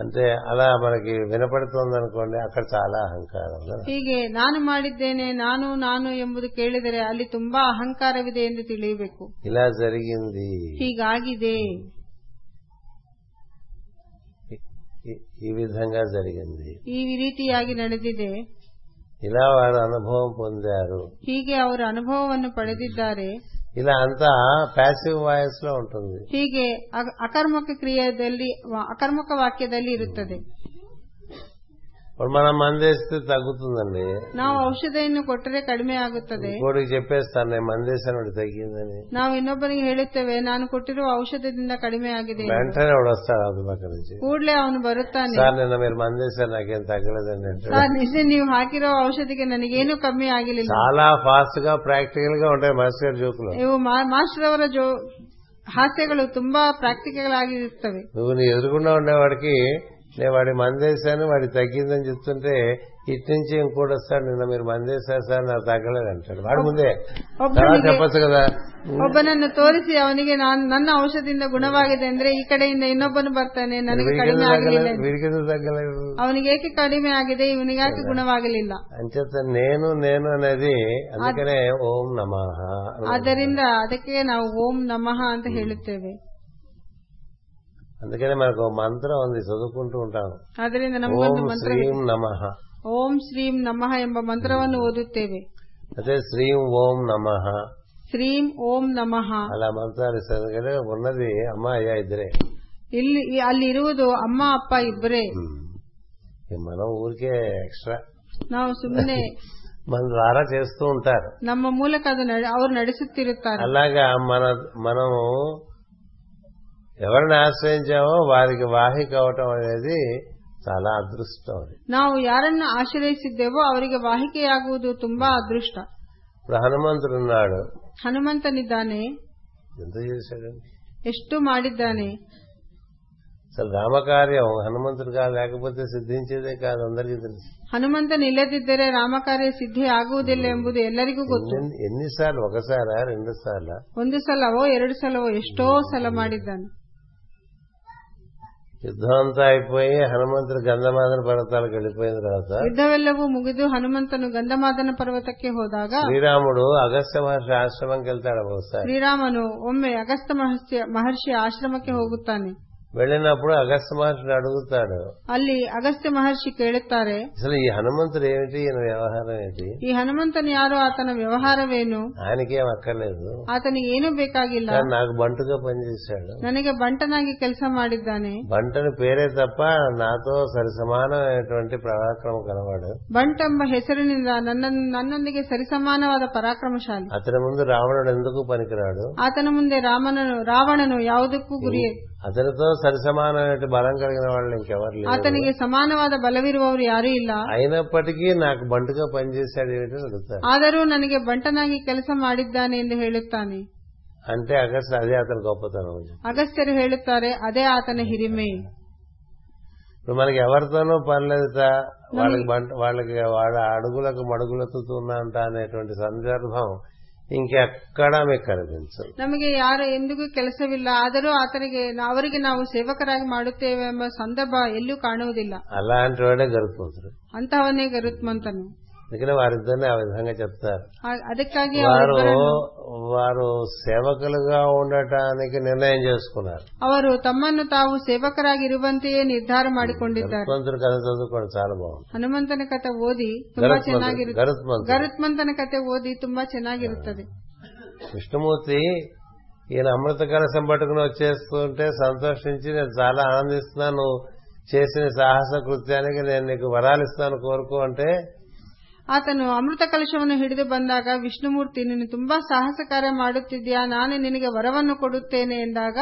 అంటే అలా మనకి వినపడుతుంది అనుకోండి అక్కడ చాలా అహంకారం కదా. ಹೀಗೆ ನಾನು ಮಾಡಿದ್ದೇನೆ ನಾನು ನಾನು ಎಂಬುದು ಕೇಳಿದರೆ ಅಲ್ಲಿ ತುಂಬಾ ಅಹಂಕಾರವಿದೆ ಎಂದು ತಿಳಿಯಬೇಕು ఇలా జరిగింది ಹೀಗಾಗಿದೆ ఈ- ఈ- ఈ విధంగా జరిగింది ಈ ರೀತಿಯಾಗಿ ನಡೆದಿದೆ ఇలా వారు అనుభవం పొందారు ಹೀಗೆ ಅವರು ಅನುಭವವನ್ನು ಪಡೆದಿದ್ದಾರೆ ఇలా అంతా ప్యాసివ్ వాయిస్ లో ఉంటుంది ಹೀಗೆ ಅ- ಅಕರ್ಮಕ ಕ್ರಿಯೆಯಲ್ಲಿ ವ- ಅಕರ್ಮಕ ವಾಕ್ಯದಲ್ಲಿ ಇರುತ್ತದೆ ఇప్పుడు మనం మందేస్తే తగ్గుతుందండి ನಾವು ಔಷಧಿಯನ್ನು ಕೊಟ್ಟರೆ ಕಡಿಮೆ ಆಗುತ್ತದೆ ఇంకోటికి చెప్పేస్తాను నేను మందేశాను వాడు తగ్గిందని ನಾವು ಇನ್ನೊಬ್ಬರಿಗೆ ಹೇಳುತ್ತೇವೆ ನಾನು ಕೊಟ್ಟಿರುವ ಔಷಧದಿಂದ ಕಡಿಮೆ ಆಗಿದೆ వెంటనే వాడు వస్తాడు అవతల పక్క నుంచి ಕೂಡಲೇ ಅವನು ಬರುತ್ತಾನೆ సార్ నిన్న మీరు మందేశారు నాకేం తగ్గలేదండి అంటే ಸರ್ ನಿಜ ನೀವು ಹಾಕಿರೋ ಔಷಧಿಗೆ ನನಗೇನು ಕಮ್ಮಿ ಆಗಲಿಲ್ಲ చాలా ఫాస్ట్ గా ప్రాక్టికల్ గా ఉంటాయి మాస్టర్ గారి జోకులు ಇವು ಮಾ- ಮಾಸ್ಟರ್ ಅವರ ಜೋ ಹಾಸ್ಯಗಳು ತುಂಬಾ ಪ್ರಾಕ್ಟಿಕಲಾಗಿರ್ತವೆ నువ్వు నీ ఎదురుగుండా ఉండేవాడికి నేను వాడి మందేశాను వాడి తగ్గిందని చెప్తుంటే ఇటు నుంచి ఇంకోటి వస్తాడు నిన్న మీరు మందేశారు సార్ నాకు తగ్గలేదు అంటాడు వాడు ముందే తర్వాత ಒಬ್ಬನಿಗೆ చెప్పొచ్చు కదా ಒಬ್ಬನನ್ನು ತೋರಿಸಿ ಅವನಿಗೆ ನಾನ್- ನನ್ನ ಔಷಧಿಯಿಂದ ಗುಣವಾಗಿದೆ ಅಂದ್ರೆ ಈ ಕಡೆಯಿಂದ ಇನ್ನೊಬ್ಬನು ಬರ್ತಾನೆ ನನಗೆ వీడికెందుకు ಕಡಿಮೆ తగ్గలేదు ಆಗಲಿಲ್ಲ వీడికెందుకు తగ్గలేదు ಅವನಿಗೆ ಏಕೆ ಕಡಿಮೆ ಆಗಿದೆ ಇವನಿಗಾಕೆ ಗುಣವಾಗಲಿಲ್ಲ అంచేత నేను నేను అనేది అందుకనే ఓం నమః ಆದ್ದರಿಂದ ಅದಕ್ಕೆ ನಾವು ಓಂ ನಮಃ ಅಂತ ಹೇಳುತ್ತೇವೆ అందుకనే మనకు ఒక మంత్రం ఉంది చదువుకుంటూ ఉంటాం ಅದರಿಂದ ఓం ನಮಗೊಂದು ಮಂತ್ರ శ్రీం నమః ಓಂ ಶ್ರೀಂ ನಮಃ ಎಂಬ ಮಂತ್ರವನ್ನು ಓದುತ್ತೇವೆ అదే శ్రీం ఓం నమః ಶ್ರೀಂ ಓಂ ನಮಃ అలా మంత్రాలు ఇస్తారు. ఎందుకంటే ఉన్నది అమ్మ అయ్యా ఇద్దరే ಇಲ್ಲಿ ಅಲ್ಲಿರುವುದು ಅಮ್ಮ ಅಪ್ಪ ಇಬ್ಬರೇ ఇది మనం ఊరికే ఎక్స్ట్రా ನಾವು ಸುಮ್ಮನೆ మన ద్వారా చేస్తూ ఉంటారు ನಮ್ಮ ಮೂಲಕ ಅದು ನಡೆ- ಅವರು ನಡೆಸುತ್ತಿರುತ್ತಾರೆ అలాగా మన మనము ఎవరిని ఆశ్రయించామో వారికి వాహిక అవటం అనేది చాలా అదృష్టం అది ನಾವು ಯಾರನ್ನು ಆಶ್ರಯಿಸಿದ್ದೇವೋ ಅವರಿಗೆ ವಾಹಿಕೆಯಾಗುವುದು ತುಂಬಾ ಅದೃಷ್ಟ ఇప్పుడు హనుమంతుడు ఉన్నాడు ಹನುಮಂತನಿದ್ದಾನೆ ఎంత చేశాడండి ಎಷ್ಟು ಮಾಡಿದ್ದಾನೆ అసలు రామకార్యం హనుమంతుడు కాదు లేకపోతే సిద్ధించేదే కాదు అందరికీ తెలుసు ಹನುಮಂತನಿಲ್ಲದಿದ್ದರೆ ರಾಮಕಾರ್ಯ ಸಿದ್ಧಿ ಆಗುವುದಿಲ್ಲ ಎಂಬುದು ಎಲ್ಲರಿಗೂ ಗೊತ್ತು ఎన్ని- ఎన్నిసార్లు ఒకసారా రెండు సార్లు ಒಂದು ಸಲವೋ ಎರಡು ಸಲವೋ ಎಷ್ಟೋ ಸಲ ಮಾಡಿದ್ದಾನೆ యుద్ధం అంతా అయిపోయి హనుమంతుడు గంధమాదన పర్వతాలకు వెళ్ళిపోయిన తర్వాత ಯುದ್ಧವೆಲ್ಲವೂ ಮುಗಿದು ಹನುಮಂತನು ಗಂಧಮಾದನ ಪರ್ವತಕ್ಕೆ ಹೋದಾಗ శ్రీరాముడు అగస్త్య మహర్షి ఆశ్రమంకి వెళ్తాడు ఒకసారి ಶ್ರೀರಾಮನು ಒಮ್ಮೆ ಅಗಸ್ತ ಮಹರ್ಷಿ- ಮಹರ್ಷಿಯ ಆಶ್ರಮಕ್ಕೆ ಹೋಗುತ್ತಾನೆ వెళ్ళినప్పుడు అగస్త్య మహర్షిని అడుగుతాడు ಅಲ್ಲಿ ಅಗಸ್ತ್ಯ ಮಹರ್ಷಿ ಕೇಳುತ್ತಾರೆ అసలు ఈ హనుమంతుడు ఏమిటి ఈయన వ్యవహారం ఏంటి ಈ ಹನುಮಂತನು ಯಾರು ಆತನ ವ್ಯವಹಾರವೇನು ఆయనకేం ಅక్కర్లేదు ಆತನಿಗೆ ಏನೂ ಬೇಕಾಗಿಲ್ಲ కానీ నాకు బంటుగా పనిచేశాడు ನನಗೆ ಬಂಟನಾಗಿ ಕೆಲಸ ಮಾಡಿದ್ದಾನೆ బంటని పేరే తప్ప నాతో సరి సమానమైనటువంటి పరాక్రమం కలవాడు ಬಂಟ್ ಎಂಬ ಹೆಸರಿನಿಂದ ನನ್ನ ನನ್ನೊಂದಿಗೆ ಸರಿಸಮಾನವಾದ ಪರಾಕ್ರಮಶಾಲಿ అతని ముందు రావణుడు ఎందుకు పనికిరాడు ಆತನ ಮುಂದೆ ರಾಮನನು ರಾವಣನು ಯಾವುದಕ್ಕೂ ಗುರಿ అతనితో సరిసమానమైన బలం కలిగిన వాళ్ళు ఇంకెవరు లేరు ಆತನಿಗೆ ಸಮಾನವಾದ ಬಲವಿರುವವರು ಯಾರೂ ಇಲ್ಲ అయినప్పటికీ నాకు బంటుగా పనిచేశాడు ఏమిటి అని అడుగుతాడు ಆದರೂ ನನಗೆ ಬಂಟನಾಗಿ ಕೆಲಸ ಮಾಡಿದ್ದಾನೆ ಎಂದು ಹೇಳುತ್ತಾನೆ అంటే అగస్ట్ అదే అతని గొప్పతనం అని చెప్పి. ಅಗಸ್ತ್ಯರು ಹೇಳುತ್ತಾರೆ ಅದೇ ಆತನ ಹಿರಿಮೆ ఇప్పుడు మనకి ఎవరితోనూ పనిలేదు తా. వాళ్ళకి బంట వాళ్ళకి వాళ్ళ అడుగులకు మడుగులెత్తుతున్నా అంట అనేటువంటి సందర్భం ఇంకెక్కడా మీకు కనిపించదు ನಮಗೆ ಯಾರು ಎಂದಿಗೂ ಕೆಲಸವಿಲ್ಲ ಆದರೂ ಆತನಿಗೆ ನಾ- ಅವರಿಗೆ ನಾವು ಸೇವಕರಾಗಿ ಮಾಡುತ್ತೇವೆ ಎಂಬ ಸಂದರ್ಭ ಎಲ್ಲೂ ಕಾಣುವುದಿಲ್ಲ అలాంటి వాడే గరుత్మంతుడు ಅಂತಹವನೇ ಗರುತ್ಮಂತನು అందుకనే వారిద్దరిని ఆ విధంగా చెప్తారు ಆ- ಅದಕ್ಕಾಗಿ వారు ಅವರಿಬ್ಬರನ್ನು- వారు సేవకులుగా ఉండటానికి నిర్ణయం చేసుకున్నారు ಅವರು ತಮ್ಮನ್ನು ತಾವು ಸೇವಕರಾಗಿರುವಂತೆಯೇ ನಿರ್ಧಾರ ಮಾಡಿಕೊಂಡಿದ್ದಾರೆ గరుత్మంతుడు కథ చదువుకోండి చాలా బాగుంది ಹನುಮಂತನ ಕಥೆ ಓದಿ ತುಂಬಾ గరుత్మంతుడు ಚೆನ್ನಾಗಿರುತ್ತೆ గరుత్మంతుడు ಗರುತ್ಮಂತನ ಕಥೆ ಓದಿ ತುಂಬಾ ಚೆನ್ನಾಗಿರುತ್ತದೆ కృష్ణమూర్తి ఈయన అమృత కలశం పట్టుకుని వచ్చేస్తుంటే సంతోషించి నేను చాలా ఆనందిస్తున్నాను నువ్వు చేసిన సాహస కృత్యానికి నేను నీకు వరాలు ఇస్తాను కోరుకో అంటే ಆತನು ಅಮೃತ ಕಲಶವನ್ನು ಹಿಡಿದು ಬಂದಾಗ ವಿಷ್ಣುಮೂರ್ತಿ ನೀನು ತುಂಬಾ ಸಾಹಸ ಕಾರ್ಯ ಮಾಡುತ್ತಿದ್ಯಾ ನಾನು ನಿನಗೆ ವರವನ್ನು ಕೊಡುತ್ತೇನೆ ಎಂದಾಗ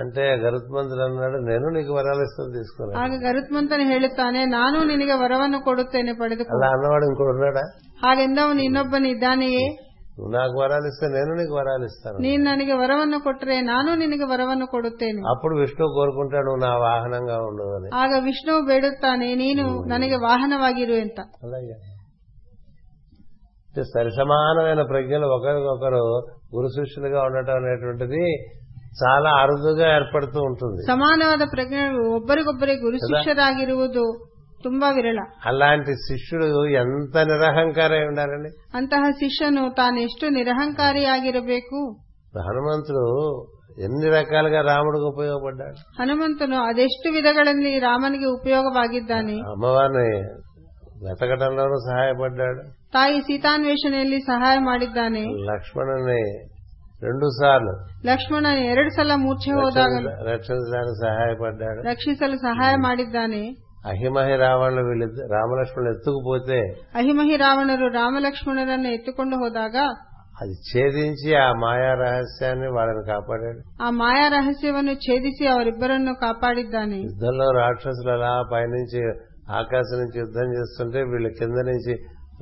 అంటే గరుత్మంతుడు అన్నాడు నేను నీకు వరాలు ఇస్తాను తీసుకున్నాను ಆಗ ಗರುತ್ಮಂತನು ಹೇಳುತ್ತಾನೆ ನಾನು ನಿನಗೆ ವರವನ್ನು ಕೊಡುತ್ತೇನೆ ಪಡೆದುಕೊಂಡು అలా అన్నవాడు ఇంకోడు ఉన్నాడా ಹಾಗೆಂದವನು ಇನ್ನೊಬ್ಬನಿದ್ದಾನೆಯೇ నువ్వు నాకు వరాలు ఇస్తే నేను నీకు వరాలు ఇస్తాను ನೀನು ನನಗೆ ವರವನ್ನು ಕೊಟ್ಟರೆ ನಾನು ನಿನಗೆ ವರವನ್ನು ಕೊಡುತ್ತೇನೆ అప్పుడు విష్ణువు కోరుకుంటాడు "నువ్వు నా వాహనంగా ఉండవు అని ಆಗ ವಿಷ್ಣು ಬೇಡುತ್ತಾನೆ ನೀನು ನನಗೆ ವಾಹನವಾಗಿರು ಅಂತ అలాగే అంటే సరి సమానమైన ప్రజ్ఞలు ఒకరికొకరు గురు శిష్యులుగా ఉండటం అనేటువంటిది చాలా అరుదుగా ఏర్పడుతూ ఉంటుంది ಸಮಾನವಾದ ಪ್ರಜ್ಞೆ ಒಬ್ಬರಿಗೊಬ್ಬರೇ ಗುರು ಶಿಷ್ಯರಾಗಿರುವುದು ತುಂಬಾ ವಿರಳ అలాంటి శిష్యుడు ఎంత నిరహంకారై ఉండాలండి ಅಂತಹ ಶಿಷ್ಯನು ತಾನೆಷ್ಟು ನಿರಹಂಕಾರಿಯಾಗಿರಬೇಕು ఇప్పుడు హనుమంతుడు ఎన్ని రకాలుగా రాముడికి ఉపయోగపడ్డాడు ಹನುಮಂತನು ಅದೆಷ್ಟು ವಿಧಗಳಲ್ಲಿ ರಾಮನಿಗೆ ಉಪಯೋಗವಾಗಿದ್ದಾನೆ అమ్మవారిని వెతకటంలోనూ సహాయపడ్డాడు ತಾಯಿ ಸೀತಾನ್ವೇಷಣೆಯಲ್ಲಿ ಸಹಾಯ ಮಾಡಿದ್ದಾನೆ లక్ష్మణుని రెండు సార్లు ಲಕ್ಷ್ಮಣ ಎರಡು ಸಲ ಮೂರ್ಛೆ ಹೋದಾಗ రక్షించడానికి సహాయపడ్డాడు ರಕ್ಷಿಸಲು ಸಹಾಯ ಮಾಡಿದ್ದಾನೆ అహిమహి రావణులు వీళ్ళిద్ద రామలక్ష్మణులు ఎత్తుకుపోతే ಅಹಿಮಹಿ ರಾವಣರು ರಾಮಲಕ್ಷ್ಮಣರನ್ನು ಎತ್ತಿಕೊಂಡು ಹೋದಾಗ అది ఛేదించి ఆ మాయా రహస్యాన్ని వాళ్ళని కాపాడాడు ಆ ಮಾಯಾ ರಹಸ್ಯವನ್ನು ಛೇದಿಸಿ ಅವರಿಬ್ಬರನ್ನು ಕಾಪಾಡಿದ್ದಾನೆ యుద్ధంలో రాక్షసులు అలా పైనుంచి ఆకాశం నుంచి యుద్ధం చేస్తుంటే వీళ్ళు కింద నుంచి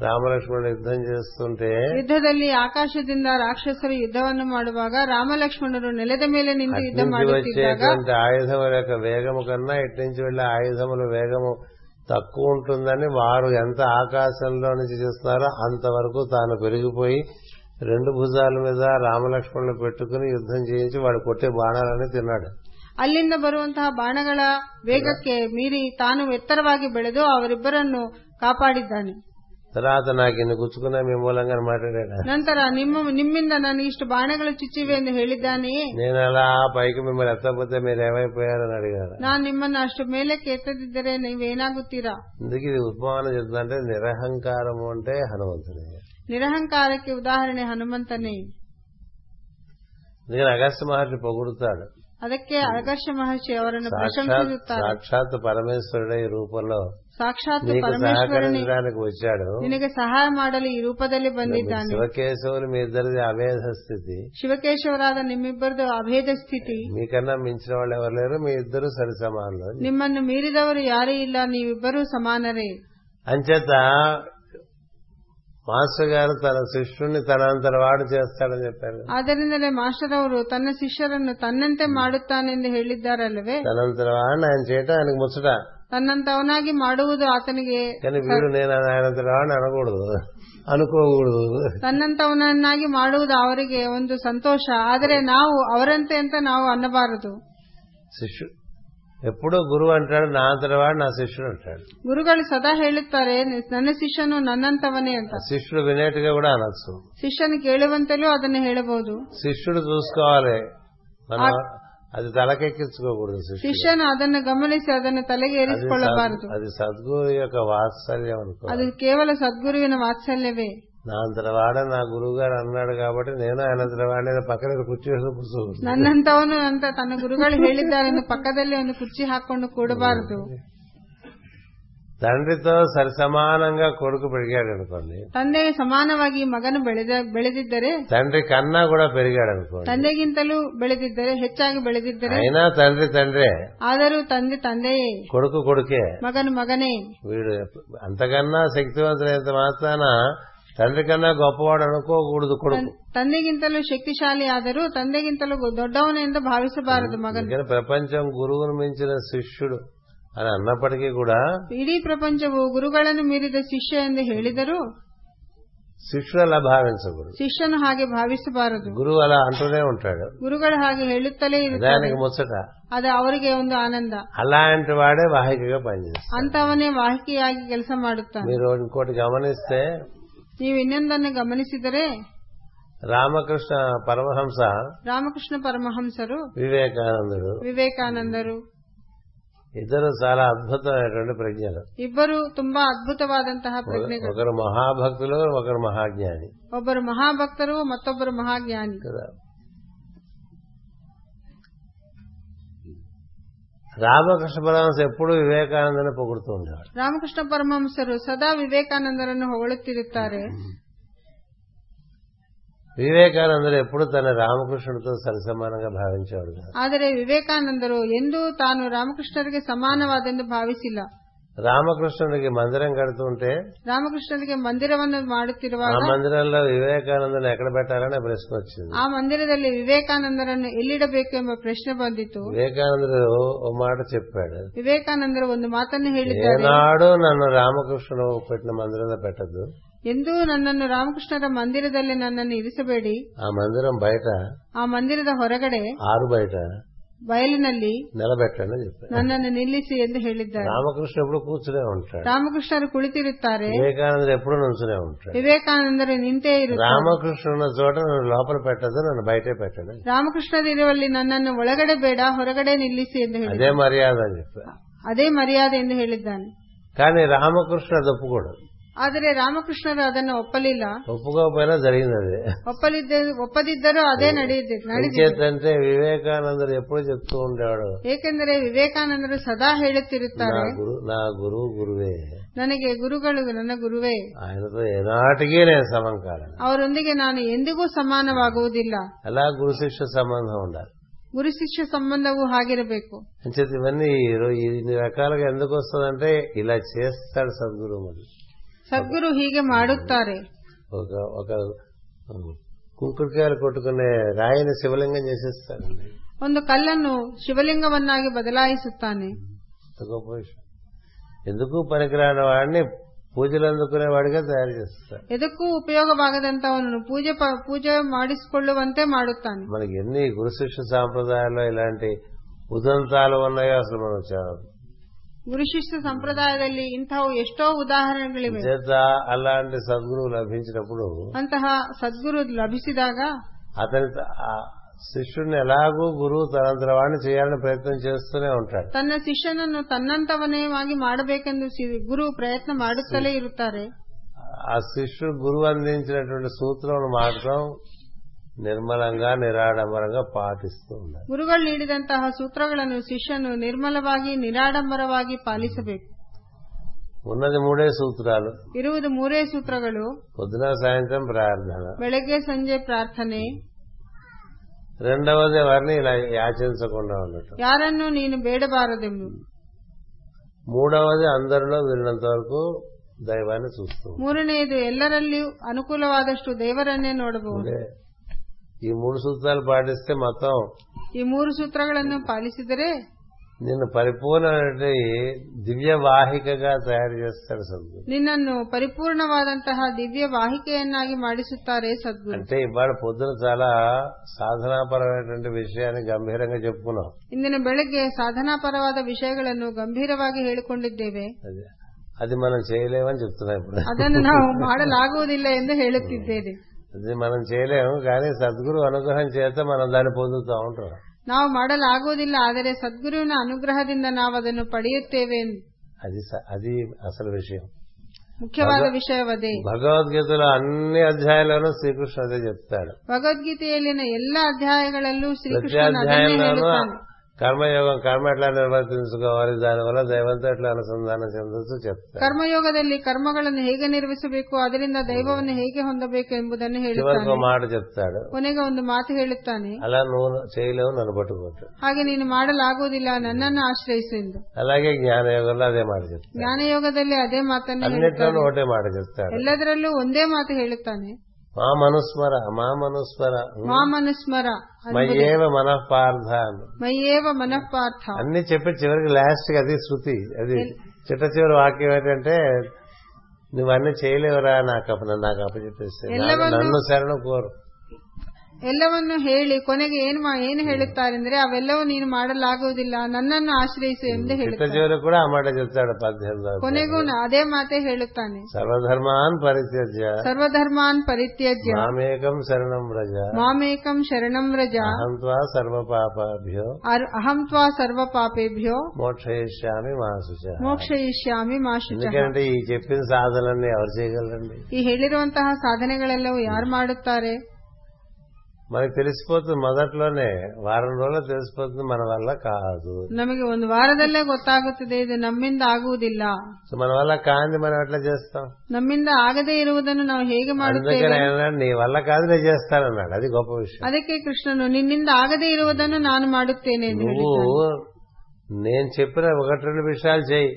రామలక్ష్మణుడు యుద్ధం చేస్తుంటే ಯುದ್ಧದಲ್ಲಿ ಆಕಾಶದಿಂದ ರಾಕ್ಷಸರು ಯುದ್ಧವನ್ನು ಮಾಡುವಾಗ ರಾಮಲಕ್ಷ್ಮಣರು ನೆಲದ ಮೇಲೆ ನಿಂತು ಯುದ್ಧ నుంచి ಮಾಡುತ್ತಿದ್ದಾಗ వచ్చేటువంటి ఆయుధముల యొక్క వేగము కన్నా ఇటు నుంచి వెళ్లే ఆయుధముల వేగము తక్కువ ఉంటుందని వారు ఎంత ఆకాశంలో నుంచి చేస్తున్నారో అంతవరకు తాను పెరిగిపోయి రెండు భుజాల మీద రామలక్ష్మణులు పెట్టుకుని యుద్ధం చేయించి వాడు కొట్టే బాణాలని తిన్నాడు ಅಲ್ಲಿಂದ ಬರುವಂತಹ ಬಾಣಗಳ ವೇಗಕ್ಕೆ ಮೀರಿ ತಾನು ಎತ್ತರವಾಗಿ ಬೆಳೆದು ಅವರಿಬ್ಬರನ್ನು ಕಾಪಾಡಿದ್ದಾನೆ తర్వాత నాకు ఇన్ని గుచ్చుకున్నా మీ మూలంగా అని మాట్లాడాడు ನಂತರ ನಿಮ್ಮ ನಿಮ್ಮಿಂದ ನನಗೆ ಇಷ್ಟು ಬಾಣಗಳು ಚುಚ್ಚಿವೆ ಎಂದು ಹೇಳಿದ್ದಾನೆಯೇ నేను అలా పైకి మిమ్మల్ని ఎత్తపోతే మీరు ఏమైపోయారని అడిగారు ನಾನು ನಿಮ್ಮನ್ನು ಅಷ್ಟು ಮೇಲಕ್ಕೆ ಎತ್ತದಿದ್ದರೆ ನೀವೇನಾಗುತ್ತೀರಾ అందుకే ఇది ఉపమానం చెప్తుందంటే నిరహంకారము అంటే హనుమంతుడే ನಿರಹಂಕಾರಕ್ಕೆ ಉದಾಹರಣೆ ಹನುಮಂತನೇ అందుకని అగస్త మహర్షి పొగుడుతాడు ಅದಕ್ಕೆ ಅಗರ್ಷ ಮಹರ್ಷಿ ಅವರನ್ನು సాక్షాత్ ಪ್ರಶಂಸಿಸುತ್ತಾರೆ సాక్షాత్ పరమేశ్వరుడే ఈ రూపంలో ಸಾಕ್ಷಾತ್ నీకు ಪರಮೇಶ್ವರನೇ సహకరించడానికి వచ్చాడు ನಿನಗೆ ಸಹಾಯ ಮಾಡಲು ಈ ರೂಪದಲ್ಲಿ ಬಂದಿದ್ದಾನೆ శివకేశవులు మీ ఇద్దరిది అవేధ స్థితి ಶಿವಕೇಶವರಾದ ನಿಮ್ಮಿಬ್ಬರದು ಅಭೇದ ಸ್ಥಿತಿ మీకన్నా మించిన వాళ్ళు ఎవరు లేరు మీ ఇద్దరు సరి సమానులు ನಿಮ್ಮನ್ನು ಮೀರಿದವರು ಯಾರೇ ಇಲ್ಲ ನೀವಿಬ್ಬರೂ ಸಮಾನರೇ అంచేత మాస్టర్ గారు తన శిష్యుణ్ణి తనంతర వాడు చేస్తాడని చెప్పారు ಆದ್ದರಿಂದಲೇ ಮಾಸ್ಟರ್ ಅವರು ತನ್ನ ಶಿಷ್ಯರನ್ನು ತನ್ನಂತೆ ಮಾಡುತ್ತಾನೆಂದು ಹೇಳಿದ್ದಾರಲ್ಲವೇ తనంతర వాడిని ఆయన చేయటం ఆయనకు ముచ్చట ತನ್ನಂತವನಾಗಿ ಮಾಡುವುದು ಆತನಿಗೆ కానీ వీడు నేను ఆయనంతర వాడిని అనకూడదు అనుకోకూడదు ತನ್ನಂತವನನ್ನಾಗಿ ಮಾಡುವುದು ಅವರಿಗೆ ಒಂದು ಸಂತೋಷ ಆದರೆ ನಾವು ಅವರಂತೆ ಅಂತ ನಾವು ಅನ್ನಬಾರದು శిష్యుడు ఎప్పుడూ గురువు అంటాడు నా అంతర వాడు నా శిష్యుడు అంటాడు ಗುರುಗಳು ಸದಾ ಹೇಳುತ್ತಾರೆ ನನ್ನ ಶಿಷ್ಯನು ನನ್ನಂತವನೇ ಅಂತ శిష్యుడు వినేట్టుగా కూడా అనొచ్చు ಶಿಷ್ಯನು ಕೇಳುವಂತೆಲೂ ಅದನ್ನು ಹೇಳಬಹುದು శిష్యుడు చూసుకోవాలి మనం అది తలకెక్కించుకోకూడదు శిష్యుడు ಶಿಷ್ಯನು ಅದನ್ನು గమనిಸಿ ಅದನ್ನು ತಲೆಗೆ అది ಏರಿಸಿಕೊಳ್ಳಬಾರದು సద్- అది సద్గురు యొక్క వాత్సల్యం అనుకో ಅದು ಕೇವಲ ಸದ್ಗುರುವಿನ ವಾತ್ಸಲ್ಯವೇ నా అంతర వాడ నా గురువు గారు అన్నాడు కాబట్టి నేను ఆయన అంతర వాడిని పక్కన కుర్చీ వేసుకుని కూర్చోకూడదు ನನ್ನಂತವನು ಅಂತ ತನ್ನ ಗುರುಗಳು ಹೇಳಿದ್ದಾರೆ ಎಂದು ಪಕ್ಕದಲ್ಲಿ ಒಂದು ಕುರ್ಚಿ ಹಾಕೊಂಡು ಕೂಡಬಾರದು తండ్రితో సరి సమానంగా కొడుకు పెరిగాడు అనుకోండి ತಂದೆಗೆ ಸಮಾನವಾಗಿ ಮಗನು ಬೆಳೆದ ಬೆಳೆದಿದ್ದರೆ తండ్రి కన్నా కూడా పెరిగాడు అనుకోండి ತಂದೆಗಿಂತಲೂ ಬೆಳೆದಿದ್ದರೆ ಹೆಚ್ಚಾಗಿ ಬೆಳೆದಿದ್ದರೆ అయినా తండ్రి తండ్రే ಆದರೂ ತಂದೆ ತಂದೆಯೇ కొడుకు కొడుకే ಮಗನು ಮಗನೇ వీడు అంతకన్నా శక్తివంతులైనంత మాత్రాన తండ్రి కన్నా గొప్పవాడు అనుకోకూడదు కొడుకు ತಂದೆಗಿಂತಲೂ ಶಕ್ತಿಶಾಲಿ ಆದರೂ ತಂದೆಗಿಂತಲೂ ದೊಡ್ಡವನೆಂದು ಭಾವಿಸಬಾರದು ಮಗನು అందుకని ప్రపంచం గురువును మించిన శిష్యుడు అని అన్నప్పటికీ కూడా ಇಡೀ ಪ್ರಪಂಚವು ಗುರುಗಳನ್ನು ಮೀರಿದ ಶಿಷ್ಯ ಎಂದು ಹೇಳಿದರೂ శిష్యుడు అలా భావించకూడదు ಶಿಷ್ಯನು ಹಾಗೆ ಭಾವಿಸಬಾರದು గురువు అలా అంటూనే ఉంటాడు ಗುರುಗಳು ಹಾಗೆ ಹೇಳುತ್ತಲೇ ಇರುತ್ತಾರೆ దానికి ముచ్చట ಅದು ಅವರಿಗೆ ಒಂದು ఆనంద అలాంటి వాడే వాహికగా పనిచేస్తాడు ಅಂತವನೇ ವಾಹಿಕೆಯಾಗಿ ಕೆಲಸ ಮಾಡುತ್ತಾನೆ మీరు ఇంకోటి గమనిస్తే ನೀವು ಇನ್ನೊಂದನ್ನು ಗಮನಿಸಿದರೆ రామకృష్ణ పరమహంస ರಾಮಕೃಷ್ಣ ಪರಮಹಂಸರು వివేకానందుడు ವಿವೇಕಾನಂದರು ఇద్దరు చాలా అద్భుతమైనటువంటి ప్రజ్ఞలు ಇಬ್ಬರು ತುಂಬಾ ಅದ್ಭುತವಾದಂತಹ ಪ್ರಜ್ಞೆಗಳು ఒకరు మహాభక్తులు ఒకరు మహాజ్ఞాని ಒಬ್ಬರು ಮಹಾಭಕ್ತರು ಮತ್ತೊಬ್ಬರು ಮಹಾಜ್ಞಾನಿ కదా రామకృష్ణ పరమహంస ఎప్పుడు వివేకానందని పొగుడుతూ ఉండేవాడు ರಾಮಕೃಷ್ಣ ಪರಮಹಂಸರು ಸದಾ ವಿವೇಕಾನಂದರನ್ನು ಹೊಗಳುತ್ತಿರುತ್ತಾರೆ వివేకానందుడు ఎప్పుడు తన రామకృష్ణుడితో సరిసమానంగా భావించేవాడు కాదు. ಆದರೆ ವಿವೇಕಾನಂದರು ಎಂದೂ ತಾನು ರಾಮಕೃಷ್ಣರಿಗೆ ಸಮಾನವಾದೆಂದು ಭಾವಿಸಿಲ್ಲ రామకృష్ణుడికి మందిరం ಕడుతుంటే ರಾಮಕೃಷ್ಣರಿಗೆ ಮಂದಿರವನ್ನು ఆ ಮಾಡುತ್ತಿರುವಾಗ మందిరంలో వివేకానందుని ఎక్కడ పెట్టాలనే ప్రశ్న వచ్చింది ಆ ಮಂದಿರದಲ್ಲಿ ವಿವೇಕಾನಂದರನ್ನು ಎಲ್ಲಿಡಬೇಕು ಎಂಬ ಪ್ರಶ್ನೆ ಬಂದಿತು వివేకానందుడు ఓ మాట చెప్పాడు ವಿವೇಕಾನಂದರು ಒಂದು ಮಾತನ್ನು ಹೇಳಿದ್ದಾರೆ ఏనాడు నన్ను రామకృష్ణుడు పెట్టిన మందిరంలో పెట్టద్దు ಎಂದೂ ನನ್ನನ್ನು ರಾಮಕೃಷ್ಣರ ಮಂದಿರದಲ್ಲಿ ನನ್ನನ್ನು ಇರಿಸಬೇಡಿ ఆ మందిరం బయట ಆ ಮಂದಿರದ ಹೊರಗಡೆ ఆరు బయట ಬಯಲಿನಲ್ಲಿ నిలబెట్టండి అని చెప్పాడు ನನ್ನನ್ನು ನಿಲ್ಲಿಸಿ ಎಂದು ಹೇಳಿದ್ದಾರೆ రామకృష్ణ ఎప్పుడు కూర్చునే ఉంటాడు ರಾಮಕೃಷ್ಣರು ಕುಳಿತಿರುತ್ತಾರೆ వివేకానందుడు ఎప్పుడు నుంచునే ఉంటాడు ವಿವೇಕಾನಂದರು ನಿಂತೇ ಇರುತ್ತಾರೆ రామకృష్ణ ఉన్న చోట నన్ను లోపల పెట్టదు నన్ను బయటే పెట్టండి ರಾಮಕೃಷ್ಣರಿರುವಲ್ಲಿ ನನ್ನನ್ನು ಒಳಗಡೆ ಬೇಡ ಹೊರಗಡೆ ನಿಲ್ಲಿಸಿ ಎಂದು ಹೇಳಿ అదే మర్యాద అని చెప్పాడు ಅದೇ ಮರ್ಯಾದೆ ಎಂದು ಹೇಳಿದ್ದಾನೆ కానీ రామకృష్ణ అది ఒప్పుకోడు ಆದರೆ ರಾಮಕೃಷ್ಣರು ಅದನ್ನು ಒಪ್ಪಲಿಲ್ಲ ఒప్పుకోకపోయినా జరిగింది అదే ಒಪ್ಪಲಿದ್ದ ಒಪ್ಪದಿದ್ದರೂ ಅದೇ ನಡೆಯುತ್ತೆ ನಡೆದಿದೆ ఎందుచేతంటే వివేకానందుడు ఎప్పుడు చెప్తూ ఉండేవాడు ಏಕೆಂದರೆ ವಿವೇಕಾನಂದರು ಸದಾ ಹೇಳುತ್ತಿರುತ್ತಾರೆ నా గురు నా గురువు గురువే ನನಗೆ ಗುರುಗಳು ನನ್ನ ಗುರುವೇ ఆయనతో ఏనాటికి నేను సమం కాలేదు ಅವರೊಂದಿಗೆ ನಾನು ಎಂದಿಗೂ ಸಮಾನವಾಗುವುದಿಲ್ಲ అలా గురు శిష్య సంబంధం ఉండాలి ಗುರು ಶಿಷ್ಯ ಸಂಬಂಧವೂ ಹಾಗಿರಬೇಕು అంచేత ఇవన్నీ ఈ రో- ఇన్ని రకాలుగా ఎందుకు వస్తుందంటే ఇలా చేస్తాడు సద్గురువు మరి ಸದ್ಗುರು ಹೀಗೆ ಮಾಡುತ್ತಾರೆ ఒక ఒక కుంకుడికాయలు కొట్టుకునే రాయిని శివలింగం చేసేస్తారండి ಒಂದು ಕಲ್ಲನ್ನು ಶಿವಲಿಂಗವನ್ನಾಗಿ ಬದಲಾಯಿಸುತ್ತಾನೆ ఎంత గొప్ప విషయం ఎందుకు పనికిరాని వాడిని పూజలు అందుకునే వాడిగా తయారు చేస్తారు ಎದಕ್ಕೂ ಉಪಯೋಗವಾಗದಂತವನನ್ನು ಪೂಜೆ ಪ- ಪೂಜೆ ಮಾಡಿಸಿಕೊಳ್ಳುವಂತೆ ಮಾಡುತ್ತಾನೆ మనకి ఎన్ని గురు శిష్య సాంప్రదాయాల్లో ఇలాంటి ఉదంతాలు ఉన్నాయో అసలు మనం చాలా ಗುರುಶಿಷ್ಯ ಸಂಪ್ರದಾಯದಲ್ಲಿ ಇಂತಹ ಎಷ್ಟೋ ಉದಾಹರಣೆಗಳಿವೆ చేత అలాంటి సద్గురువు లభించినప్పుడు ಅಂತಹ ಸದ್ಗುರು ಲಭಿಸಿದಾಗ అతని త- ఆ శిష్యుడిని ఎలాగూ గురువు తనంతర వాడిని చేయాలని ప్రయత్నం చేస్తూనే ఉంటాడు ತನ್ನ ಶಿಷ್ಯನನ್ನು ತನ್ನಂತವನೇವಾಗಿ ಮಾಡಬೇಕೆಂದು ಸಿ- ಗುರು ಪ್ರಯತ್ನ ಮಾಡುತ್ತಲೇ ಇರುತ್ತಾರೆ ఆ శిష్యుడు గురువు అందించినటువంటి సూత్రములు మాత్రం నిర్మలంగా నిరాడంబరంగా పాటిస్తూ ఉండాలి ಗುರುಗಳು ನೀಡಿದಂತಹ ಸೂತ್ರಗಳನ್ನು ಶಿಷ್ಯನು ನಿರ್ಮಲವಾಗಿ ನಿರಾಡಂಬರವಾಗಿ ಪಾಲಿಸಬೇಕು ఉన్నది మూడే సూత్రాలు ಇರುವುದು ಮೂರೇ ಸೂತ್ರಗಳು పొద్దున సాయంత్రం ప్రార్థన ಬೆಳಗ್ಗೆ ಸಂಜೆ ಪ್ರಾರ್ಥನೆ రెండవది ఎవరిని ఇలా యాచించకుండా ఉండటం ಯಾರನ್ನು ನೀನು ಬೇಡಬಾರದೆಂಬು మూడవది అందరిలో వీరినంత వరకు దైవాన్ని చూస్తూ ఉండాలి. ಮೂರನೆಯದು ಎಲ್ಲರಲ್ಲಿಯೂ ಅನುಕೂಲವಾದಷ್ಟು ದೇವರನ್ನೇ ನೋಡಬಹುದು అంటే ఈ మూడు సూత్రాలు పాటిస్తే మొత్తం ಈ ಮೂರು ಸೂತ್ರಗಳನ್ನು ಪಾಲಿಸಿದರೆ నిన్ను పరిపూర్ణమైనటువంటి దివ్య వాహికగా తయారు చేస్తాడు సద్గురు ನಿನ್ನನ್ನು ಪರಿಪೂರ್ಣವಾದಂತಹ ದಿವ್ಯ ವಾಹಿಕೆಯನ್ನಾಗಿ ಮಾಡಿಸುತ್ತಾರೆ ಸದ್ಗುರು అంటే ఇవాళ పొద్దున చాలా సాధనాపరమైనటువంటి విషయాన్ని గంభీరంగా చెప్పుకున్నాం ಇಂದಿನ ಬೆಳಗ್ಗೆ ಸಾಧನಾಪರವಾದ ವಿಷಯಗಳನ್ನು ಗಂಭೀರವಾಗಿ ಹೇಳಿಕೊಂಡಿದ್ದೇವೆ అది అది మనం చేయలేమని చెప్తున్నాం ఇప్పుడు ಅದನ್ನು ನಾವು ಮಾಡಲಾಗುವುದಿಲ್ಲ ಎಂದು ಹೇಳುತ್ತಿದ್ದೇವೆ అది మనం చేయలేము కానీ సద్గురు అనుగ్రహం చేత మనం దాన్ని పొందుతూ ఉంటాం ನಾವು ಮಾಡಲಾಗುವುದಿಲ್ಲ ಆದರೆ ಸದ್ಗುರುವಿನ ಅನುಗ್ರಹದಿಂದ ನಾವು ಅದನ್ನು ಪಡೆಯುತ್ತೇವೆ ಎಂದು. అది స- అది అసలు విషయం ಮುಖ್ಯವಾದ ವಿಷಯವದೇ భగవద్గీతలో అన్ని అధ్యాయాల్లోనూ శ్రీకృష్ణుడు అదే చెప్తాడు ಭಗವದ್ಗೀತೆಯಲ್ಲಿನ ಎಲ್ಲ ಅಧ್ಯಾಯಗಳಲ್ಲೂ ప్రతి ಶ್ರೀಕೃಷ್ಣನ ಅದನ್ನೇ అధ్యాయంలోనూ ಹೇಳುತ್ತಾನೆ కర్మయోగం కర్మ ఎట్లా నిర్వర్తించుకోవాలి దానివల్ల దైవంతో ఎట్లా అనుసంధానం చెందొచ్చు చెప్తాడు ಕರ್ಮಯೋಗದಲ್ಲಿ ಕರ್ಮಗಳನ್ನು ಹೇಗೆ ನಿರ್ವಹಿಸಬೇಕು ಅದರಿಂದ ದೈವವನ್ನು ಹೇಗೆ ಹೊಂದಬೇಕು ಎಂಬುದನ್ನು చివరికి ಹೇಳುತ್ತಾನೆ ఒక మాట చెప్తాడు ಕೊನೆಗೆ ಒಂದು ಮಾತು ಹೇಳುತ್ತಾನೆ అలా నువ్వు చేయలేవు నన్ను పట్టుకోవచ్చు ಹಾಗೆ ನೀನು ಮಾಡಲಾಗುವುದಿಲ್ಲ ನನ್ನನ್ನು ಆಶ್ರಯಿಸು ಎಂದು అలాగే జ్ఞానయోగంలో అదే మాట చెప్తాడు ಜ್ಞಾನಯೋಗದಲ್ಲಿ ಅದೇ ಮಾತನ್ನು అన్నిట్లోనూ ఒకటే మాట చెప్తాడు ಎಲ್ಲದರಲ್ಲೂ ಒಂದೇ ಮಾತು ಹೇಳುತ್ತಾನೆ మా మనుస్మర మా మనుస్మర ಮಾಮನುಸ್ಮರ మయ్యేవ మనఃపార్థ అని. ಮೈಯೇವ ಮನಃಪಾರ್ಥ అన్ని చెప్పి చివరికి లాస్ట్ గా అది శృతి అది చిట్ట చివరి వాక్యం ఏంటంటే నువ్వన్నీ చేయలేవురా నాకు అప్ప నాకు అప్పచెప్పేస్తే నాన్న నన్ను శరణ కోరు ಎಲ್ಲವನ್ನು ಹೇಳಿ ಕೊನೆಗೆ ಏನ್ ಮಾ- ಏನು ಹೇಳುತ್ತಾರೆಂದ್ರೆ ಅವೆಲ್ಲವೂ ನೀನು ಮಾಡಲಾಗುವುದಿಲ್ಲ ನನ್ನನ್ನು ಆಶ್ರಯಿಸು ಎಂದು చిట్ట ಹೇಳುತ್ತಾನೆ చివరి కూడా ఆ మాట చెప్తాడు పద్దెనిమిది ಕೊನೆಗೂ ನ- ಅದೇ ಮಾತೇ ಹೇಳುತ್ತಾನೆ సర్వధర్మాన్ పరిత్యజ్య ಸರ್ವಧರ್ಮಾನ್ ಪರಿತ್ಯಜ್ಯ మామేకం శరణం వ్రజ ಮಾಮೇಕಂ ಶರಣಂ ವ್ರಜ అహం త్వా సర్వ పాపాభ్యో ಅರ್- ಅಹಂ ತ್ವಾ ಸರ್ವ ಪಾಪೇಭ್ಯೋ మోక్షయిష్యామి మాసుచ ಮೋಕ್ಷಯಿಷ್ಯಾಮಿ ಮಾಶುಚ ఎందుకంటే ఈ చెప్పిన సాధనల్ని ఎవరు చేయగలరండి ಈ ಹೇಳಿರುವಂತಹ ಸಾಧನೆಗಳೆಲ್ಲವೂ ಯಾರು ಮಾಡುತ್ತಾರೆ మనకి తెలిసిపోతుంది మొదట్లోనే వారం రోజులు తెలిసిపోతుంది మన వల్ల కాదు ನಮಗೆ ಒಂದು ವಾರದಲ್ಲೇ ಗೊತ್ತಾಗುತ್ತದೆ ಇದು ನಮ್ಮಿಂದ ಆಗುವುದಿಲ್ಲ సో మన వల్ల కాంది మనం ఎట్లా చేస్తాం ನಮ್ಮಿಂದ ಆಗದೇ ಇರುವುದನ್ನು ನಾವು ಹೇಗೆ అందుకని ಮಾಡುತ್ತೇವೆ ఆయన అన్నాడు, నీ వల్ల కాదు నేను చేస్తానన్నాడు అది గొప్ప విషయం ಅದಕ್ಕೆ ಕೃಷ್ಣನು ನಿನ್ನಿಂದ ಆಗದೇ ಇರುವುದನ್ನು ನಾನು ಮಾಡುತ್ತೇನೆ ಎಂದು నువ్వు ಹೇಳಿದ್ದಾನೆ. నేను చెప్పిన ఒకటి రెండు విషయాలు చేయి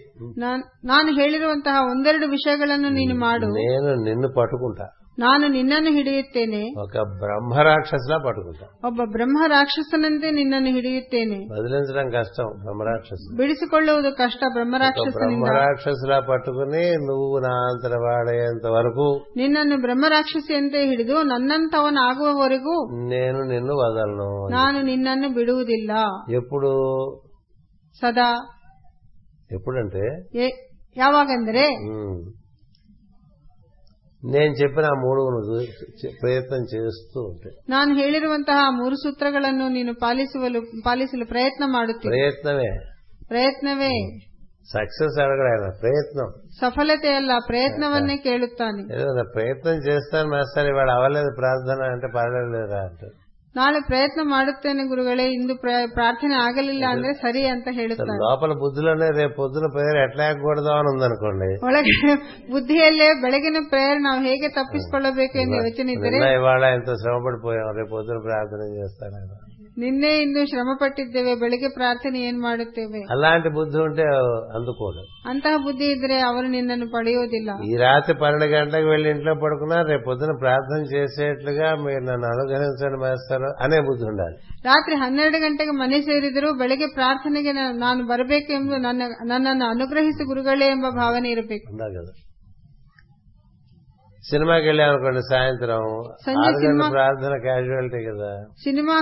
ನಾನ್- ನಾನು ಹೇಳಿರುವಂತಹ ಒಂದೆರಡು ವಿಷಯಗಳನ್ನು ನೀನು ಮಾಡು నేను నిన్ను పట్టుకుంటా ನಾನು ನಿನ್ನನ್ನು ಹಿಡಿಯುತ್ತೇನೆ ఒక బ్రహ్మరాక్షసులా పట్టుకుంటా ಒಬ್ಬ ಬ್ರಹ್ಮ ರಾಕ್ಷಸನಂತೆ ನಿನ್ನನ್ನು ಹಿಡಿಯುತ್ತೇನೆ వదిలించడం కష్టం బ్రహ్మరాక్షసు ಬಿಡಿಸಿಕೊಳ್ಳುವುದು ಕಷ್ಟ ఒక ಬ್ರಹ್ಮರಾಕ್ಷಸನಿಂದ బ్రహ్మరాక్షసులా పట్టుకుని నువ్వు నా అంతర వాడేంత వరకు ನಿನ್ನನ್ನು ಬ್ರಹ್ಮರಾಕ್ಷಸಿಯಂತೆ ಹಿಡಿದು ನನ್ನಂತವನಾಗುವವರೆಗೂ నేను నిన్ను వదలను ನಾನು ನಿನ್ನನ್ನು ಬಿಡುವುದಿಲ್ಲ ఎప్పుడు ಸದಾ ఎప్పుడంటే ಎ- ಯಾವಾಗೆಂದರೆ ఉమ్. నేను చెప్పిన ఆ మూడు నువ్వు చే- ప్రయత్నం చేస్తూ ఉంటే ನಾನು ಹೇಳಿರುವಂತಹ ಮೂರು ಸೂತ್ರಗಳನ್ನು ನೀನು ಪಾಲಿಸುವಲು ಪಾಲಿಸಲು ಪ್ರಯತ್ನ ಮಾಡುತ್ತೀನಿ ప్రయత్నమే ಪ್ರಯತ್ನವೇ సక్సెస్ అడగడు ఆయన ప్రయత్నం ಸಫಲತೆಯಲ್ಲ ಪ್ರಯತ್ನವನ್ನೇ ಕೇಳುತ್ತಾನೆ ఏదో నా ప్రయత్నం చేస్తాను మాస్టర్ ఇవాడు అవ్వలేదు ప్రార్థన అంటే పర్వాలేదు లేదా అంటే ನಾಳೆ ಪ್ರಯತ್ನ ಮಾಡುತ್ತೇನೆ ಗುರುಗಳೇ ಇಂದು ಪ್ರ- ಪ್ರಾರ್ಥನೆ ಆಗಲಿಲ್ಲ ಅಂದ್ರೆ ಸರಿ ಅಂತ ಹೇಳುತ್ತಾನೆ లోపల బుద్ధిలోనే రేపు పొద్దున పేరు ఎట్లా ఎక్కకూడదు అని ఉందనుకోండి ಒಳಗೆ ಬುದ್ಧಿಯಲ್ಲೇ ಬೆಳಗಿನ ಪ್ರೇಯರ್ ನಾವು ಹೇಗೆ ತಪ್ಪಿಸಿಕೊಳ್ಳಬೇಕು ಎಂದು ಯೋಚನೆ ಇದ್ದರೆ నిన్న ఇవాళ ఇంత శ్రమ పడిపోయాం రేపు పొద్దున ప్రార్థన చేస్తాను ನಿನ್ನೆ ಇನ್ನು ಶ್ರಮ ಪಟ್ಟಿದ್ದೇವೆ ಬೆಳಿಗ್ಗೆ ಪ್ರಾರ್ಥನೆ ಏನ್ ಮಾಡುತ್ತೇವೆ అలాంటి బుద్ధి ఉంటే అందుకోడు ಅಂತಹ ಬುದ್ಧಿ ಇದ್ರೆ ಅವರು ನಿನ್ನನ್ನು ಪಡೆಯೋದಿಲ್ಲ ఈ రాత్రి పన్నెండు గంటలకు వెళ్ళి ఇంట్లో పడుకున్నా రేపు పొద్దున ప్రార్థన చేసేట్లుగా మీరు నన్ను అనుగ్రహించండి మేస్తారు అనే బుద్ధి ఉండాలి ರಾತ್ರಿ ಹನ್ನೆರಡು ಗಂಟೆಗೆ ಮನೆ ಸೇರಿದರೂ ಬೆಳಗ್ಗೆ ಪ್ರಾರ್ಥನೆಗೆ ನಾ- ನಾನು ಬರಬೇಕೆಂದು ನನ್ನ ನನ್ನನ್ನು ಅನುಗ್ರಹಿಸಿ ಗುರುಗಳೇ ಎಂಬ ಭಾವನೆ ಇರಬೇಕು ఉండాలి కదా సినిమాకి వెళ్ళామనుకోండి సాయంత్రం సంధ్య ఆరు గంటల సినిమా- ప్రార్థన క్యాజువాలిటీ కదా ಸಿನಿಮಾ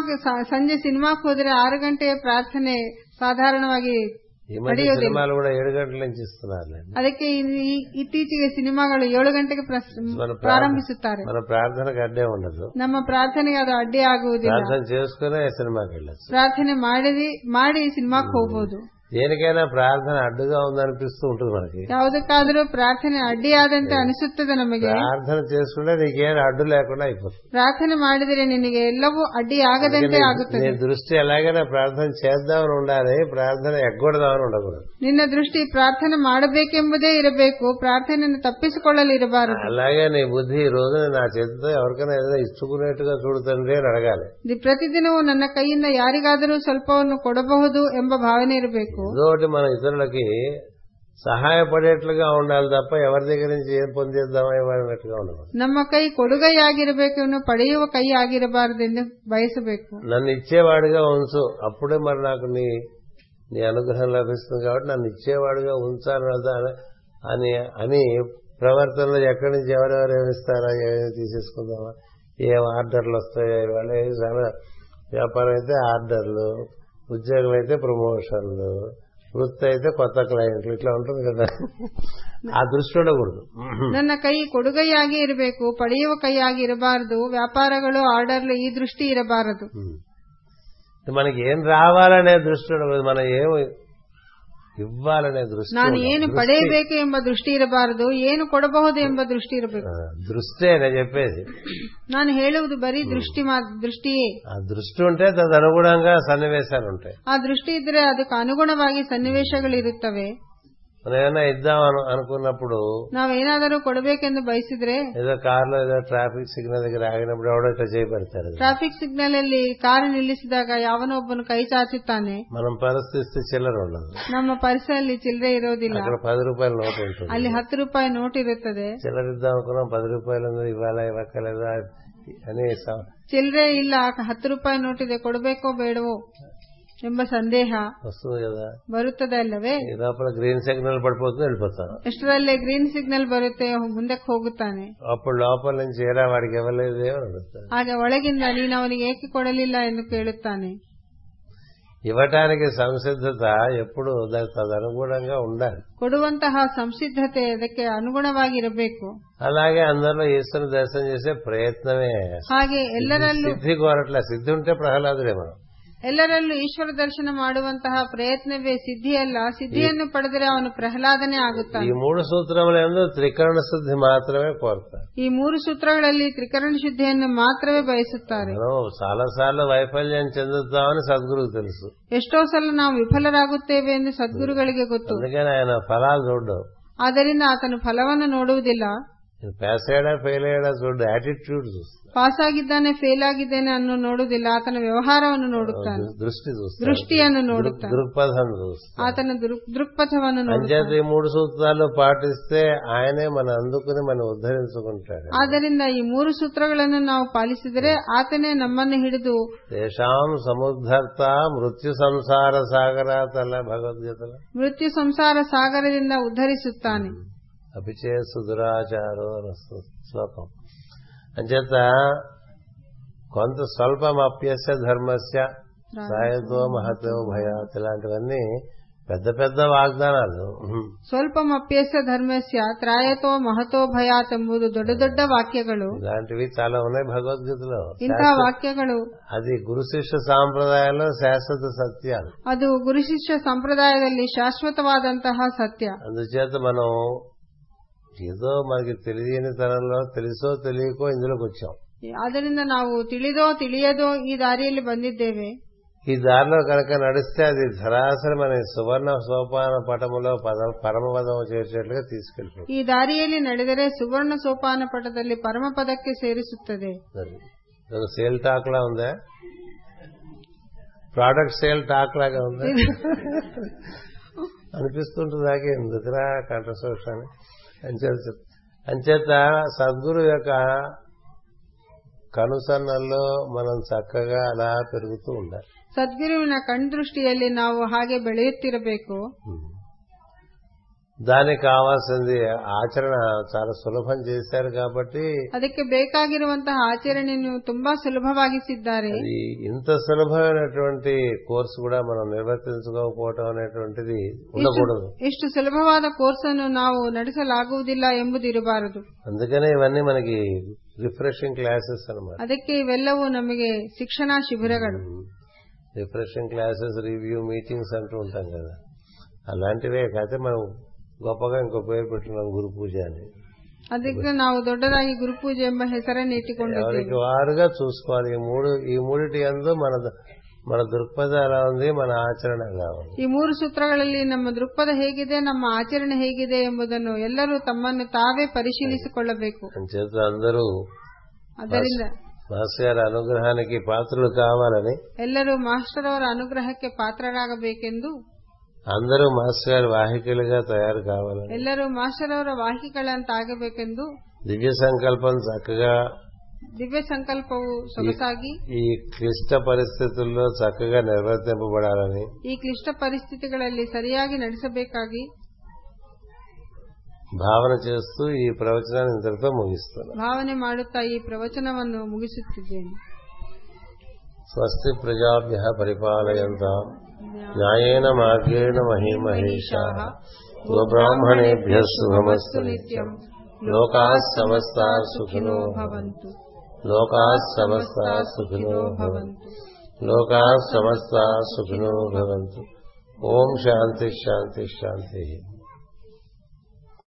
ಸಂಜೆ ಸಿನಿಮಾಕ್ಕೆ ಹೋದ್ರೆ ಆರು ಗಂಟೆಯ ಪ್ರಾರ್ಥನೆ ಸಾಧಾರಣವಾಗಿ ఈ మధ్య సినిమాలు కూడా ఏడు గంటల నుంచి ఇస్తున్నారు ಅದಕ್ಕೆ ಈ- ಈ- ಇತ್ತೀಚೆಗೆ ಸಿನಿಮಾಗಳು ಏಳು ಗಂಟೆಗೆ ಪ್ರಸ್- మన ప్రార్థన- ಪ್ರಾರಂಭಿಸುತ್ತಾರೆ మన ప్రార్థనకు అడ్డే ఉండదు ನಮ್ಮ ಪ್ರಾರ್ಥನೆಗೆ ಅದು ಅಡ್ಡಿ ಆಗುವುದಿಲ್ಲ ప్రార్థన చేసుకునే సినిమాకి వెళ్ళచ్చు ಪ್ರಾರ್ಥನೆ ಮಾಡಿ ಮಾಡಿ ಸಿನಿಮಾಕ್ಕೆ ಹೋಗ್ಬೋದು దేనికైనా ప్రార్థన అడ్డుగా ఉందనిపిస్తూ ఉంటుంది మనకి ಯಾವುದಕ್ಕಾದರೂ ಪ್ರಾರ್ಥನೆ ಅಡ್ಡಿಯಾದಂತೆ ಅನಿಸುತ್ತದೆ ನಮಗೆ ప్రార్థన చేసుకుంటే నీకేం అడ్డు లేకుండా అయిపోతుంది ಪ್ರಾರ್ಥನೆ ಮಾಡಿದರೆ ನಿನಗೆ ಎಲ್ಲವೂ ಅಡ್ಡಿ ಆಗದಂತೆ ಆಗುತ್ತದೆ నీ దృష్టి ఎలాగైనా ప్రార్థన చేద్దామని ఉండాలి ప్రార్థన ఎగ్గొడదామని ఉండకూడదు ನಿನ್ನ ದೃಷ್ಟಿ ಪ್ರಾರ್ಥನೆ ಮಾಡಬೇಕೆಂಬುದೇ ಇರಬೇಕು ಪ್ರಾರ್ಥನೆಯನ್ನು ತಪ್ಪಿಸಿಕೊಳ್ಳಲು ಇರಬಾರದು అలాగే నీ బుద్ధి ఈ రోజు నా చేతితో ఎవరికైనా ఏదైనా ఇచ్చుకునేట్టుగా చూడుతుంది అని అడగాలి ದಿ- ಪ್ರತಿದಿನವೂ ನನ್ನ ಕೈಯಿಂದ ಯಾರಿಗಾದರೂ ಸ್ವಲ್ಪವನ್ನು ಕೊಡಬಹುದು ಎಂಬ ಭಾವನೆ ಇರಬೇಕು ఏదో ఒకటి మన ఇతరులకి సహాయపడేట్లుగా ఉండాలి తప్ప ఎవరి దగ్గర నుంచి ఏం పొందేద్దామా ఇవ్వనట్టుగా ఉండకూడదు ನಮ್ಮ ಕೈ ಕೊಡುಗೈಯಾಗಿರಬೇಕು ಇನ್ನು ಪಡೆಯುವ ಕೈ ಆಗಿರಬಾರದೆಂದು ಬಯಸಬೇಕು నన్ను ఇచ్చేవాడిగా ఉంచు అప్పుడే మరి నాకు నీ నీ అనుగ్రహం లభిస్తుంది కాబట్టి నన్ను ఇచ్చేవాడిగా ఉంచాలి అదా- అని అని ప్రవర్తనలో ఎక్కడి నుంచి ఎవరెవరు ఏమిస్తారా ఏమేమి తీసేసుకుందామా ఏం ఆర్డర్లు వస్తాయో ఇవాళ ఏం చాలా వ్యాపారం అయితే ఆర్డర్లు ఉద్యోగం అయితే ప్రమోషన్లు వృత్తి అయితే కొత్త క్లయింట్లు ఇట్లా ఉంటుంది కదా ఆ దృష్టి ఉండకూడదు ನನ್ನ ಕೈ ಕೊಡುಗೈಯಾಗಿ ಇರಬೇಕು ಪಡೆಯುವ ಕೈಯಾಗಿ ಇರಬಾರದು ವ್ಯಾಪಾರಗಳು ಆರ್ಡರ್ಲು ಈ ದೃಷ್ಟಿ ಇರಬಾರದು మనకి ఏం రావాలనే దృష్టి ఉండకూడదు మనం ఏం ఇవ్వాలనే దృష్టి ನಾನು ఉండాలి. ಏನು ಪಡೆಯಬೇಕು ಎಂಬ ದೃಷ್ಟಿ ಇರಬಾರದು ಏನು ಕೊಡಬಹುದು ಎಂಬ దృష్ಟಿ ಇರಬೇಕು ఆ, దృష్టే నేను చెప్పేది ನಾನು ಹೇಳುವುದು ಬರೀ ದೃಷ್ಟಿ ಮಾ- ದೃಷ್ಟಿಯೇ ఆ దృష్టి ఉంటే తదనుగుణంగా సన్నివేశాలు ఉంటాయి ಆ ದೃಷ್ಟಿ ಇದ್ರೆ ಅದಕ್ಕೆ ಅನುಗುಣವಾಗಿ ಸನ್ನಿವೇಶಗಳಿರುತ್ತವೆ మనం ఏమైనా ఇద్దాం అను- అనుకున్నప్పుడు ನಾವೇನಾದರೂ ಕೊಡಬೇಕೆಂದು ಬಯಸಿದ್ರೆ ఏదో కారులో ఏదో ట్రాఫిక్ సిగ్నల్ దగ్గర ఆగినప్పుడు ఎవడో ఇట్లా చేయబడతారు ಟ್ರಾಫಿಕ್ ಸಿಗ್ನಲ್ ಅಲ್ಲಿ ಕಾರು ನಿಲ್ಲಿಸಿದಾಗ ಯಾವನೋ ಒಬ್ಬನು ಕೈ ಚಾಚುತ್ತಾನೆ మనం పరిస్థితి చిల్లర ఉండదు ನಮ್ಮ ಪರಿಸಲ್ಲಿ ಚಿಲ್ಲರೆ ಇರೋದಿಲ್ಲ అక్కడ పది రూపాయల నోటు ఉంటుంది ಅಲ್ಲಿ ಹತ್ತು ರೂಪಾಯಿ ನೋಟ್ ಇರುತ್ತದೆ చిల్లర ఇద్దాం అనుకున్నాం పది రూపాయలు ఉంది ఇవ్వాలా ఇవ్వక్కలేదా అని స- ಚಿಲ್ಲರೆ ಇಲ್ಲ ಹತ್ತು ರೂಪಾಯಿ ನೋಟ್ ಇದೆ ಕೊಡಬೇಕೋ ಬೇಡವೋ ಎಂಬ ಸಂದೇಹ వస్తుంది కదా ಬರುತ್ತದೆ ಅಲ್ಲವೇ ఈ లోపల గ్రీన్ సిగ్నల్ పడిపోతుంది వెళ్ళిపోతాం ಎಷ್ಟರಲ್ಲೇ ಗ್ರೀನ್ ಸಿಗ್ನಲ್ ಬರುತ್ತೆ ಮುಂದಕ್ಕೆ ಹೋಗುತ್ತಾನೆ అప్పుడు లోపల నుంచి ఏరా వాడికి ఇవ్వలేదు అని అడుగుతారు ಆಗ ಒಳಗಿಂದ ನೀನು ಅವನಿಗೆ ಏಕೆ ಕೊಡಲಿಲ್ಲ ಎಂದು ಕೇಳುತ್ತಾನೆ ఇవ్వటానికి సంసిద్ధత ఎప్పుడు దానికి తదనుగుణంగా ఉండాలి ಕೊಡುವಂತಹ ಸಂಸಿದ್ಧತೆ ಅದಕ್ಕೆ ಅನುಗುಣವಾಗಿರಬೇಕು అలాగే అందరిలో ఈశ్వరుని దర్శనం చేసే ప్రయత్నమే ಹಾಗೆ ಎಲ್ಲರಲ್ಲೂ సిద్ధి కోరట్ల సిద్ధి ఉంటే ప్రహ్లాదుడే మనం ಎಲ್ಲರಲ್ಲೂ ಈಶ್ವರ ದರ್ಶನ ಮಾಡುವಂತಹ ಪ್ರಯತ್ನವೇ ಸಿದ್ಧಿಯಲ್ಲ ಸಿದ್ಧಿಯನ್ನು ಪಡೆದರೆ ಅವನು ಪ್ರಹ್ಲಾದನೆ ಆಗುತ್ತಾನೆ ఈ మూడు సూత్రముల యందు త్రికరణ శుద్ధి మాత్రమే కోరతారు ಈ ಮೂರು ಸೂತ್ರಗಳಲ್ಲಿ ತ್ರಿಕರಣ ಶುದ್ಧಿಯನ್ನು ಮಾತ್ರವೇ ಬಯಸುತ್ತಾರೆ మనం చాలా సార్లు వైఫల్యం చెందుతామని సద్గురువు తెలుసు ಎಷ್ಟೋ ಸಲ ನಾವು ವಿಫಲರಾಗುತ್ತೇವೆ ಎಂದು ಸದ್ಗುರುಗಳಿಗೆ ಗೊತ್ತು అందుకని ఆయన ఫలాలు చూడడం ಆದ್ದರಿಂದ ಆತನು ಫಲವನ್ನು ನೋಡುವುದಿಲ್ಲ పాస్ అయ్యాడా ఫెయిల్ అయ్యాడా చూడు యాటిట్యూడ్ చూస్తాడు ಪಾಸ್ ಆಗಿದ್ದಾನೆ ಫೇಲ್ ಆಗಿದ್ದೇನೆ ಅನ್ನೋ ನೋಡುವುದಿಲ್ಲ ಆತನ ವ್ಯವಹಾರವನ್ನು ನೋಡುತ್ತಾನೆ దృష్టి చూస్తాడు ದೃಷ್ಟಿಯನ್ನು ನೋಡುತ್ತಾನೆ దృక్పథం చూస్తాడు ಆತನ ದೃಕ್- ದೃಕ್ಪಥವನ್ನು ನೋಡುತ್ತಾನೆ అంచేత ఈ మూడు సూత్రాలు పాటిస్తే ఆయనే మన అందుకుని మనం ఉద్ధరించుకుంటాడు ಆದ್ದರಿಂದ ಈ ಮೂರು ಸೂತ್ರಗಳನ್ನು ನಾವು ಪಾಲಿಸಿದರೆ ಆತನೇ ನಮ್ಮನ್ನು ಹಿಡಿದು తేషాం సముద్ధర్త మృత్యు సంసార సాగరాతల భగవద్గీతల ಮೃತ್ಯು ಸಂಸಾರ ಸಾಗರದಿಂದ ಉದ್ಧರಿಸುತ್ತಾನೆ అపిచే సుదురాచారో అని వస్తుంది శ్లోకం అంచేత కొంత స్వల్పం అప్యస్య ధర్మస్య సాయతో మహతో భయాత్ ఇలాంటివన్నీ పెద్ద పెద్ద వాగ్దానాలు ಸ್ವಲ್ಪ ಮಪ್ಯಸ ಧರ್ಮಸ್ಯ ತ್ರಾಯತೋ ಮಹತೋ ಭಯಾತ್ ಎಂಬುದು ದೊಡ್ಡ ದೊಡ್ಡ ವಾಕ್ಯಗಳು ఇలాంటివి చాలా ఉన్నాయి భగవద్గీతలో ಇಂತಹ ವಾಕ್ಯಗಳು అది గురు శిష్య సాంప్రదాయంలో శాశ్వత సత్యాలు ಅದು ಗುರುಶಿಷ್ಯ ಸಂಪ್ರದಾಯದಲ್ಲಿ ಶಾಶ್ವತವಾದಂತಹ ಸತ್ಯ అందుచేత మనం ఏదో మనకి తెలియని తరంలో తెలుసో తెలియకో ఇందులోకి వచ్చాం ಆದ್ದರಿಂದ ನಾವು ತಿಳಿದೋ ತಿಳಿಯದೋ ಈ ದಾರಿಯಲ್ಲಿ ಬಂದಿದ್ದೇವೆ ఈ దారిలో కనుక నడిస్తే అది ధరాసరి మన సువర్ణ సోపాన పటములో పద పరమపదం చేర్చేట్లుగా తీసుకెళ్తుంది ಈ ದಾರಿಯಲ್ಲಿ ನಡೆದರೆ ಸುವರ್ಣ ಸೋಪಾನ ಪಟದಲ್ಲಿ ಪರಮಪದಕ್ಕೆ ಸೇರಿಸುತ್ತದೆ అది. ఇదొక సేల్ టాక్ లా ఉందా ప్రోడక్ట్ సేల్ టాక్ లాగా ఉంది అనిపిస్తుంటుంది నాకే ఎందుకురా కంఠశోషాన్ని అంచేత అంచేత సద్గురు యొక్క కనుసన్నల్లో మనం చక్కగా అలా పెరుగుతూ ఉండాలి ಸದ್ಗುರುವಿನ ಕಣ್ದೃಷ್ಟಿಯಲ್ಲಿ ನಾವು ಹಾಗೆ ಬೆಳೆಯುತ್ತಿರಬೇಕು దానికి కావాల్సింది ఆచరణ చాలా సులభం చేశారు కాబట్టి ಅದಕ್ಕೆ ಬೇಕಾಗಿರುವಂತಹ ಆಚರಣೆಯನ್ನು ತುಂಬಾ ಸುಲಭವಾಗಿಸಿದ್ದಾರೆ అది ఇంత సులభమైనటువంటి కోర్సు కూడా మనం నిర్వర్తించుకోకపోవటం అనేటువంటిది ఉండకూడదు ಇಷ್ಟು ಸುಲಭವಾದ ಕೋರ್ಸ್ ಅನ್ನು ನಾವು ನಡೆಸಲಾಗುವುದಿಲ್ಲ ಎಂಬುದಿರಬಾರದು అందుకనే ఇవన్నీ మనకి రిఫ్రెషింగ్ క్లాసెస్ అనమాట ಅದಕ್ಕೆ ಇವೆಲ್ಲವೂ ನಮಗೆ ಶಿಕ್ಷಣ ಶಿಬಿರಗಳು రిఫ్రెషింగ్ క్లాసెస్ రివ్యూ మీటింగ్స్ అంటూ ఉంటాం కదా అలాంటివే కాకపోతే మనం గొప్పగా ఇంకో పేరు పెట్టున్నాం గురు పూజ అని ಅದಕ್ಕೆ ನಾವು ದೊಡ್ಡದಾಗಿ ಗುರುಪೂಜೆ ಎಂಬ ಹೆಸರನ್ನು ಇಟ್ಟುಕೊಂಡಿದ್ದೇವೆ ఎవరికి వారుగా చూసుకోవాలి ఈ మూడు ఈ మూడిటి అందు మన మన దృక్పథం ఎలా ఉంది మన ఆచరణ ఎలా ఉంది ಈ ಮೂರು ಸೂತ್ರಗಳಲ್ಲಿ ನಮ್ಮ ದೃಕ್ಪಥ ಹೇಗಿದೆ ನಮ್ಮ ಆಚರಣೆ ಹೇಗಿದೆ ಎಂಬುದನ್ನು ಎಲ್ಲರೂ ತಮ್ಮನ್ನು ತಾವೇ ಪರಿಶೀಲಿಸಿಕೊಳ್ಳಬೇಕು అని చేత అందరూ ಅದರಿಂದ మాస్ గారి అనుగ్రహానికి పాత్రలు కావాలని ಎಲ್ಲರೂ ಮಾಸ್ಟರ್ ಅವರ ಅನುಗ್ರಹಕ್ಕೆ ಪಾತ್ರರಾಗಬೇಕೆಂದು అందరూ మాస్ గారి వాహికలుగా తయారు కావాలని ಎಲ್ಲರೂ ಮಾಸ್ಟರ್ ಅವರ ವಾಹಿಗಳಂತಾಗಬೇಕೆಂದು దివ్య సంకల్పం చక్కగా ದಿವ್ಯ ಸಂಕಲ್ಪವು ಸೊಗಸಾಗಿ ఈ క్లిష్ట పరిస్థితుల్లో చక్కగా నిర్వర్తింపబడాలని ಈ ಕ್ಲಿಷ್ಟ ಪರಿಸ್ಥಿತಿಗಳಲ್ಲಿ ಸರಿಯಾಗಿ ನಡೆಸಬೇಕಾಗಿ భావన చేస్తూ ఈ ప్రవచనాన్ని ఇంతటితో ముగిస్తున్నాను ಭಾವನೆ ಮಾಡುತ್ತಾ ಈ ಪ್ರವಚನವನ್ನು ಮುಗಿಸುತ್ತಿದ್ದೇನೆ స్వస్తి ప్రజాభ్య పరిపాలయంతా న్యాయేన మార్గేణ మహిమహేషా గోబ్రాహ్మణేభ్య శుభమస్తు నిత్యం లోకా సమస్తా సుఖినో ಭವಂತು లోకా సమస్తా సుఖినో భవంతు లోకా సమస్తా సుఖినో భవంతు ఓం శాంతి శాంతి శాంతి